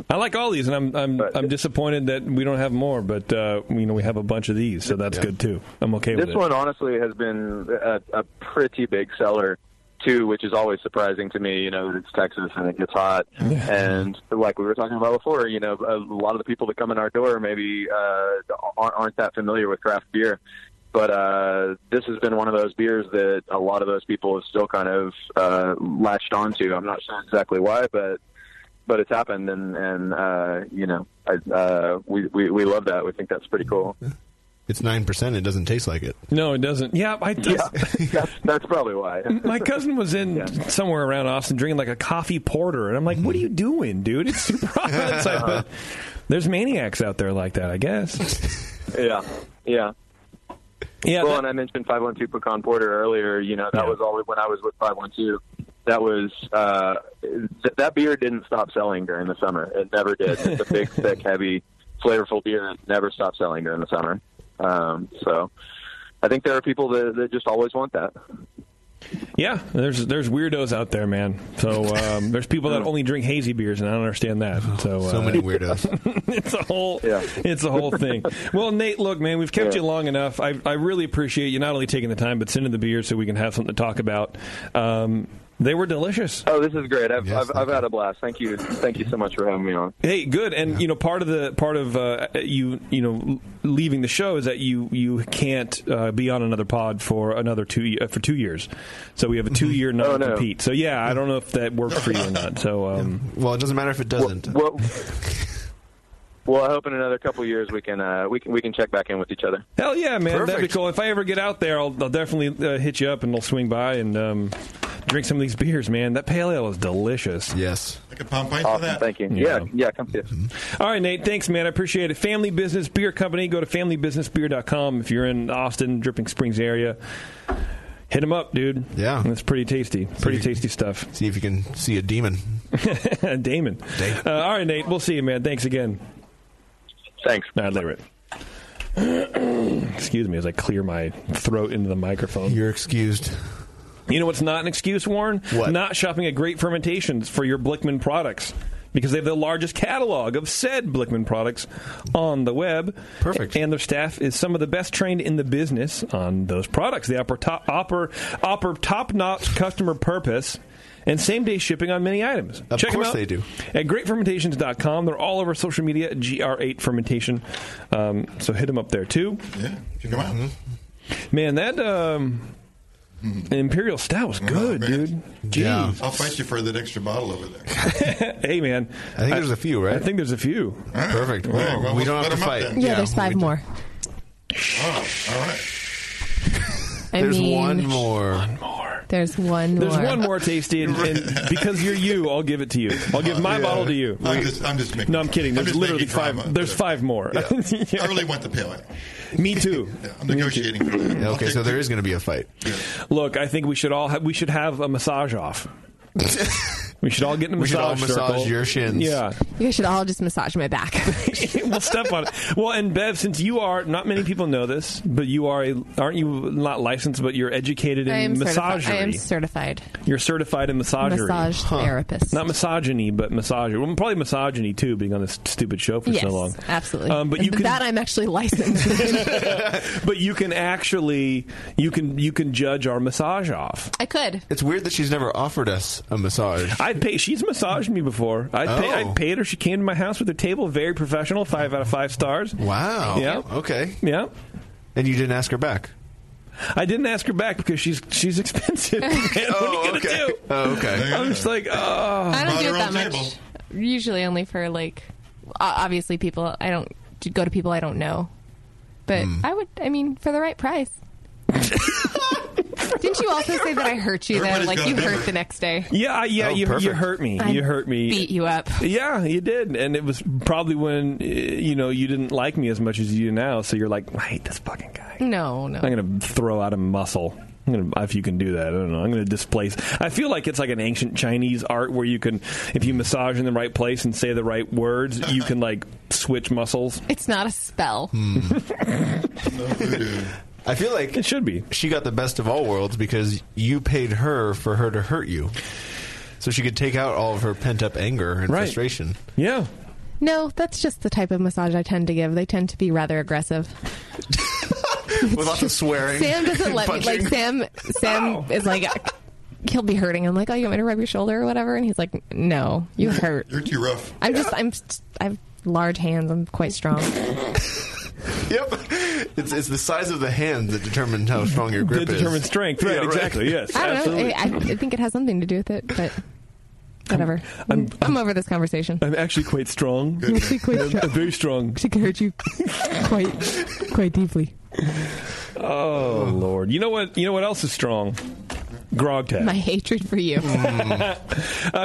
[SPEAKER 2] I like all these, and I'm I'm I'm disappointed that we don't have more. But uh, you know, we have a bunch of these, so that's good too. I'm okay with
[SPEAKER 12] this
[SPEAKER 2] it.
[SPEAKER 12] one honestly has been a, a pretty big seller too, which is always surprising to me. You know, that it's Texas and it
[SPEAKER 2] (laughs)
[SPEAKER 12] gets hot, and like we were talking about before, you know, a lot of the people that come in our door maybe uh, aren't, aren't that familiar with craft beer. But uh, this has been one of those beers that a lot of those people have still kind of uh, latched onto. I'm not sure exactly why, but but it's happened, and and uh, you know, I, uh, we, we we love that. We think that's
[SPEAKER 2] (laughs)
[SPEAKER 12] pretty cool.
[SPEAKER 3] It's 9%, it doesn't taste like it.
[SPEAKER 2] No, it doesn't. Yeah, I
[SPEAKER 12] (laughs) that's, that's probably why. (laughs)
[SPEAKER 2] My cousin was in somewhere around Austin drinking like a coffee porter, and I'm like, "What are you doing, dude? It's super hot outside." But there's maniacs out there like that, I guess.
[SPEAKER 12] Yeah, yeah,
[SPEAKER 2] yeah.
[SPEAKER 12] Well, and I mentioned five one two pecan porter earlier. You know, that was always when I was with five one two. That was uh, th- that beer didn't stop selling during the summer. It never did. It's
[SPEAKER 2] (laughs)
[SPEAKER 12] a big, thick, heavy, flavorful beer that never stopped selling during the summer. Um, so, I think there are people that, that just always want that.
[SPEAKER 2] Yeah, there's there's weirdos out there, man. So um, there's people that only drink hazy beers, and I don't understand that. So
[SPEAKER 3] So
[SPEAKER 2] uh,
[SPEAKER 3] many weirdos.
[SPEAKER 2] it's a whole (laughs) it's a whole thing. Well, Nate, look, man, we've kept
[SPEAKER 3] Yeah.
[SPEAKER 2] you long enough. I I really appreciate you not only taking the time but sending the beer so we can have something to talk about. Um, they were delicious.
[SPEAKER 12] (laughs) Oh, this is great. I've I've, I've had a blast. Thank you. Thank you so much for having me on.
[SPEAKER 2] Hey, good. And you know, part of the part of uh, you you know l- leaving the show is that you you can't uh, be on another pod for another two ye- uh, for two years. So we have a
[SPEAKER 3] Mm-hmm.
[SPEAKER 2] two year
[SPEAKER 3] Oh,
[SPEAKER 2] non compete. So yeah, I don't know if that works for you or not. So um,
[SPEAKER 3] well, it doesn't matter if it doesn't.
[SPEAKER 12] Well, well, I hope in another couple of years we can uh, we can we can check back in with each other.
[SPEAKER 2] Hell yeah, man! That'd be cool. If I ever get out there, I'll, I'll definitely uh, hit you up and I'll swing by and um, drink some of these beers, man. That pale ale is delicious.
[SPEAKER 3] Yes.
[SPEAKER 5] Like a pump pint for that.
[SPEAKER 12] Thank you.
[SPEAKER 2] Yeah.
[SPEAKER 12] Yeah, yeah, come see us.
[SPEAKER 2] Mm-hmm. All right, Nate. Thanks, man. I appreciate it. Family Business Beer Company. Go to familybusinessbeer.com if you're in Austin, Dripping Springs area. Hit them up, dude. Yeah, it's pretty tasty. Pretty tasty stuff.
[SPEAKER 3] See if you can see a demon.
[SPEAKER 2] (laughs) Damon. Uh, all right, Nate. We'll see you, man. Thanks again.
[SPEAKER 12] Thanks.
[SPEAKER 2] All right, later. (clears throat) It. Excuse me as I clear my throat into the microphone.
[SPEAKER 3] You're excused.
[SPEAKER 2] You know what's not an excuse, Warren? What? Not shopping at Great Fermentations for your Blickman products because they have the largest catalog of said Blickman products on the web. Perfect. And their staff is some of the best trained in the business on those products. They offer top, offer, offer top-notch customer purpose and same-day shipping on many items.
[SPEAKER 3] Of
[SPEAKER 2] Check 'em
[SPEAKER 3] course
[SPEAKER 2] out
[SPEAKER 3] they do.
[SPEAKER 2] at greatfermentations.com. They're all over social media, GR8 Fermentation. Um, so hit them up there, too.
[SPEAKER 5] Yeah, check them out.
[SPEAKER 2] Man, that um, Imperial Stout
[SPEAKER 5] Oh,
[SPEAKER 2] was good, dude. Jeez.
[SPEAKER 5] I'll fight you for that extra bottle over there.
[SPEAKER 2] (laughs) hey, man.
[SPEAKER 3] I think there's a few, right?
[SPEAKER 2] I think there's a few.
[SPEAKER 3] Perfect.
[SPEAKER 2] All right, well,
[SPEAKER 3] we don't
[SPEAKER 2] let
[SPEAKER 3] have to
[SPEAKER 2] them up
[SPEAKER 3] fight.
[SPEAKER 2] then.
[SPEAKER 4] Yeah, there's five more.
[SPEAKER 5] all right.
[SPEAKER 4] I
[SPEAKER 3] There's
[SPEAKER 4] mean,
[SPEAKER 3] one more.
[SPEAKER 4] There's one
[SPEAKER 2] There's
[SPEAKER 4] more.
[SPEAKER 2] one more tasty, and,
[SPEAKER 5] (laughs)
[SPEAKER 2] and because you're you, I'll give it to you. I'll give my
[SPEAKER 5] Uh, Yeah.
[SPEAKER 2] bottle to you.
[SPEAKER 5] I'm just- I'm just making-
[SPEAKER 2] No, I'm kidding.
[SPEAKER 5] I'm
[SPEAKER 2] There's
[SPEAKER 5] just
[SPEAKER 2] literally
[SPEAKER 5] making
[SPEAKER 2] five.
[SPEAKER 5] drama.
[SPEAKER 2] There's five more. (laughs)
[SPEAKER 5] I really want the pale ale.
[SPEAKER 2] Me too.
[SPEAKER 5] I'm negotiating.
[SPEAKER 3] Okay, so there is going to be a fight.
[SPEAKER 2] Look, I think we should all have, we should have a massage
[SPEAKER 3] (laughs)
[SPEAKER 2] off. we should all get in a
[SPEAKER 3] We should all
[SPEAKER 2] massage.
[SPEAKER 3] massage
[SPEAKER 2] circle.
[SPEAKER 3] your shins.
[SPEAKER 2] Yeah.
[SPEAKER 4] You guys should all just massage my back.
[SPEAKER 2] (laughs) well, step on it. Well, and Bev, since you are not many people know this, but you are a, aren't you not licensed, but you're educated in
[SPEAKER 4] I am
[SPEAKER 2] massagery.
[SPEAKER 4] certified. I am certified.
[SPEAKER 2] You're certified in massagery.
[SPEAKER 4] Massage Huh. therapist.
[SPEAKER 2] Not misogyny, but misogyny. Well, probably misogyny too, being on this stupid show for
[SPEAKER 4] yes,
[SPEAKER 2] so long.
[SPEAKER 4] absolutely. (laughs)
[SPEAKER 2] Um, but you
[SPEAKER 4] And
[SPEAKER 2] can,
[SPEAKER 4] that I'm actually licensed.
[SPEAKER 2] but you can actually, you can, you can judge our massage off.
[SPEAKER 4] I could.
[SPEAKER 3] It's weird that she's never offered us a massage.
[SPEAKER 2] I'd pay. She's massaged me before. I'd, pay,
[SPEAKER 3] Oh.
[SPEAKER 2] I'd paid her. She came to my house with her table. Very professional. Five out of five stars.
[SPEAKER 3] Wow.
[SPEAKER 2] Yeah.
[SPEAKER 3] Okay.
[SPEAKER 2] Yeah.
[SPEAKER 3] And you didn't ask her back.
[SPEAKER 2] I didn't ask her back because she's
[SPEAKER 4] (laughs)
[SPEAKER 2] she's expensive. Man, (laughs) what are you gonna do?
[SPEAKER 3] Oh, okay.
[SPEAKER 2] (laughs) I'm just like, oh.
[SPEAKER 4] I don't do it that much. Usually only for like, o- obviously people. I don't go to people I don't know. But I would. I mean, for the right price. Didn't you also say that I hurt you though?
[SPEAKER 2] Everybody's
[SPEAKER 4] Like
[SPEAKER 2] got
[SPEAKER 4] you
[SPEAKER 2] a
[SPEAKER 4] hurt
[SPEAKER 2] different-
[SPEAKER 4] the next day.
[SPEAKER 2] Yeah, I- yeah,
[SPEAKER 4] Oh,
[SPEAKER 2] you, you
[SPEAKER 4] perfect.
[SPEAKER 2] hurt me.
[SPEAKER 4] I
[SPEAKER 2] you hurt me.
[SPEAKER 4] beat you up.
[SPEAKER 2] Yeah, you did, and it was probably when uh, you know you didn't like me as much as you do now. So you're like, I hate this fucking guy.
[SPEAKER 4] No, no.
[SPEAKER 2] I'm gonna throw out a muscle. I'm gonna, if you can do that, I don't know. I'm gonna displace. I feel like it's like an ancient Chinese art where you can, if you massage in the right place and say the right words, you can like switch muscles.
[SPEAKER 4] It's not a spell.
[SPEAKER 3] I feel like it
[SPEAKER 2] should be.
[SPEAKER 3] She got the best of all worlds because you paid her for her to hurt you, so she could take out all of her pent up anger and
[SPEAKER 2] Right. (laughs)
[SPEAKER 3] frustration.
[SPEAKER 2] (laughs)
[SPEAKER 3] (laughs)
[SPEAKER 2] Yeah.
[SPEAKER 4] No, that's just the type of massage I tend to give. They tend to be rather aggressive.
[SPEAKER 3] With lots of swearing.
[SPEAKER 4] Sam doesn't let me. Like
[SPEAKER 3] punching.
[SPEAKER 4] Sam, Sam is like, he'll be hurting. I'm like, oh, you want me to rub your shoulder or whatever? And he's like, no, you hurt.
[SPEAKER 5] You're too rough.
[SPEAKER 4] I'm just, I'm, st- I have large hands. I'm quite strong.
[SPEAKER 3] Yep. It's, it's the size of the hand that determines how strong your grip is.
[SPEAKER 2] determines strength, right, exactly, yes.
[SPEAKER 4] I don't know. I, I think it has something to do with it, but whatever. I'm, over this conversation.
[SPEAKER 2] I'm actually quite strong.
[SPEAKER 4] You're actually quite
[SPEAKER 2] I'm-
[SPEAKER 4] strong.
[SPEAKER 2] I'm very strong.
[SPEAKER 4] She can hurt you quite, quite deeply.
[SPEAKER 2] Oh lord! You know what? You know what else is strong? Grogtag.
[SPEAKER 4] My hatred for you.
[SPEAKER 2] (laughs) uh,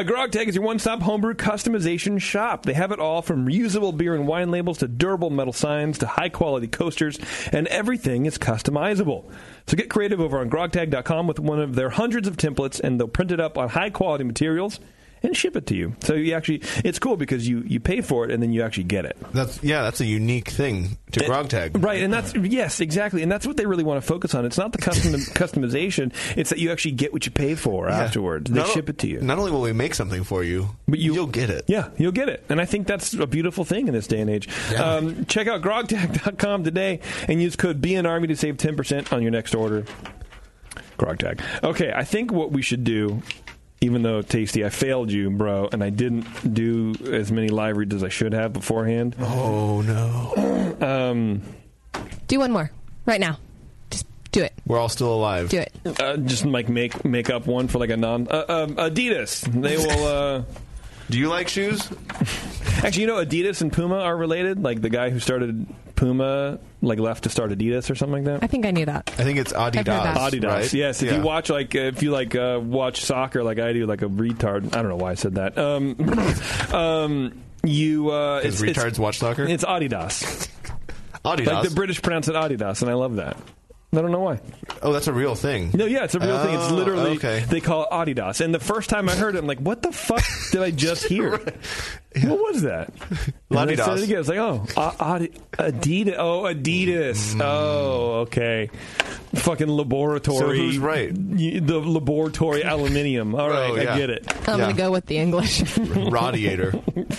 [SPEAKER 2] Grogtag is your one-stop homebrew customization shop. They have it all from reusable beer and wine labels to durable metal signs to high-quality coasters, and everything is customizable. So get creative over on grogtag.com with one of their hundreds of templates, and they'll print it up on high-quality materials and ship it to you. So you actually, it's cool because you you pay for it and then you actually get it.
[SPEAKER 3] That's yeah. That's a unique thing to Grogtag.
[SPEAKER 2] Right, and that's yes, exactly, and that's what they really want to focus on. It's not the
[SPEAKER 3] (laughs)
[SPEAKER 2] custom customization; it's that you actually get what you pay for afterwards. They
[SPEAKER 3] Not-
[SPEAKER 2] ship it to you.
[SPEAKER 3] Not only will we make something for you,
[SPEAKER 2] but you,
[SPEAKER 3] you'll get it.
[SPEAKER 2] Yeah, you'll get it, and I think that's a beautiful thing in this day and age. Um, check out grogtag.com today and use code BNARMY to save ten percent on your next order. Grogtag. Okay, I think what we should do. Even though tasty, I failed you, bro, and I didn't do as many live reads as I should have beforehand.
[SPEAKER 3] Oh no!
[SPEAKER 2] um,
[SPEAKER 4] Do one more right now. Just do it.
[SPEAKER 3] We're all still alive.
[SPEAKER 4] Do it.
[SPEAKER 2] Uh, just like make make up one for like a non uh, um, Adidas.
[SPEAKER 3] (laughs)
[SPEAKER 2] They will. Uh,
[SPEAKER 3] Do you like shoes?
[SPEAKER 2] Actually, you know Adidas and Puma are related. Like the guy who started Puma, like left to start Adidas or something like
[SPEAKER 4] I
[SPEAKER 2] that.
[SPEAKER 4] think I knew that.
[SPEAKER 3] I think it's Adidas.
[SPEAKER 4] that.
[SPEAKER 2] Adidas,
[SPEAKER 3] right?
[SPEAKER 2] yes. If
[SPEAKER 3] Yeah.
[SPEAKER 2] you watch like uh, if you like uh, watch soccer like I do, like a retard. I don't know why I said that. Um, (laughs) um, you uh,
[SPEAKER 3] Because retards watch soccer?
[SPEAKER 2] It's Adidas.
[SPEAKER 3] Adidas.
[SPEAKER 2] Like the British pronounce it Adidas, and I love that. I don't know why.
[SPEAKER 3] Oh, that's a real thing.
[SPEAKER 2] No, yeah, it's a real thing. It's
[SPEAKER 3] Oh,
[SPEAKER 2] literally
[SPEAKER 3] okay.
[SPEAKER 2] they call it Adidas. And the first time I heard it, I'm like, "What the fuck did I
[SPEAKER 3] (laughs)
[SPEAKER 2] just hear? What was that?" And I said
[SPEAKER 3] Ladidas.
[SPEAKER 2] it again. It's like, "Oh, A- Adi- Adidas. Oh, Adidas.
[SPEAKER 3] Mm.
[SPEAKER 2] Oh, okay. Fucking laboratory.
[SPEAKER 3] So who's right? Oh,
[SPEAKER 2] Y- The laboratory aluminium. All
[SPEAKER 5] Oh,
[SPEAKER 2] right,
[SPEAKER 3] yeah.
[SPEAKER 2] I get it.
[SPEAKER 4] I'm going to go with the English.
[SPEAKER 3] Radiator.
[SPEAKER 2] (laughs)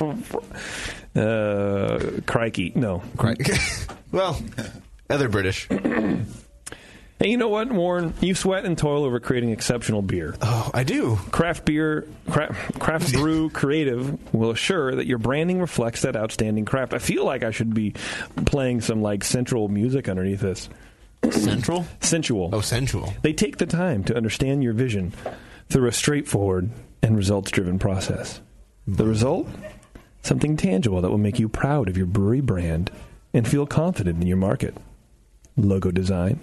[SPEAKER 2] uh, crikey, no.
[SPEAKER 3] Crikey. (laughs) well, other British.
[SPEAKER 2] Hey, you know what, Warren? You sweat and toil over creating exceptional beer.
[SPEAKER 3] Oh, I do.
[SPEAKER 2] Craft beer, craft,
[SPEAKER 3] (laughs)
[SPEAKER 2] craft brew creative will assure that your branding reflects that outstanding craft. I feel like I should be playing some like central music underneath this.
[SPEAKER 3] Central?
[SPEAKER 2] Sensual.
[SPEAKER 3] Oh, sensual.
[SPEAKER 2] They take the time to understand your vision through a straightforward and results driven process. The result? Something tangible that will make you proud of your brewery brand and feel confident in your market. Logo design,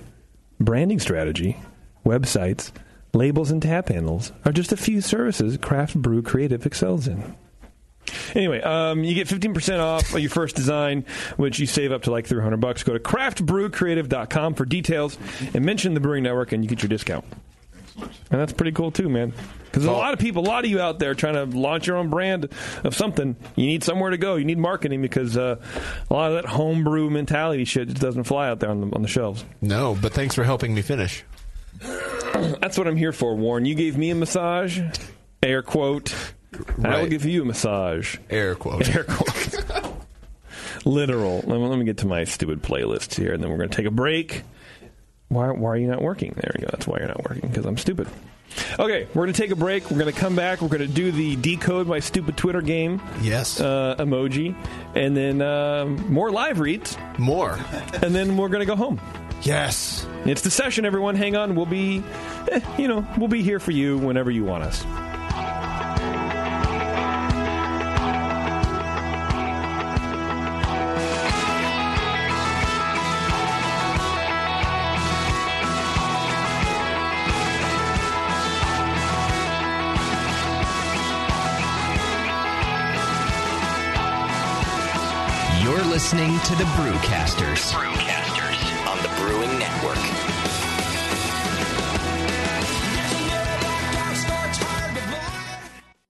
[SPEAKER 2] branding strategy, websites, labels, and tap handles are just a few services Craft Brew Creative excels in. Anyway, um, you get 15% off of your first design, which you save up to like 300 bucks. Go to craftbrewcreative.com for details and mention the Brewing Network and you get your discount. And that's pretty cool too, man. Because there's a lot of people, a lot of you out there trying to launch your own brand of something. You need somewhere to go. You need marketing because uh, a lot of that homebrew mentality shit just doesn't fly out there on the, on the shelves.
[SPEAKER 3] No, but thanks for helping me finish.
[SPEAKER 2] (clears throat) That's what I'm here for, Warren. You gave me a massage, air quote. I will
[SPEAKER 3] Right.
[SPEAKER 2] give you a massage,
[SPEAKER 3] air quote.
[SPEAKER 2] Air quote. (laughs) Literal. Let me, let me get to my stupid playlist here, and then we're going to take a break. Why, why are you not working? There we go. That's why you're not working, because I'm stupid. Okay, we're going to take a break. We're going to come back. We're going to do the decode my stupid Twitter game.
[SPEAKER 3] Yes.
[SPEAKER 2] Uh, emoji. And then um more live reads.
[SPEAKER 3] More.
[SPEAKER 2] (laughs) And then we're going to go home.
[SPEAKER 3] Yes.
[SPEAKER 2] It's the session, everyone. Hang on. We'll be, (laughs) eh, you know, we'll be here for you whenever you want us.
[SPEAKER 7] You're listening to the Brewcasters. Brewcasters on the Brewing Network.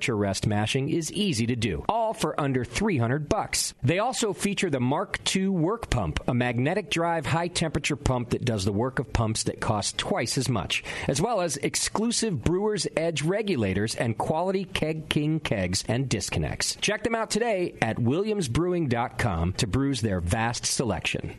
[SPEAKER 15] rest mashing is easy to do, all for under 300 bucks. They also feature the Mark II work pump, a magnetic drive high temperature pump that does the work of pumps that cost twice as much, as well as exclusive Brewer's Edge regulators and quality Keg King kegs and disconnects. Check them out today at williamsbrewing.com to brews their vast selection.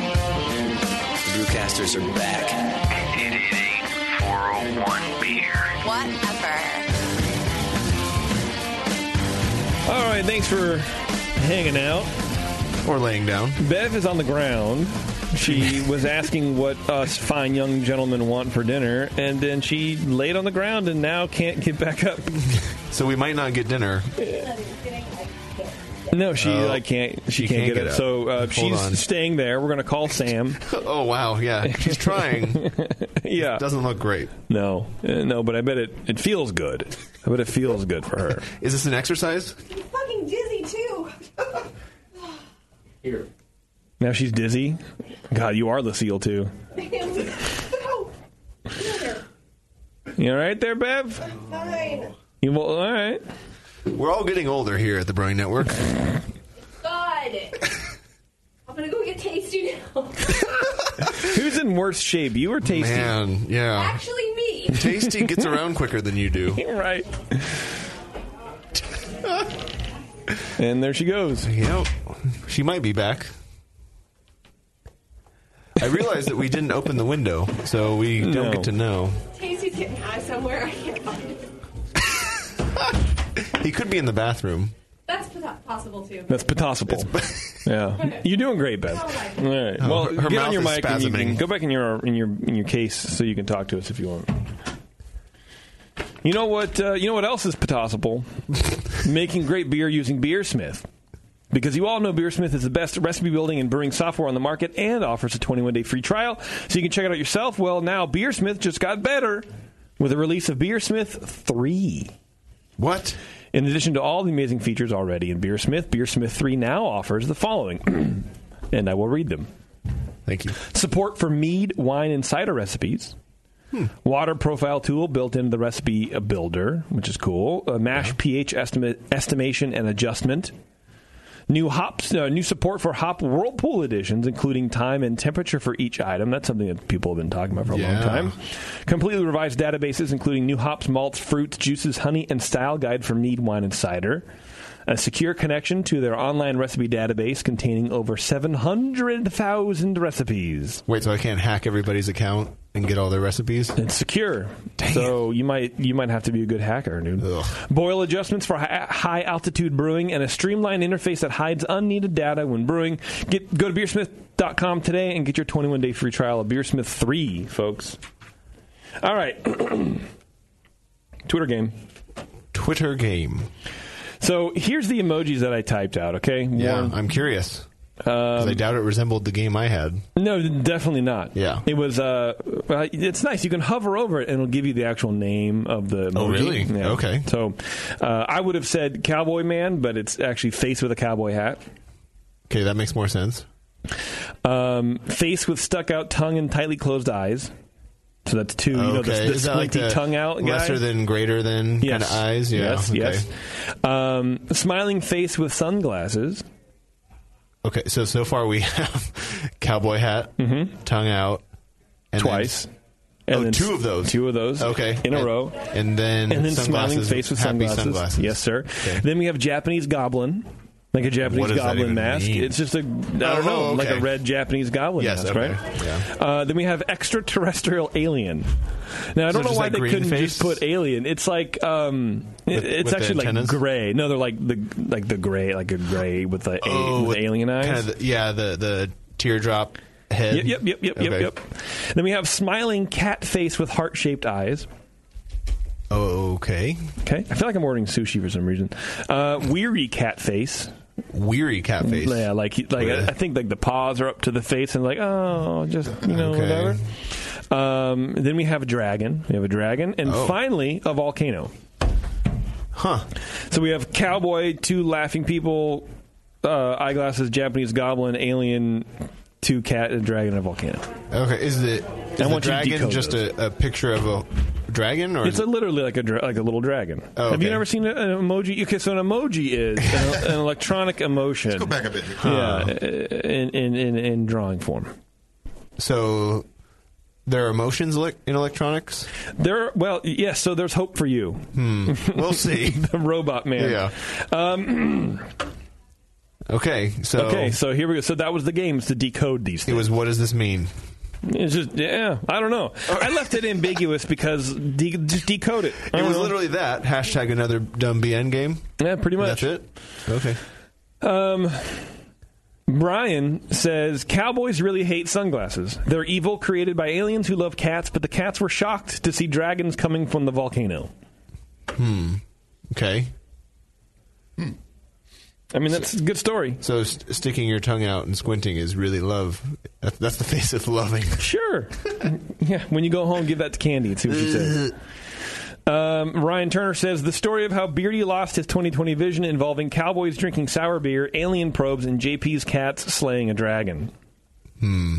[SPEAKER 7] The Brewcasters are back.
[SPEAKER 6] It ain't 401 beer. Whatever.
[SPEAKER 2] All right, thanks for hanging out.
[SPEAKER 3] Or laying down.
[SPEAKER 2] Bev is on the ground.
[SPEAKER 3] (laughs)
[SPEAKER 2] She was asking what us fine young gentlemen want for dinner, and then she laid on the ground and now can't get back up.
[SPEAKER 3] So we might not get dinner.
[SPEAKER 2] No, she
[SPEAKER 3] Oh.
[SPEAKER 2] like can't. She,
[SPEAKER 3] She
[SPEAKER 2] can't,
[SPEAKER 3] can't
[SPEAKER 2] get,
[SPEAKER 3] get
[SPEAKER 2] up.
[SPEAKER 3] up.
[SPEAKER 2] So uh,
[SPEAKER 3] Hold
[SPEAKER 2] she's
[SPEAKER 3] on.
[SPEAKER 2] staying there. We're gonna call Sam.
[SPEAKER 3] (laughs) oh wow, yeah, she's trying.
[SPEAKER 2] (laughs) yeah,
[SPEAKER 3] doesn't look great.
[SPEAKER 2] No, Uh, no, but I bet it it feels good. I bet it feels good for her.
[SPEAKER 3] (laughs) Is this an exercise?
[SPEAKER 17] fucking dizzy too. (laughs)
[SPEAKER 16] Here.
[SPEAKER 2] Now she's dizzy. God, you are the seal too.
[SPEAKER 17] (laughs)
[SPEAKER 2] You all right there, Bev?
[SPEAKER 17] Fine.
[SPEAKER 2] You well, all right?
[SPEAKER 3] We're all getting older here at the Brewing Network.
[SPEAKER 17] God. I'm gonna go get tasty now.
[SPEAKER 2] Who's in worse shape, you or Tasty?
[SPEAKER 3] Man,
[SPEAKER 4] (laughs)
[SPEAKER 3] yeah.
[SPEAKER 17] Actually, me. (laughs)
[SPEAKER 3] Tasty gets around quicker than you do.
[SPEAKER 2] right. And there she goes.
[SPEAKER 3] Yep. She She might be back. I realized that we didn't open the window, so we don't get to know.
[SPEAKER 17] Tasty's getting high somewhere. I can't find it.
[SPEAKER 3] He could be in the bathroom.
[SPEAKER 17] That's po- possible too.
[SPEAKER 2] That's possible.
[SPEAKER 3] (laughs)
[SPEAKER 2] yeah, you're doing great, Beth. All right.
[SPEAKER 3] Oh,
[SPEAKER 2] Well,
[SPEAKER 3] her- her
[SPEAKER 2] get
[SPEAKER 3] mouth
[SPEAKER 2] on your
[SPEAKER 3] is
[SPEAKER 2] mic and you can
[SPEAKER 3] spasming.
[SPEAKER 2] go back in your in your in your case so you can talk to us if you want. You know what? Uh, you know what else is
[SPEAKER 3] (laughs)
[SPEAKER 2] possible? Making great beer using Beersmith. Because you all know Beersmith is the best recipe building and brewing software on the market and offers a 21 day free trial so you can check it out yourself. Well, now Beersmith just got better with the release of Beersmith 3.
[SPEAKER 3] What?
[SPEAKER 2] In addition to all the amazing features already in Beersmith, Beersmith 3 now offers the following, (clears throat) and I will read them.
[SPEAKER 3] Thank you.
[SPEAKER 2] Support for mead, wine, and cider recipes.
[SPEAKER 3] Hmm.
[SPEAKER 2] Water profile tool built into the recipe builder, which is cool. A mash pH estimate, estimation and adjustment. New hops, uh, new support for hop whirlpool editions, including time and temperature for each item. That's something that people have been talking about for a long
[SPEAKER 3] Yeah.
[SPEAKER 2] time. Completely revised databases, including new hops, malts, fruits, juices, honey, and style guide for mead, wine, and cider. A secure connection to their online recipe database containing over 700,000 recipes.
[SPEAKER 3] Wait, so I can't hack everybody's account and get all their recipes?
[SPEAKER 2] It's secure. so you might you might have to be a good hacker, dude. Boil adjustments for hi- high altitude brewing and a streamlined interface that hides unneeded data when brewing. Get go to beersmith.com today and get your 21 day free trial of Beersmith 3, folks. All right. (clears throat) Twitter game.
[SPEAKER 3] Twitter game.
[SPEAKER 2] So here's the emojis that I typed out, okay? Um,
[SPEAKER 3] Yeah, I'm curious. I doubt it resembled the game I had.
[SPEAKER 2] No, definitely not.
[SPEAKER 3] Yeah.
[SPEAKER 2] It was. Uh, uh, it's nice. You can hover over it, and it'll give you the actual name of the.
[SPEAKER 3] Oh,
[SPEAKER 2] emoji.
[SPEAKER 3] really?
[SPEAKER 2] Yeah.
[SPEAKER 3] Okay.
[SPEAKER 2] So, uh, I would have said cowboy man, but it's actually face with a cowboy hat.
[SPEAKER 3] Okay, that makes more sense.
[SPEAKER 2] Um, face with stuck out tongue and tightly closed eyes. So that's two. You know, the,
[SPEAKER 3] Okay,
[SPEAKER 2] the
[SPEAKER 3] is that like
[SPEAKER 2] squinty
[SPEAKER 3] the
[SPEAKER 2] tongue out guy.
[SPEAKER 3] lesser than greater than
[SPEAKER 2] yes.
[SPEAKER 3] kind of eyes? Yeah,
[SPEAKER 2] Yes.
[SPEAKER 3] okay.
[SPEAKER 2] Yes. Um, smiling face with sunglasses.
[SPEAKER 3] Okay, so so far we (laughs) have cowboy hat, tongue out, and
[SPEAKER 2] Mm-hmm. Twice.
[SPEAKER 3] Then, oh,
[SPEAKER 2] then
[SPEAKER 3] two of those.
[SPEAKER 2] Two of those.
[SPEAKER 3] Okay,
[SPEAKER 2] in a
[SPEAKER 3] And-
[SPEAKER 2] row.
[SPEAKER 3] and then
[SPEAKER 2] and then smiling
[SPEAKER 3] sunglasses
[SPEAKER 2] face with
[SPEAKER 3] happy
[SPEAKER 2] sunglasses.
[SPEAKER 3] sunglasses.
[SPEAKER 2] Yes, sir. Then we have Japanese goblin, like a Japanese
[SPEAKER 3] What does that
[SPEAKER 2] goblin
[SPEAKER 3] even
[SPEAKER 2] mask.
[SPEAKER 3] mean?
[SPEAKER 2] It's just a I don't
[SPEAKER 3] Oh,
[SPEAKER 2] know,
[SPEAKER 3] okay.
[SPEAKER 2] like a red Japanese goblin
[SPEAKER 3] Yes,
[SPEAKER 2] mask,
[SPEAKER 3] okay.
[SPEAKER 2] right? Uh, then we have extraterrestrial alien. Now I
[SPEAKER 3] So
[SPEAKER 2] don't know
[SPEAKER 3] just
[SPEAKER 2] why
[SPEAKER 3] that
[SPEAKER 2] they
[SPEAKER 3] green
[SPEAKER 2] couldn't
[SPEAKER 3] face?
[SPEAKER 2] just put alien. It's like um, it-
[SPEAKER 3] With-
[SPEAKER 2] it's
[SPEAKER 3] with the
[SPEAKER 2] actually like
[SPEAKER 3] antennas?
[SPEAKER 2] gray. No, they're like the like the gray, like a gray with the, a-
[SPEAKER 3] Oh,
[SPEAKER 2] with the alien eyes.
[SPEAKER 3] Kind of the, yeah, the the teardrop head.
[SPEAKER 2] Yep, yep, yep, yep,
[SPEAKER 3] Okay.
[SPEAKER 2] yep, yep. Then we have smiling cat face with heart shaped eyes.
[SPEAKER 3] Okay.
[SPEAKER 2] Okay. I feel like I'm ordering sushi for some reason. Uh, weary cat face.
[SPEAKER 3] Weary cat face.
[SPEAKER 2] Yeah, like like I, I think like the paws are up to the face and like oh just you know
[SPEAKER 3] Okay.
[SPEAKER 2] whatever. Um, then we have a dragon. We have a dragon, and
[SPEAKER 3] Oh.
[SPEAKER 2] finally a volcano.
[SPEAKER 3] Huh.
[SPEAKER 2] So we have cowboy, two laughing people, uh, eyeglasses, Japanese goblin, alien, two cat, and dragon, and a volcano.
[SPEAKER 3] Okay, is the, is
[SPEAKER 2] I
[SPEAKER 3] the
[SPEAKER 2] want you to
[SPEAKER 3] dragon
[SPEAKER 2] decode
[SPEAKER 3] just
[SPEAKER 2] those.
[SPEAKER 3] a, a picture of a dragon, or
[SPEAKER 2] It's
[SPEAKER 3] is
[SPEAKER 2] a, literally like a dra- like a little dragon.
[SPEAKER 3] Oh,
[SPEAKER 2] Have you
[SPEAKER 3] okay.
[SPEAKER 2] never seen a- an emoji? Okay, so an emoji is an, an electronic
[SPEAKER 3] (laughs)
[SPEAKER 2] emotion. Let's go
[SPEAKER 5] back a bit.
[SPEAKER 2] (laughs) Yeah, uh, in, in in in drawing form.
[SPEAKER 3] it- so? There are emotions elec in electronics.
[SPEAKER 2] There, well, yes. so there's hope for you.
[SPEAKER 3] Hmm.
[SPEAKER 2] (laughs)
[SPEAKER 3] We'll see.
[SPEAKER 2] the robot man.
[SPEAKER 3] Yeah.
[SPEAKER 2] Um,
[SPEAKER 3] (clears throat) Okay. So
[SPEAKER 2] okay, so here we go. So that was the game is to decode these
[SPEAKER 3] it
[SPEAKER 2] things.
[SPEAKER 3] was. What does this mean?
[SPEAKER 2] It's just yeah. I don't know. I left it ambiguous because de- just decode it. I
[SPEAKER 3] It
[SPEAKER 2] don't
[SPEAKER 3] was
[SPEAKER 2] know.
[SPEAKER 3] literally that hashtag another dumb BN game.
[SPEAKER 2] yeah, pretty much.
[SPEAKER 3] That's it. Okay.
[SPEAKER 2] Um, Brian says cowboys really hate sunglasses. They're evil, created by aliens who love cats, but the cats were shocked to see dragons coming from the volcano.
[SPEAKER 3] Hmm. Okay.
[SPEAKER 2] Hmm. I mean, that's a good story.
[SPEAKER 3] So st- sticking your tongue out and squinting is really love. That- That's the (laughs) face of loving.
[SPEAKER 2] Sure. yeah, when you go home, give that to Candy and see what she says. Um, Ryan Turner says the story of how Beardy lost his 2020 vision involving cowboys drinking sour beer, alien probes, and JP's cats slaying a dragon.
[SPEAKER 3] Hmm.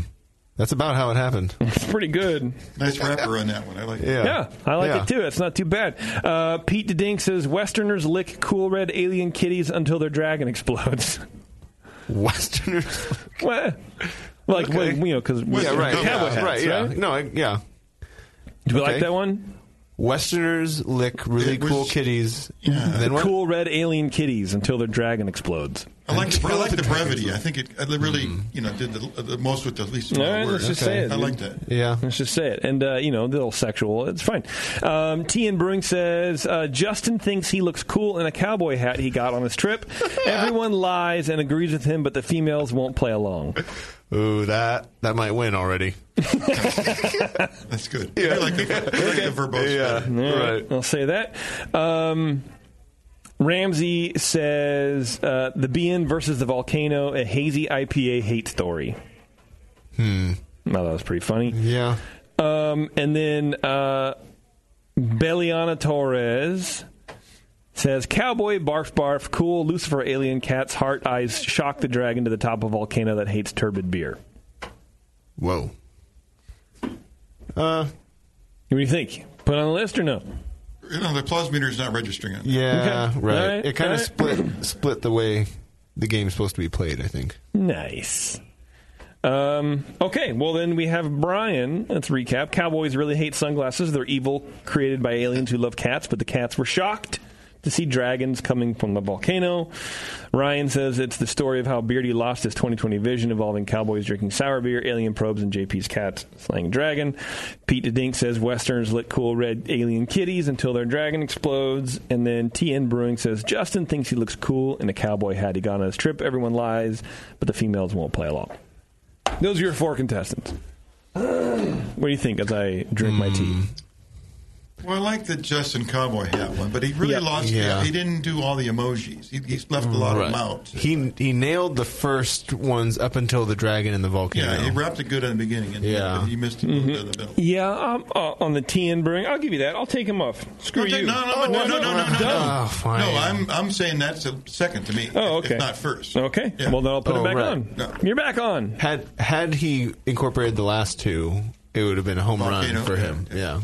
[SPEAKER 3] That's about how it happened.
[SPEAKER 2] (laughs) It's pretty good.
[SPEAKER 5] Nice wrapper on that one. I like it.
[SPEAKER 3] Yeah.
[SPEAKER 2] Yeah, I like
[SPEAKER 3] Yeah.
[SPEAKER 2] it too. It's not too bad. Uh, Pete Dedink says Westerners lick cool red alien kitties until their dragon explodes.
[SPEAKER 3] (laughs) Westerners.
[SPEAKER 2] what? Like
[SPEAKER 3] Okay.
[SPEAKER 2] well, you know, because
[SPEAKER 3] yeah, right.
[SPEAKER 2] cowboy
[SPEAKER 3] yeah,
[SPEAKER 2] hats,
[SPEAKER 3] right. Yeah. No. I, yeah.
[SPEAKER 2] Do we like
[SPEAKER 3] Okay.
[SPEAKER 2] that one?
[SPEAKER 3] Westerners lick really
[SPEAKER 5] It was-
[SPEAKER 3] cool kitties. Then what?
[SPEAKER 2] Cool red alien kitties until their dragon explodes.
[SPEAKER 5] I I like the, I like the brevity. I think it, it really
[SPEAKER 3] Hmm.
[SPEAKER 5] you know did the, the most with the least amount
[SPEAKER 2] All right,
[SPEAKER 5] of words.
[SPEAKER 2] let's just say it.
[SPEAKER 5] I like that.
[SPEAKER 2] Yeah, let's just say it. And uh, you know, a little sexual. It's fine. Um, T and Brewing says uh, Justin thinks he looks cool in a cowboy hat he got on his
[SPEAKER 3] (laughs)
[SPEAKER 2] trip. Everyone lies and agrees with him, but the females won't play along.
[SPEAKER 3] Ooh, that that might win already.
[SPEAKER 5] (laughs) That's good. Yeah, I like the, I like the verbose.
[SPEAKER 3] Yeah,
[SPEAKER 2] All I'll say that. Um, Ramsey says uh, the BN versus the volcano, a hazy IPA hate story.
[SPEAKER 3] Hmm.
[SPEAKER 2] Well, that was pretty funny.
[SPEAKER 3] Yeah.
[SPEAKER 2] Um, and then uh, Beliana Torres says Cowboy, barf, barf, cool, Lucifer, alien, cat's heart, eyes, shock the dragon to the top of volcano that hates turbid beer.
[SPEAKER 3] Whoa. Uh,
[SPEAKER 2] what do you think? Put it on the list or no?
[SPEAKER 5] You know, the applause meter is not registering it.
[SPEAKER 3] Yeah,
[SPEAKER 5] Okay.
[SPEAKER 3] right.
[SPEAKER 5] All right,
[SPEAKER 3] It kind
[SPEAKER 5] all
[SPEAKER 3] of
[SPEAKER 5] right.
[SPEAKER 3] split split the way the game's supposed to be played. I think.
[SPEAKER 2] Nice. Um, okay, well then we have Brian. Let's recap. Cowboys really hate sunglasses. They're evil, created by aliens who love cats, but the cats were shocked to see dragons coming from the volcano. Ryan says it's the story of how Beardy lost his 2020 vision involving cowboys drinking sour beer, alien probes, and JP's cats slaying dragon. Pete DeDink says westerns lit cool red alien kitties until their dragon explodes. And then TN Brewing says Justin thinks he looks cool in a cowboy hat he got on his trip. Everyone lies, but the females won't play along. Those are your four contestants. What do you think as I drink my
[SPEAKER 3] Hmm.
[SPEAKER 2] tea?
[SPEAKER 5] Well, I like the Justin Cowboy hat one, but he really lost.
[SPEAKER 3] Yeah. Hmm,
[SPEAKER 5] He didn't do all the emojis. He, he's left a lot of them out.
[SPEAKER 3] He he nailed the first ones up until the dragon and the volcano.
[SPEAKER 5] Yeah, he wrapped it good in the beginning, and
[SPEAKER 3] Yeah.
[SPEAKER 5] he missed it
[SPEAKER 2] Mm-hmm.
[SPEAKER 5] a little bit in the middle.
[SPEAKER 2] Yeah, um, uh, on the TN Brewing. I'll give you that. I'll take him off. Screw
[SPEAKER 5] Okay,
[SPEAKER 2] you.
[SPEAKER 5] No, no, no, no, no, no, no, no.
[SPEAKER 2] Done.
[SPEAKER 5] No, I'm I'm saying that's a second to me.
[SPEAKER 2] Oh,
[SPEAKER 5] if-
[SPEAKER 2] okay.
[SPEAKER 5] If not first.
[SPEAKER 2] Okay. Well, then I'll put it
[SPEAKER 3] Oh,
[SPEAKER 2] back on. You're back on.
[SPEAKER 3] Had had he incorporated the last two, it would have been a home
[SPEAKER 2] Volcano.
[SPEAKER 3] run for him. Yeah.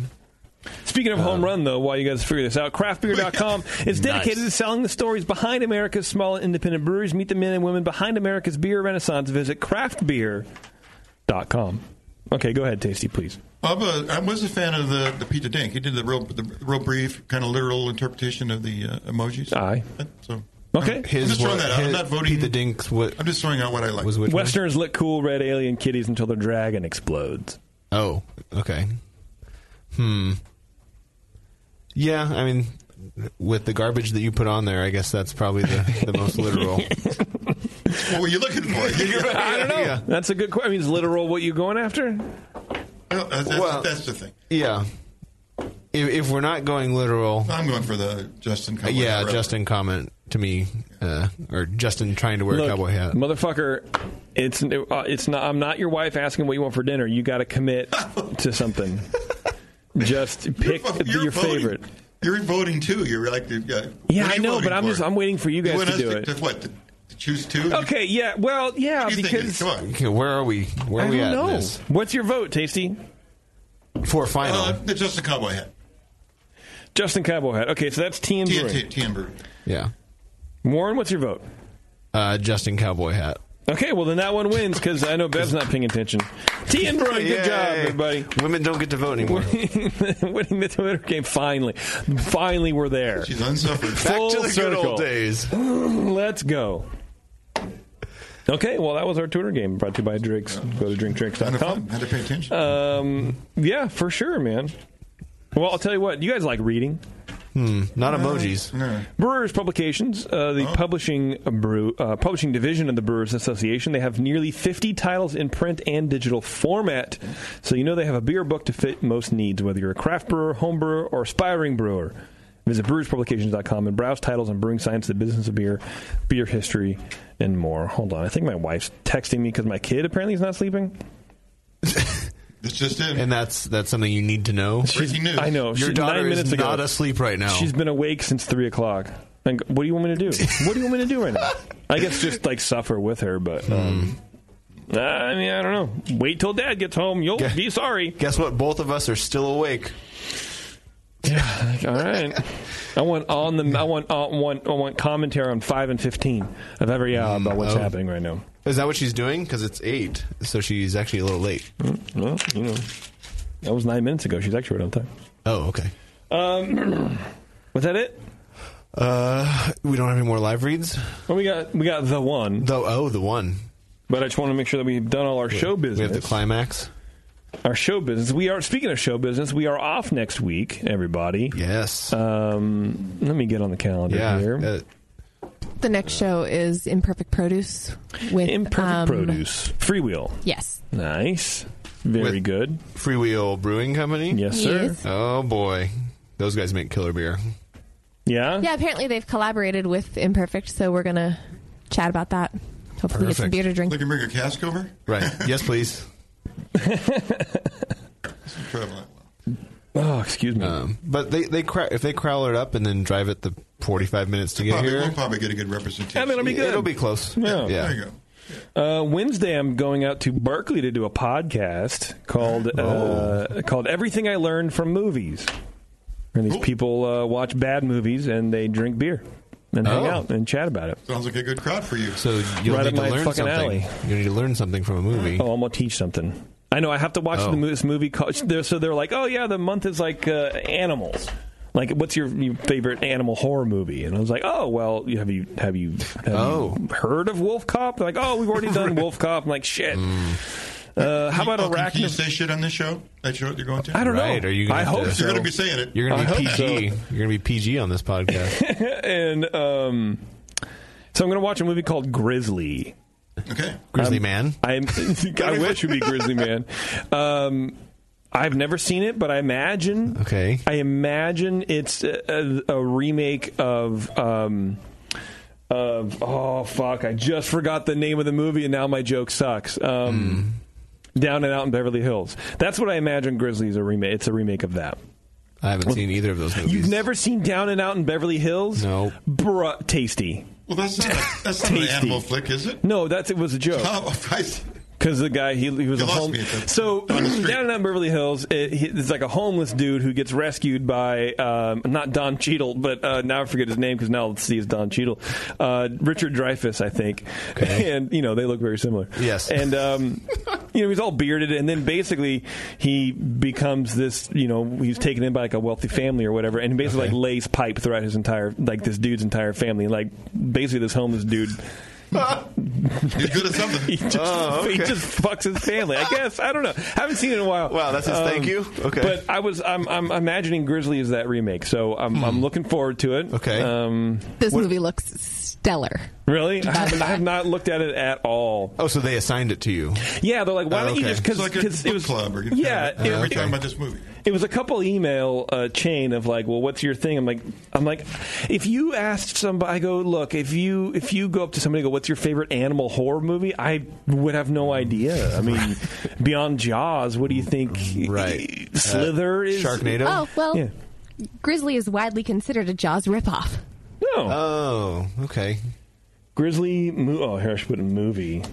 [SPEAKER 2] Speaking of
[SPEAKER 3] uh,
[SPEAKER 2] home run, though, while you guys figure this out,
[SPEAKER 3] (laughs)
[SPEAKER 2] craftbeer.com is dedicated to selling the stories behind America's small and independent breweries. Meet the men and women behind America's beer renaissance. Visit craftbeer.com. Okay, go ahead, Tasty, please.
[SPEAKER 5] I'm a, I was a fan of the, the Peter Dink. He did the real the real brief, kind of literal interpretation of the uh, emojis.
[SPEAKER 2] Aye.
[SPEAKER 5] So
[SPEAKER 2] Okay.
[SPEAKER 5] I'm just throwing that out. I'm not voting.
[SPEAKER 3] The dinks. What?
[SPEAKER 5] I'm just throwing out what I like.
[SPEAKER 2] Westerners look cool red alien kitties until the dragon explodes.
[SPEAKER 3] Oh, okay. Hmm. Yeah, I mean, with the garbage that you put on there, I guess that's probably the, the
[SPEAKER 2] (laughs)
[SPEAKER 3] most literal.
[SPEAKER 5] What were you looking for?
[SPEAKER 2] I don't know. That's a good question. I mean, is literal what you going after?
[SPEAKER 5] Well, that's,
[SPEAKER 3] Well-
[SPEAKER 5] that's the thing.
[SPEAKER 3] Yeah. If, if we're not going literal,
[SPEAKER 5] I'm going for the Justin. Cowboy
[SPEAKER 3] yeah,
[SPEAKER 5] forever.
[SPEAKER 3] Justin comment to me, uh, or Justin trying to wear
[SPEAKER 2] Look,
[SPEAKER 3] a cowboy hat.
[SPEAKER 2] motherfucker. It's uh, it's not. I'm not your wife asking what you want for dinner. You got to commit to
[SPEAKER 3] (laughs)
[SPEAKER 2] something. Just pick
[SPEAKER 5] vo- you're
[SPEAKER 2] your
[SPEAKER 5] voting.
[SPEAKER 2] favorite.
[SPEAKER 5] You're voting too. You're like the yeah.
[SPEAKER 2] Yeah,
[SPEAKER 5] What are
[SPEAKER 2] I
[SPEAKER 5] you
[SPEAKER 2] know,
[SPEAKER 5] voting
[SPEAKER 2] but I'm
[SPEAKER 5] for?
[SPEAKER 2] just I'm waiting for you guys
[SPEAKER 5] want
[SPEAKER 2] to
[SPEAKER 5] us
[SPEAKER 2] do
[SPEAKER 5] to,
[SPEAKER 2] it.
[SPEAKER 5] To, what? To, to choose two?
[SPEAKER 2] Okay, yeah. Well, yeah,
[SPEAKER 5] What do you think?
[SPEAKER 2] because
[SPEAKER 5] Come on.
[SPEAKER 3] Okay, where are we? Where are
[SPEAKER 2] I
[SPEAKER 3] we
[SPEAKER 2] don't
[SPEAKER 3] at in
[SPEAKER 2] know.
[SPEAKER 3] this?
[SPEAKER 2] What's your vote, Tasty?
[SPEAKER 3] For final,
[SPEAKER 5] Uh, the Justin Cowboy hat.
[SPEAKER 2] Justin Cowboy hat. Okay, so that's TM
[SPEAKER 5] T-
[SPEAKER 2] Brewing.
[SPEAKER 5] T- Timber.
[SPEAKER 3] yeah,
[SPEAKER 2] Warren, what's your vote?
[SPEAKER 3] uh, Justin cowboy hat.
[SPEAKER 2] Okay, well then that one wins because I know Bev's not paying attention. T and Brewing, good job,
[SPEAKER 3] Yay.
[SPEAKER 2] everybody.
[SPEAKER 3] Women don't get to vote anymore.
[SPEAKER 2] (laughs) Winning the Twitter game, finally, finally we're there.
[SPEAKER 5] She's unsuffered.
[SPEAKER 3] Back to the good
[SPEAKER 2] circle.
[SPEAKER 3] old
[SPEAKER 2] (sighs)
[SPEAKER 3] days.
[SPEAKER 2] Let's go. Okay, well that was our Twitter game brought to you by Drinks. Go to drinkdrinks.com.
[SPEAKER 5] Had to pay attention.
[SPEAKER 2] Um, yeah, for sure, man. Well, I'll tell you what. You guys like reading?
[SPEAKER 3] Hmm, not emojis.
[SPEAKER 2] Brewers Publications, uh, the publishing brew, uh, publishing division of the Brewers Association, they have nearly 50 titles in print and digital format. So you know they have a beer book to fit most needs, whether you're a craft brewer, home brewer, or aspiring brewer. Visit brewerspublications.com and browse titles on brewing science, the business of beer, beer history, and more. Hold on, I think my wife's texting me because my kid apparently is not sleeping.
[SPEAKER 5] It's just in.
[SPEAKER 3] And that's that's something you need to know.
[SPEAKER 5] Breaking news.
[SPEAKER 2] I know.
[SPEAKER 3] Your
[SPEAKER 2] She-
[SPEAKER 3] daughter
[SPEAKER 2] nine
[SPEAKER 3] is
[SPEAKER 2] minutes ago,
[SPEAKER 3] not asleep right now.
[SPEAKER 2] She's been awake since three o'clock. And what do you want me
[SPEAKER 3] (laughs)
[SPEAKER 2] to do? What do you want me to do right now? I guess just like suffer with her, but um, I mean, I don't know. Wait till Dad gets home. You'll be sorry.
[SPEAKER 3] Guess what? Both of us are still awake. Hmm.
[SPEAKER 2] Like, all right. I want on the. I want I want I want commentary on five and fifteen of every hour about what's
[SPEAKER 3] oh.
[SPEAKER 2] happening right now.
[SPEAKER 3] Is that what she's doing? Because it's eight, so she's actually a little late.
[SPEAKER 2] Hmm. Well, you know, that was nine minutes ago. She's actually right on time.
[SPEAKER 3] Oh, okay.
[SPEAKER 2] Um, was that it?
[SPEAKER 3] Uh, we don't have any more live reads.
[SPEAKER 2] Well, we got we got the one.
[SPEAKER 3] The oh, the one.
[SPEAKER 2] But I just want to make sure that we've done all our show business.
[SPEAKER 3] We have the climax.
[SPEAKER 2] Our show business. We are speaking of show business. We are off next week, everybody.
[SPEAKER 3] Yes.
[SPEAKER 2] Um, let me get on the calendar
[SPEAKER 3] Yeah, uh,
[SPEAKER 2] here.
[SPEAKER 4] The next show is Imperfect Produce with
[SPEAKER 2] Imperfect
[SPEAKER 4] um,
[SPEAKER 2] Produce Freewheel.
[SPEAKER 4] Yes.
[SPEAKER 2] Nice. Very good.
[SPEAKER 3] Freewheel Brewing Company.
[SPEAKER 2] Yes, sir.
[SPEAKER 4] Yes.
[SPEAKER 3] Oh boy, those guys make killer beer.
[SPEAKER 2] Yeah.
[SPEAKER 4] Yeah, apparently they've collaborated with Imperfect, so we're gonna chat about that. Hopefully, get some
[SPEAKER 3] Perfect.
[SPEAKER 4] beer to
[SPEAKER 2] (laughs)
[SPEAKER 4] drink.
[SPEAKER 5] They can bring a cask over.
[SPEAKER 3] Right. yes, please.
[SPEAKER 2] Oh, excuse me.
[SPEAKER 3] Um, but they they crow- if they crowler it up and then drive it the forty five minutes to get
[SPEAKER 5] Probably,
[SPEAKER 3] here.
[SPEAKER 5] we'll probably get a good representation.
[SPEAKER 2] I mean, it'll be good.
[SPEAKER 3] It'll be close.
[SPEAKER 2] Yeah.
[SPEAKER 3] yeah.
[SPEAKER 5] There you go.
[SPEAKER 2] Uh, Wednesday, I'm going out to Berkeley to do a podcast called
[SPEAKER 3] Oh.
[SPEAKER 2] uh, called Everything I Learned from Movies. And these people uh, watch bad movies and they drink beer and hang
[SPEAKER 3] Oh.
[SPEAKER 2] out and chat about it.
[SPEAKER 5] Sounds like a good crowd for you.
[SPEAKER 3] So you'll
[SPEAKER 2] Right up
[SPEAKER 3] need to
[SPEAKER 2] my
[SPEAKER 3] learn
[SPEAKER 2] fucking
[SPEAKER 3] something.
[SPEAKER 2] alley.
[SPEAKER 3] You need to learn something from a movie.
[SPEAKER 2] Oh, I'm gonna teach something. I know I have to watch
[SPEAKER 3] Oh.
[SPEAKER 2] the, mo- this movie. Called, (laughs) they're, so they're like, oh yeah, the month is like uh, animals. Like, what's your, your favorite animal horror movie? And I was like, oh well, you- have you have you, have you heard of Wolf Cop? They're like, oh, we've already done Wolf Cop. I'm like, shit.
[SPEAKER 3] Mm.
[SPEAKER 2] Uh, how about
[SPEAKER 5] oh, can- Can you
[SPEAKER 2] arachnid?
[SPEAKER 5] say shit on this show? That show you're going to?
[SPEAKER 2] I don't know.
[SPEAKER 3] Right? Are you? Gonna
[SPEAKER 2] I
[SPEAKER 3] have
[SPEAKER 2] hope
[SPEAKER 3] to,
[SPEAKER 2] so.
[SPEAKER 5] You're going to be saying it.
[SPEAKER 3] You're gonna
[SPEAKER 2] I
[SPEAKER 3] be
[SPEAKER 2] hope
[SPEAKER 3] PG. You're gonna be PG on this podcast.
[SPEAKER 2] (laughs) and um, so I'm going to watch a movie called Grizzly.
[SPEAKER 5] Okay.
[SPEAKER 3] Grizzly Man.
[SPEAKER 2] (laughs) I'm, Um,
[SPEAKER 3] (laughs)
[SPEAKER 2] I wish it'd be Grizzly Man. Um, I've never seen it, but I imagine.
[SPEAKER 3] Okay.
[SPEAKER 2] I imagine it's a, a, a remake of. Um, of oh fuck! I just forgot the name of the movie, and now my joke sucks.
[SPEAKER 3] Hmm.
[SPEAKER 2] Um, Down and Out in Beverly Hills. That's what I imagine. Grizzly is a remake. It's a remake of that.
[SPEAKER 3] I haven't seen either of those movies.
[SPEAKER 2] You've never seen Down and Out in Beverly Hills? No. Bruh, tasty.
[SPEAKER 5] Well, that's not, a, that's not an
[SPEAKER 2] Tasty.
[SPEAKER 5] animal flick, is it?
[SPEAKER 2] No, that's it was a joke.
[SPEAKER 5] Oh, (laughs) right.
[SPEAKER 2] Because the guy, he, he was
[SPEAKER 5] You
[SPEAKER 2] a
[SPEAKER 5] lost
[SPEAKER 2] home.
[SPEAKER 5] me at the-
[SPEAKER 2] So down (clears throat) and out in Beverly Hills, it, he, it's like a homeless dude who gets rescued by um, not Don Cheadle, but uh, now I forget his name because now let's see is Don Cheadle, uh, Richard Dreyfuss, I think, (laughs) and you know they look very similar.
[SPEAKER 3] Yes.
[SPEAKER 2] and um, you know he's all bearded, and then basically he becomes this. You know he's taken in by like a wealthy family or whatever, and he basically like lays pipe throughout his entire like this dude's entire family, like basically this homeless dude.
[SPEAKER 5] You're good at something.
[SPEAKER 2] (laughs) He just,
[SPEAKER 3] Oh,
[SPEAKER 2] he just fucks his family. I guess I don't know. Haven't seen it in a while. Wow,
[SPEAKER 3] that's his thank you? Okay.
[SPEAKER 2] Um, But I was I'm I'm imagining Grizzly is that remake, so I'm
[SPEAKER 3] Hmm.
[SPEAKER 2] I'm looking forward to it. Okay. Um,
[SPEAKER 4] This movie looks stellar.
[SPEAKER 2] really, I have, I have not looked at it at all.
[SPEAKER 3] Oh, so they assigned it to you.
[SPEAKER 2] Yeah, they're like, why
[SPEAKER 3] Oh,
[SPEAKER 2] don't you
[SPEAKER 3] okay.
[SPEAKER 2] just because
[SPEAKER 3] It's like a
[SPEAKER 2] it was
[SPEAKER 5] club or-
[SPEAKER 2] yeah,
[SPEAKER 5] Uh,
[SPEAKER 2] it-
[SPEAKER 5] we're
[SPEAKER 2] it-
[SPEAKER 5] talking about this movie.
[SPEAKER 2] it was a couple email uh, chain of like, well, what's your thing? I'm like, I'm like, if you asked somebody, I go, look, if you if you go up to somebody, and go, what's your favorite animal horror movie? I would have no idea. I
[SPEAKER 3] (laughs)
[SPEAKER 2] mean, beyond Jaws, what do you think? Right, Slither is
[SPEAKER 3] Uh, Sharknado?
[SPEAKER 4] Oh well,
[SPEAKER 2] Yeah.
[SPEAKER 4] Grizzly is widely considered a Jaws ripoff.
[SPEAKER 2] No.
[SPEAKER 3] Oh, okay.
[SPEAKER 2] Grizzly. Mo- oh, here I should put a movie.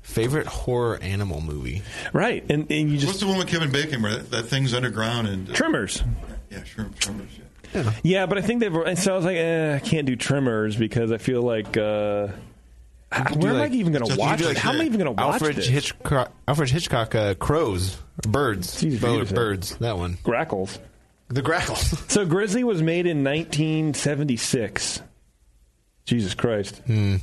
[SPEAKER 3] Favorite horror animal movie?
[SPEAKER 2] Right, and, and you just
[SPEAKER 5] What's the one with Kevin Bacon where that, that thing's underground and uh,
[SPEAKER 2] Tremors.
[SPEAKER 5] Yeah, sure, Tremors. Yeah.
[SPEAKER 2] Yeah, but I think they've. and So I was like, eh, I can't do Tremors because I feel like. Uh, h- where am I even going to watch it? How am I even going to watch
[SPEAKER 3] Alfred
[SPEAKER 2] this?
[SPEAKER 3] Hitchcock, Alfred Hitchcock, uh, crows, birds,
[SPEAKER 2] Jesus,
[SPEAKER 3] Bo-
[SPEAKER 2] beautiful.
[SPEAKER 3] birds. That one.
[SPEAKER 2] Grackles.
[SPEAKER 3] The grackles.
[SPEAKER 2] (laughs) So Grizzly was made in 1976. Jesus Christ.
[SPEAKER 3] Hmm.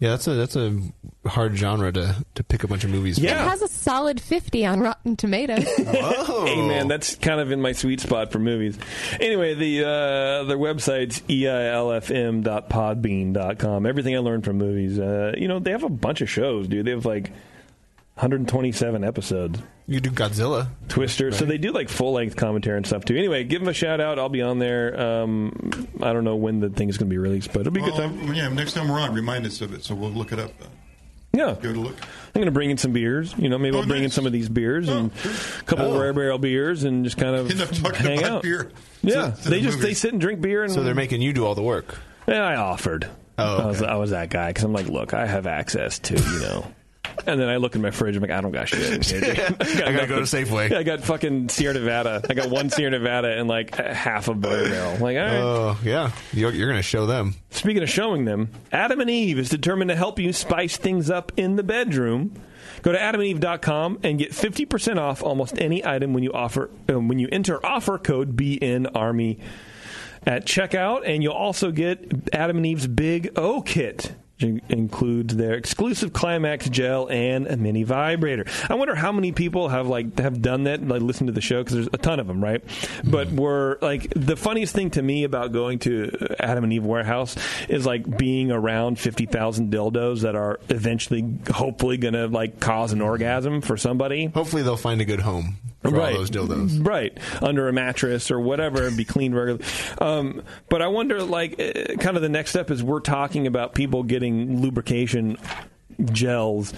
[SPEAKER 3] Yeah, that's a that's a hard genre to to pick a bunch of movies.
[SPEAKER 4] It has a solid fifty on Rotten Tomatoes. (laughs)
[SPEAKER 2] Hey man, that's kind of in my sweet spot for movies. Anyway, the uh, their website's E eilfm.podbean.com. Everything I learned from movies. Uh, you know, they have a bunch of shows, dude. They have like 127 episodes.
[SPEAKER 3] You do Godzilla.
[SPEAKER 2] Twister. So
[SPEAKER 3] Right.
[SPEAKER 2] they do like full length commentary and stuff too. Anyway, give them a shout out. I'll be on there. Um, I don't know when the thing is going to be released, but it'll be a good
[SPEAKER 5] Well,
[SPEAKER 2] time.
[SPEAKER 5] yeah, next time we're on, remind us of it, so we'll look it up.
[SPEAKER 2] Yeah.
[SPEAKER 5] Go to look.
[SPEAKER 2] I'm going to bring in some beers. You know, maybe I'll bring in some of these beers and a couple of rare barrel beers and just kind of
[SPEAKER 5] End up talking
[SPEAKER 2] hang
[SPEAKER 5] about
[SPEAKER 2] out.
[SPEAKER 5] beer.
[SPEAKER 2] Yeah,
[SPEAKER 5] To- to
[SPEAKER 2] they
[SPEAKER 5] the
[SPEAKER 2] just
[SPEAKER 5] movie.
[SPEAKER 2] they sit and drink beer and
[SPEAKER 3] So they're making you do all the work.
[SPEAKER 2] And I offered.
[SPEAKER 3] Oh,
[SPEAKER 2] I, was,
[SPEAKER 3] okay.
[SPEAKER 2] I was that guy because I'm like, look, I have access to you know. And then I look in my fridge. I'm like, I don't
[SPEAKER 3] (laughs)
[SPEAKER 2] got shit. In here, dude.
[SPEAKER 3] I gotta go to
[SPEAKER 2] nothing.
[SPEAKER 3] Safeway.
[SPEAKER 2] I got fucking Sierra Nevada. I got one Sierra Nevada and like half a bourbon barrel. I'm like, all right.
[SPEAKER 3] Oh yeah, you're, you're going to show them.
[SPEAKER 2] Speaking of showing them, Adam and Eve is determined to help you spice things up in the bedroom. Go to adamandeve.com and get uh, 50% off almost any item when you offer um, when you enter offer code BN Army. at checkout, and you'll also get Adam and Eve's Big O Kit. which Includes their exclusive climax gel and a mini vibrator. I wonder how many people have like have done that, like listened to the show because there's a ton of them, right?
[SPEAKER 3] Mm-hmm.
[SPEAKER 2] But were like the funniest thing to me about going to Adam and Eve Warehouse is like being around fifty thousand dildos that are eventually, hopefully, gonna like cause an orgasm for somebody.
[SPEAKER 3] Hopefully, they'll find a good home for all those dildos.
[SPEAKER 2] Right. Under a mattress or whatever and be cleaned regularly. Um, but I wonder, like, uh, kind of the next step is we're talking about people getting lubrication gels.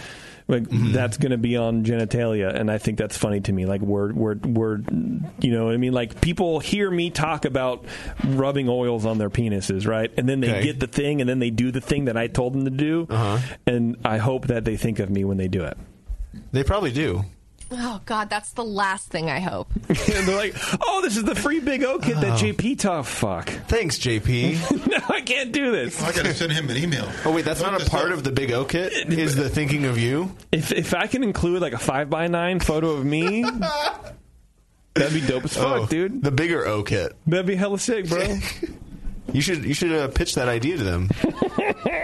[SPEAKER 2] Like
[SPEAKER 3] Mm-hmm.
[SPEAKER 2] that's going to be on genitalia, and I think that's funny to me. Like we're we're we're, you know, what I mean, like people hear me talk about rubbing oils on their penises, right? And then they
[SPEAKER 3] Okay. Uh-huh.
[SPEAKER 2] get the thing, and then they do the thing that I told them to do, and I hope that they think of me when they do it.
[SPEAKER 3] They probably do.
[SPEAKER 4] Oh God, that's the last thing I hope.
[SPEAKER 2] (laughs) and they're like, "Oh, this is the free Big O kit that JP tough fuck."
[SPEAKER 3] Oh. Thanks,
[SPEAKER 2] (laughs)
[SPEAKER 3] JP.
[SPEAKER 2] no, I can't do this.
[SPEAKER 5] I got to send him an email.
[SPEAKER 2] (laughs)
[SPEAKER 3] Oh wait, that's not a part of the Big O kit. Is the thinking of you?
[SPEAKER 2] If if I can include like a five by nine photo of
[SPEAKER 3] (laughs)
[SPEAKER 2] me, that'd be dope as fuck, dude.
[SPEAKER 3] Oh, The bigger O kit.
[SPEAKER 2] That'd be hella sick, bro.
[SPEAKER 3] (laughs) you should you should uh, pitch that idea to
[SPEAKER 2] (laughs)
[SPEAKER 3] them.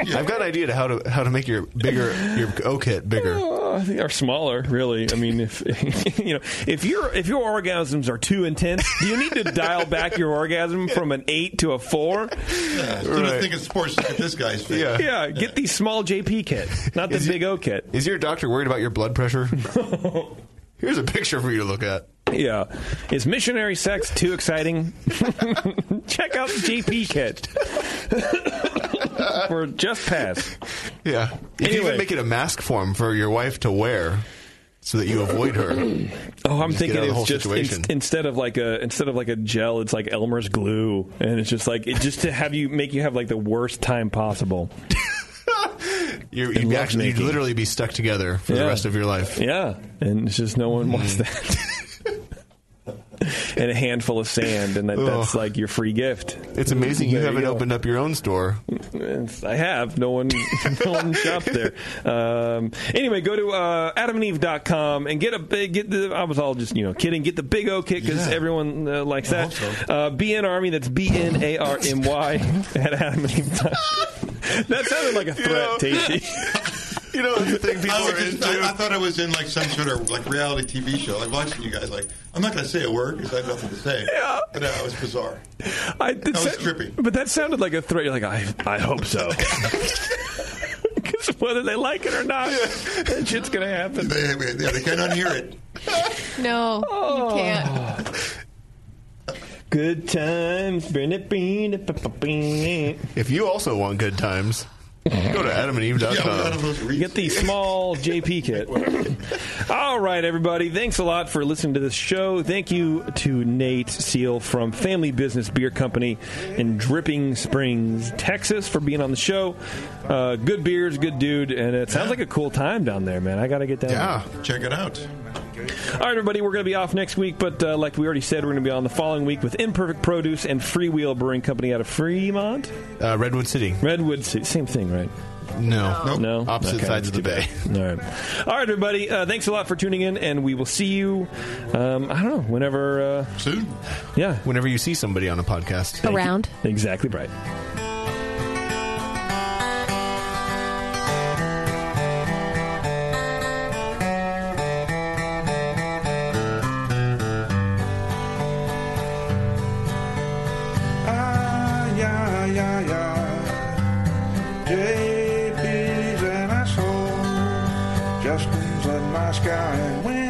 [SPEAKER 3] I've got an idea to how to how to make your bigger your O kit bigger.
[SPEAKER 2] Oh, I think are smaller, really. I mean, if (laughs) you know, if your if your orgasms are too intense, do you need to dial back your orgasm from an eight to a four?
[SPEAKER 5] Yeah, as soon as thinking sports, look at this guy's
[SPEAKER 2] (laughs)
[SPEAKER 5] face.
[SPEAKER 2] Yeah. get the small JP kit, (laughs) not the big O kit.
[SPEAKER 3] Is your doctor worried about your
[SPEAKER 2] (laughs)
[SPEAKER 3] blood pressure? (laughs) Here's a picture for you to look at.
[SPEAKER 2] Yeah. Is missionary sex too
[SPEAKER 3] (laughs)
[SPEAKER 2] exciting? (laughs) Check out the JP kit (laughs) for just pass.
[SPEAKER 3] Yeah. You can
[SPEAKER 2] Anyway.
[SPEAKER 3] even make it a mask form for your wife to wear so that you avoid her.
[SPEAKER 2] (clears throat) Oh, I'm
[SPEAKER 3] Just get
[SPEAKER 2] thinking
[SPEAKER 3] out of the
[SPEAKER 2] it's
[SPEAKER 3] whole
[SPEAKER 2] just
[SPEAKER 3] situation.
[SPEAKER 2] in, instead of like a instead of like a gel, it's like Elmer's glue, and it's just like it just to have you make you have like the worst time possible.
[SPEAKER 3] You're, you'd, be actually, you'd literally be stuck together for the
[SPEAKER 2] Yeah.
[SPEAKER 3] rest of your life.
[SPEAKER 2] Yeah, and it's just no one
[SPEAKER 3] Mm-hmm.
[SPEAKER 2] wants that. and a handful of sand, and that, that's
[SPEAKER 3] Ugh.
[SPEAKER 2] like your free gift.
[SPEAKER 3] It's amazing you
[SPEAKER 2] There
[SPEAKER 3] haven't
[SPEAKER 2] go.
[SPEAKER 3] opened up your own store.
[SPEAKER 2] It's- I have. No one, (laughs) no one shopped there. Um, anyway, go to uh, adamandeve.com and get a big. Get the. I was all just you know kidding. Get the big O kit because
[SPEAKER 18] Yeah.
[SPEAKER 2] everyone uh, likes that. Uh, BN Army. That's B N A R M Y
[SPEAKER 3] (laughs)
[SPEAKER 2] at adamandeve.com. That sounded like a threat, Tasty.
[SPEAKER 3] (laughs) You know, the thing people
[SPEAKER 5] I, was just- I, I thought I was in like some sort of like reality TV show, like watching you guys. Like, I'm not going to say a word because I have nothing to say. Yeah. But uh, it was bizarre.
[SPEAKER 2] I, that was trippy. But that sounded like a threat. You're like, I, I hope so. (laughs) Because whether they like it or (laughs) not, that shit's gonna happen.
[SPEAKER 5] They, they, they can't unhear it.
[SPEAKER 4] No,
[SPEAKER 2] Oh.
[SPEAKER 4] you can't.
[SPEAKER 2] Good times, bring it, bring it, bring it, bring it.
[SPEAKER 3] If you also want good times, go to adamandeve.com.
[SPEAKER 2] Get the small JP kit. All right, everybody. Thanks a lot for listening to this show. Thank you to Nate Seal from Family Business Beer Company in Dripping Springs, Texas, for being on the show. Uh, good beers, good dude, and it sounds like a cool time down there, man. I got to get down. there.
[SPEAKER 5] Check it out.
[SPEAKER 2] All right, everybody, we're going to be off next week, but uh, like we already said, we're going to be on the following week with Imperfect Produce and Freewheel Brewing Company out of Fremont,
[SPEAKER 3] uh, Redwood City.
[SPEAKER 2] Redwood City, same thing, right?
[SPEAKER 3] No,
[SPEAKER 2] no,
[SPEAKER 3] Opposite
[SPEAKER 2] Okay.
[SPEAKER 3] sides of the bay.
[SPEAKER 2] All right, (laughs) all right, everybody. Uh, thanks a lot for tuning in, and we will see you. Um, I don't know whenever uh,
[SPEAKER 5] soon.
[SPEAKER 2] Yeah,
[SPEAKER 3] whenever you see somebody on a podcast
[SPEAKER 4] Around.
[SPEAKER 2] exactly, right.
[SPEAKER 19] Ah, yeah, yeah, yeah. JP's an asshole. Justin's a nice guy. and When